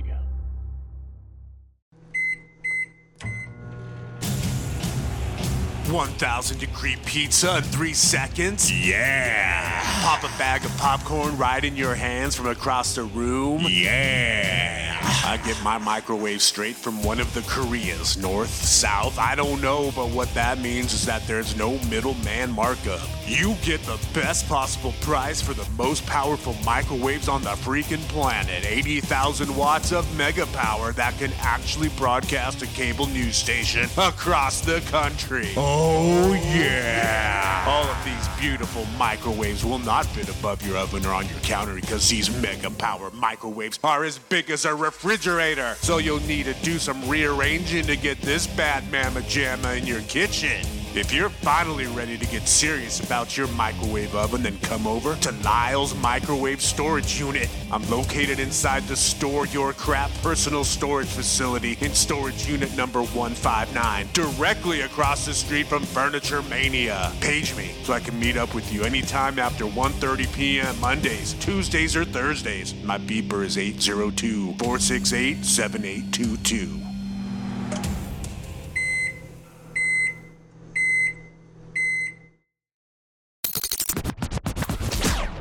One thousand degree pizza in three seconds. Yeah. Pop a bag of popcorn right in your hands from across the room. Yeah. I get my microwave straight from one of the Koreas, north, south. I don't know, but what that means is that there's no middleman markup. You get the best possible price for the most powerful microwaves on the freaking planet. 80,000 watts of mega power that can actually broadcast a cable news station across the country. Oh, yeah. All of these beautiful microwaves will not fit above your oven or on your counter because these mega power microwaves are as big as a refrigerator. So you'll need to do some rearranging to get this bad mamma jamma in your kitchen.
If you're finally ready to get serious about your microwave oven, then come over to Lyle's Microwave Storage Unit. I'm located inside the Store Your Crap Personal Storage Facility in Storage Unit number 159, directly across the street from Furniture Mania. Page me so I can meet up with you anytime after 1:30 p.m. Mondays, Tuesdays, or Thursdays. My beeper is 802-468-7822.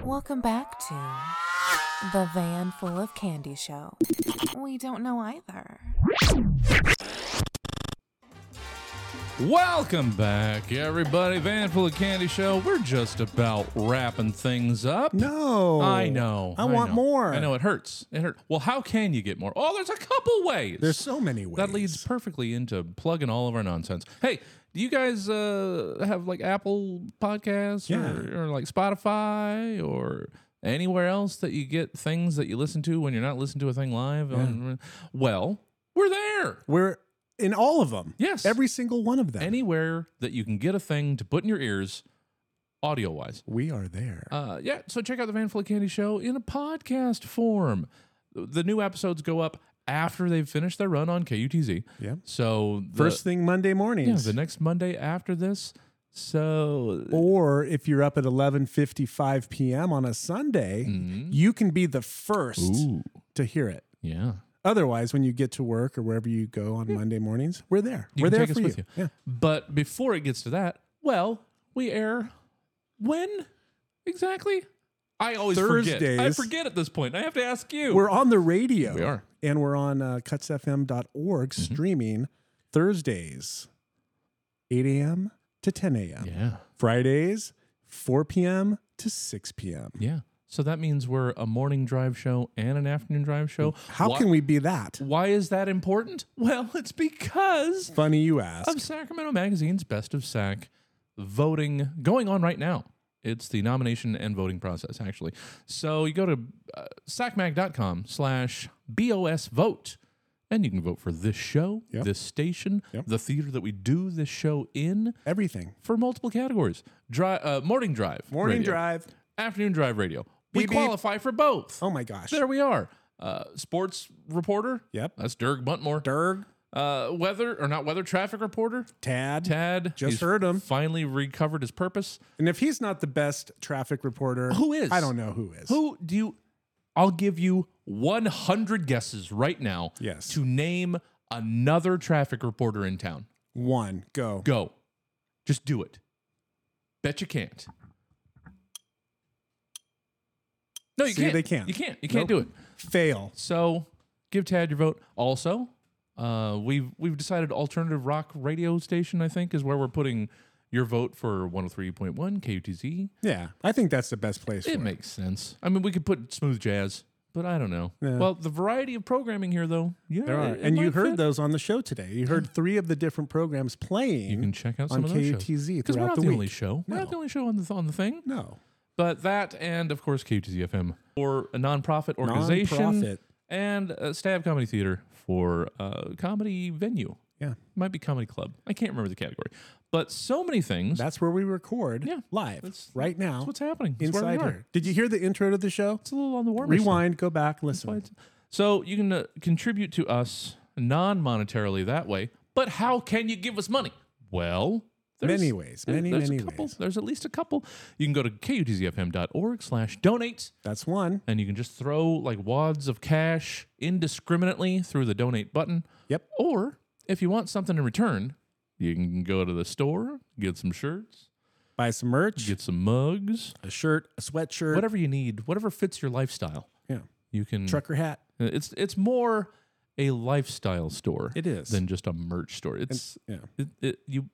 Welcome back to The Van Full of Candy Show. We don't know either.
Welcome back, everybody. Van Full of Candy Show. We're just about wrapping things up.
No.
I know.
I want
know.
more.
I know it hurts. It hurt. Well, how can you get more? Oh, there's a couple ways.
There's so many ways.
That leads perfectly into plugging all of our nonsense. Hey, do you guys uh, have like Apple Podcasts or, or like Spotify or anywhere else that you get things that you listen to when you're not listening to a thing live? On, well, we're there.
We're in all of them.
Yes.
Every single one of them.
Anywhere that you can get a thing to put in your ears, audio wise.
We are there.
Uh, yeah, so check out the Van Full of Candy Show in a podcast form. The new episodes go up after they've finished their run on KUTZ.
Yeah.
So the-
First thing Monday
yeah,
mornings.
the next Monday after this. So
or if you're up at 11:55 p.m. on a Sunday,
Mm-hmm.
you can be the first to hear it.
Yeah.
Otherwise, when you get to work or wherever you go on Monday mornings, we're there.
You
we're
can
there
take us
for
with
you.
you. But before it gets to that, well, we air when exactly? I always forget. I
Thursdays.
forget at this point. I have to ask you.
We're on the radio.
We are. Mm-hmm.
And we're on uh, cutsfm.org streaming Thursdays, 8 a.m. to 10 a.m.
Yeah.
Fridays, 4 p.m. to 6 p.m.
Yeah. So that means we're a morning drive show and an afternoon drive show.
How
Why-
can we be that?
Why is that important? <laughs> Well, it's because
Funny you ask.
of Sacramento Magazine's Best of Sac voting going on right now. It's the nomination and voting process, actually. So you go to uh, sacmag.com slash BOS vote, and you can vote for this show, this station, the theater that we do this show in.
Everything.
For multiple categories. Dri- uh, morning drive.
Morning
radio,
drive.
Afternoon drive radio. We
Beep, beep.
qualify for both.
Oh, my gosh.
There we are. Uh, sports reporter.
Yep.
That's Dirk Buntmore.
Dirk.
Uh, weather or not weather traffic reporter.
Tad.
Tad.
Just
He's
heard him.
Finally recovered his purpose.
And if he's not the best traffic reporter,
Who is?
I don't know who is.
Who do you? I'll give you 100 guesses right now.
Yes.
To name another traffic reporter in town.
One. Go.
Go. Just do it. Bet you can't. No, you
See,
can't.
they can't.
You can't. You can't
Nope.
do it.
Fail.
So give Tad your vote. Also, uh, we've we've decided alternative rock radio station. I think is where we're putting your vote for 103.1 KUTZ.
Yeah. I think that's the best place
It
for
makes sense. I mean, we could put smooth jazz, but I don't know.
Yeah.
Well, the variety of programming here, though. Yeah,
There are.
it- it
and you
might
heard
fit.
those on the show today. You heard three of the different programs playing. You
can check out some
on
of those shows.
KUTZ
'Cause we're
throughout
not
the,
the
week.
only show. We're not the only show on the on the thing.
No.
But that, and of course, KUTZ FM for a nonprofit organization,
Nonprofit.
and uh, Stab Comedy Theater for uh, comedy venue.
Yeah.
might be comedy club. I can't remember the category, but so many things.
That's where we record
yeah,
live right now.
That's what's happening That's where we
inside
are.
here. Did you hear the intro to the show? It's
a little on the warmer side.
Rewind, go back, listen.
So you can uh, contribute to us non-monetarily that way. But how can you give us money? Well,
Many ways,
there-
many,
there's
many
a couple, There's at least a couple. You can go to kutzfm.org slash donate.
That's one.
And you can just throw like wads of cash indiscriminately through the donate button.
Yep.
Or if you want something in return, you can go to the store, get some shirts,
buy some merch,
get some mugs,
a shirt, a sweatshirt,
whatever you need, whatever fits your lifestyle.
Yeah.
You can
Trucker hat.
It's it's more a lifestyle store.
It is.
than just a merch store. It's
yeah.
It, it you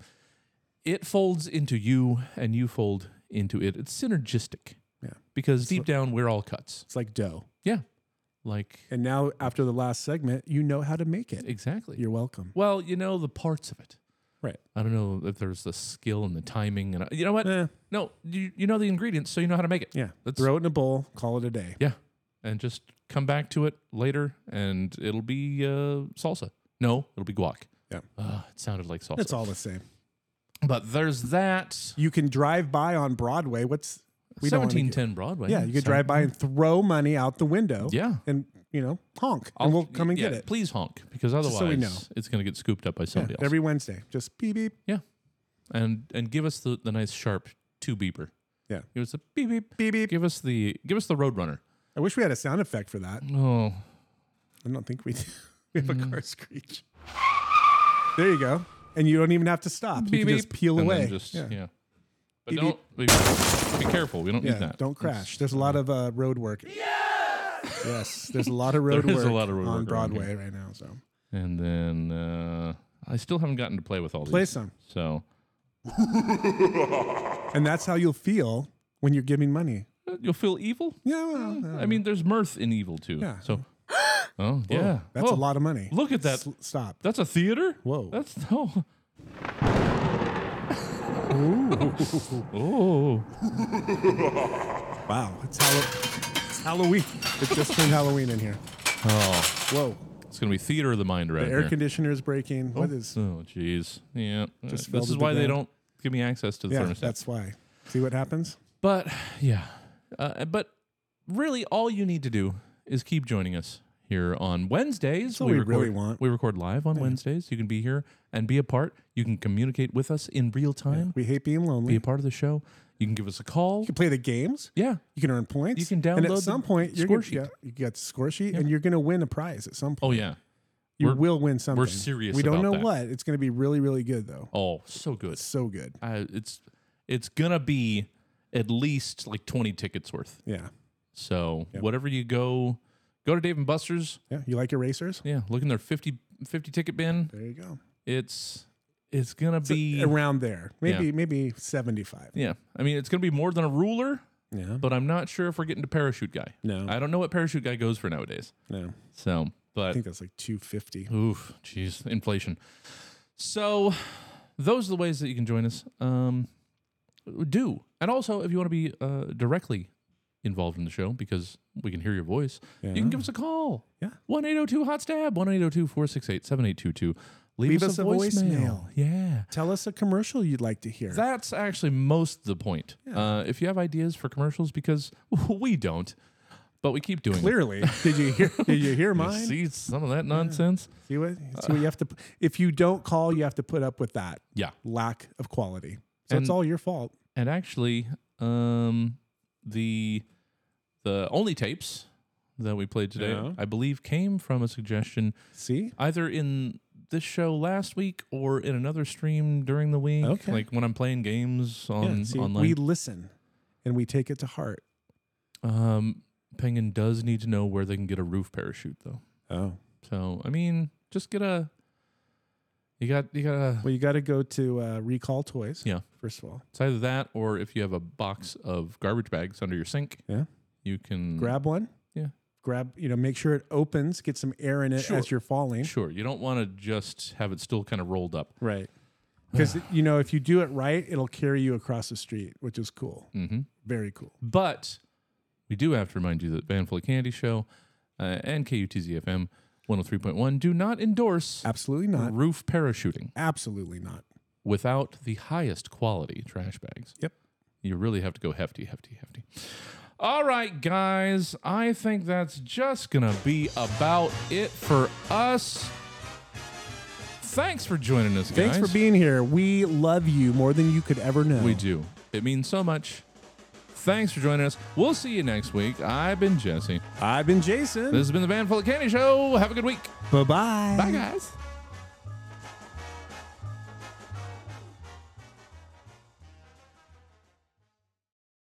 it folds into you and you fold into it. It's synergistic.
Yeah.
Because deep down we're all cuts.
It's like dough.
Yeah. Like
And now after the last segment, you know how to make it.
Exactly.
You're welcome.
well, you know the parts of it.
Right.
I don't know if there's the skill and the timing and uh, you know what?
Eh.
No, you, you know the ingredients, so you know how to make it.
Yeah.
That's-
Throw it in a bowl, call it a day.
Yeah. And just come back to it later and it'll be uh, salsa. No, it'll be guac.
Yeah.
Uh, it sounded like salsa.
It's all the same.
But there's that.
You can drive by on Broadway. What's don't wanna
1710
get-
Broadway,
Yeah,
yeah,
you could
so-
drive by and throw money out the window.
Yeah.
and you know honk,
I'll-
and we'll come and
yeah,
get it.
Please honk, because
Just
otherwise
so we know.
it's going to get scooped up by
Yeah,
somebody else.
every Wednesday, just beep beep.
Yeah, and and give us the, the nice sharp two beeper.
Yeah,
give us a beep beep beep beep. Give us the give us the Roadrunner.
I wish we had a sound effect for that.
Oh, Mm.
I don't think we do. <laughs> We have a car screech. There you go, and you don't even have to stop. you
Beep,
can just
beep.
peel
And then
away.
just-
yeah.
yeah. But
Beep,
don't be, be careful. We don't
Yeah,
need that. <laughs>
Don't crash. There's a lot of uh, road work. Yes, there's a lot of
<laughs> There
road
is
work
a lot of road
on
work around
Broadway
here.
right now. So
And then uh, I still haven't gotten to play with all these.
Play some.
So <laughs>
And that's how you'll feel when you're giving money.
you'll feel evil. Eh,
Yeah. Well,
I mean, there's mirth in evil too.
Yeah.
So. <gasps> Oh
Whoa,
yeah.
that's a
Oh,
lot of money.
Look at that.
S- stop.
That's a theater.
Whoa.
That's <laughs> oh.
<laughs> Ooh. wow. Oh, It's, Hall- it's Halloween. It just turned Halloween in here.
Oh.
Whoa.
It's gonna be theater of the mind right
the air
here.
conditioner is breaking. What is?
Oh jeez. Yeah.
Just
Uh,
fell
this
to
is
the
why they
ground.
don't give me access to the
Yeah,
thermostat.
that's why. See what happens?
But yeah, uh, but really, all you need to do is keep joining us here on Wednesdays.
all we
record,
really want.
We record live on Wednesdays. You can be here and be a part. You can communicate with us in real time.
We hate being lonely.
Be a part of the show. You can give us a call. You
can play the games.
Yeah.
You can earn points.
You can
And
download
at
the
some point, you're
score
gonna,
sheet.
get- you get the score sheet, and you're going to win a prize at some point.
Oh yeah.
You
We're-
will win something.
We're serious.
We don't
about
know
that.
what. It's going to be really, really good though.
Oh, so good.
So good.
I, it's it's gonna be at least like twenty tickets worth.
Yeah.
So whatever you go, go to Dave and Buster's.
Yeah. You like erasers?
Yeah. Look in their 50, 50 ticket bin.
There you go.
It's it's gonna be
around there.
Yeah.
Maybe maybe seventy five.
Yeah. I mean, it's going to be more than a ruler.
Yeah.
But I'm not sure if we're getting to parachute guy.
No.
I don't know what parachute guy goes for nowadays.
No.
So, but
I think that's like two fifty.
Oof, jeez, inflation. So, those are the ways that you can join us. Um, do and also if you want to be uh, directly involved in the show because we can hear your voice, you can give us a call. Yeah, one eight zero two hot stab one eight zero two four six eight seven eight two two.
Leave us a voicemail.
Yeah.
Tell us a commercial you'd like to hear.
That's actually most the point. Uh, if you have ideas for commercials, because <laughs> we don't, but we keep doing it.
Clearly, did you hear? Did you
<laughs>
hear
You
mine?
See some of that nonsense.
See what? See what you have to. p- If you don't call, you have to put up with that.
Uh. Yeah.
Lack of quality. So
And-
it's all your fault.
And actually, um, the the only tapes that we played today,
Yeah.
I believe, came from a suggestion.
See,
either in this show last week or in another stream during the week.
Okay.
like when I'm playing games on
yeah, see,
online.
we listen, and we take it to heart.
Um, Penguin does need to know where they can get a roof parachute, though.
Oh,
so I mean, just get a. You got you got a.
Well, you got to go to uh, Recall Toys.
Yeah.
First of all,
It's either that or if you have a box of garbage bags under your sink.
Yeah.
you can
grab one.
Mm. Yeah.
Grab. You know, make sure it opens. Get some air in it
Sure.
as you're falling.
Sure, you don't want to just have it still kind of rolled up.
Right. Because you know, if you do it right, it'll carry you across the street, which is cool.
Mm-hmm.
Very cool.
But we do have to remind you that Bandful of Candy Show uh, and KUTZFM 103.1 do not endorse
absolutely not
roof parachuting
Absolutely not.
without the highest quality trash bags.
Yep.
You really have to go hefty, hefty, hefty. All right, guys, I think that's just going to be about it for us. Thanks for joining us, guys.
Thanks for being here. We love you more than you could ever know.
We do. It means so much. Thanks for joining us. We'll see you next week. I've been Jesse.
I've been Jason.
This has been the Van Full of Candy Show. Have a good week.
Bye-bye.
Bye, guys.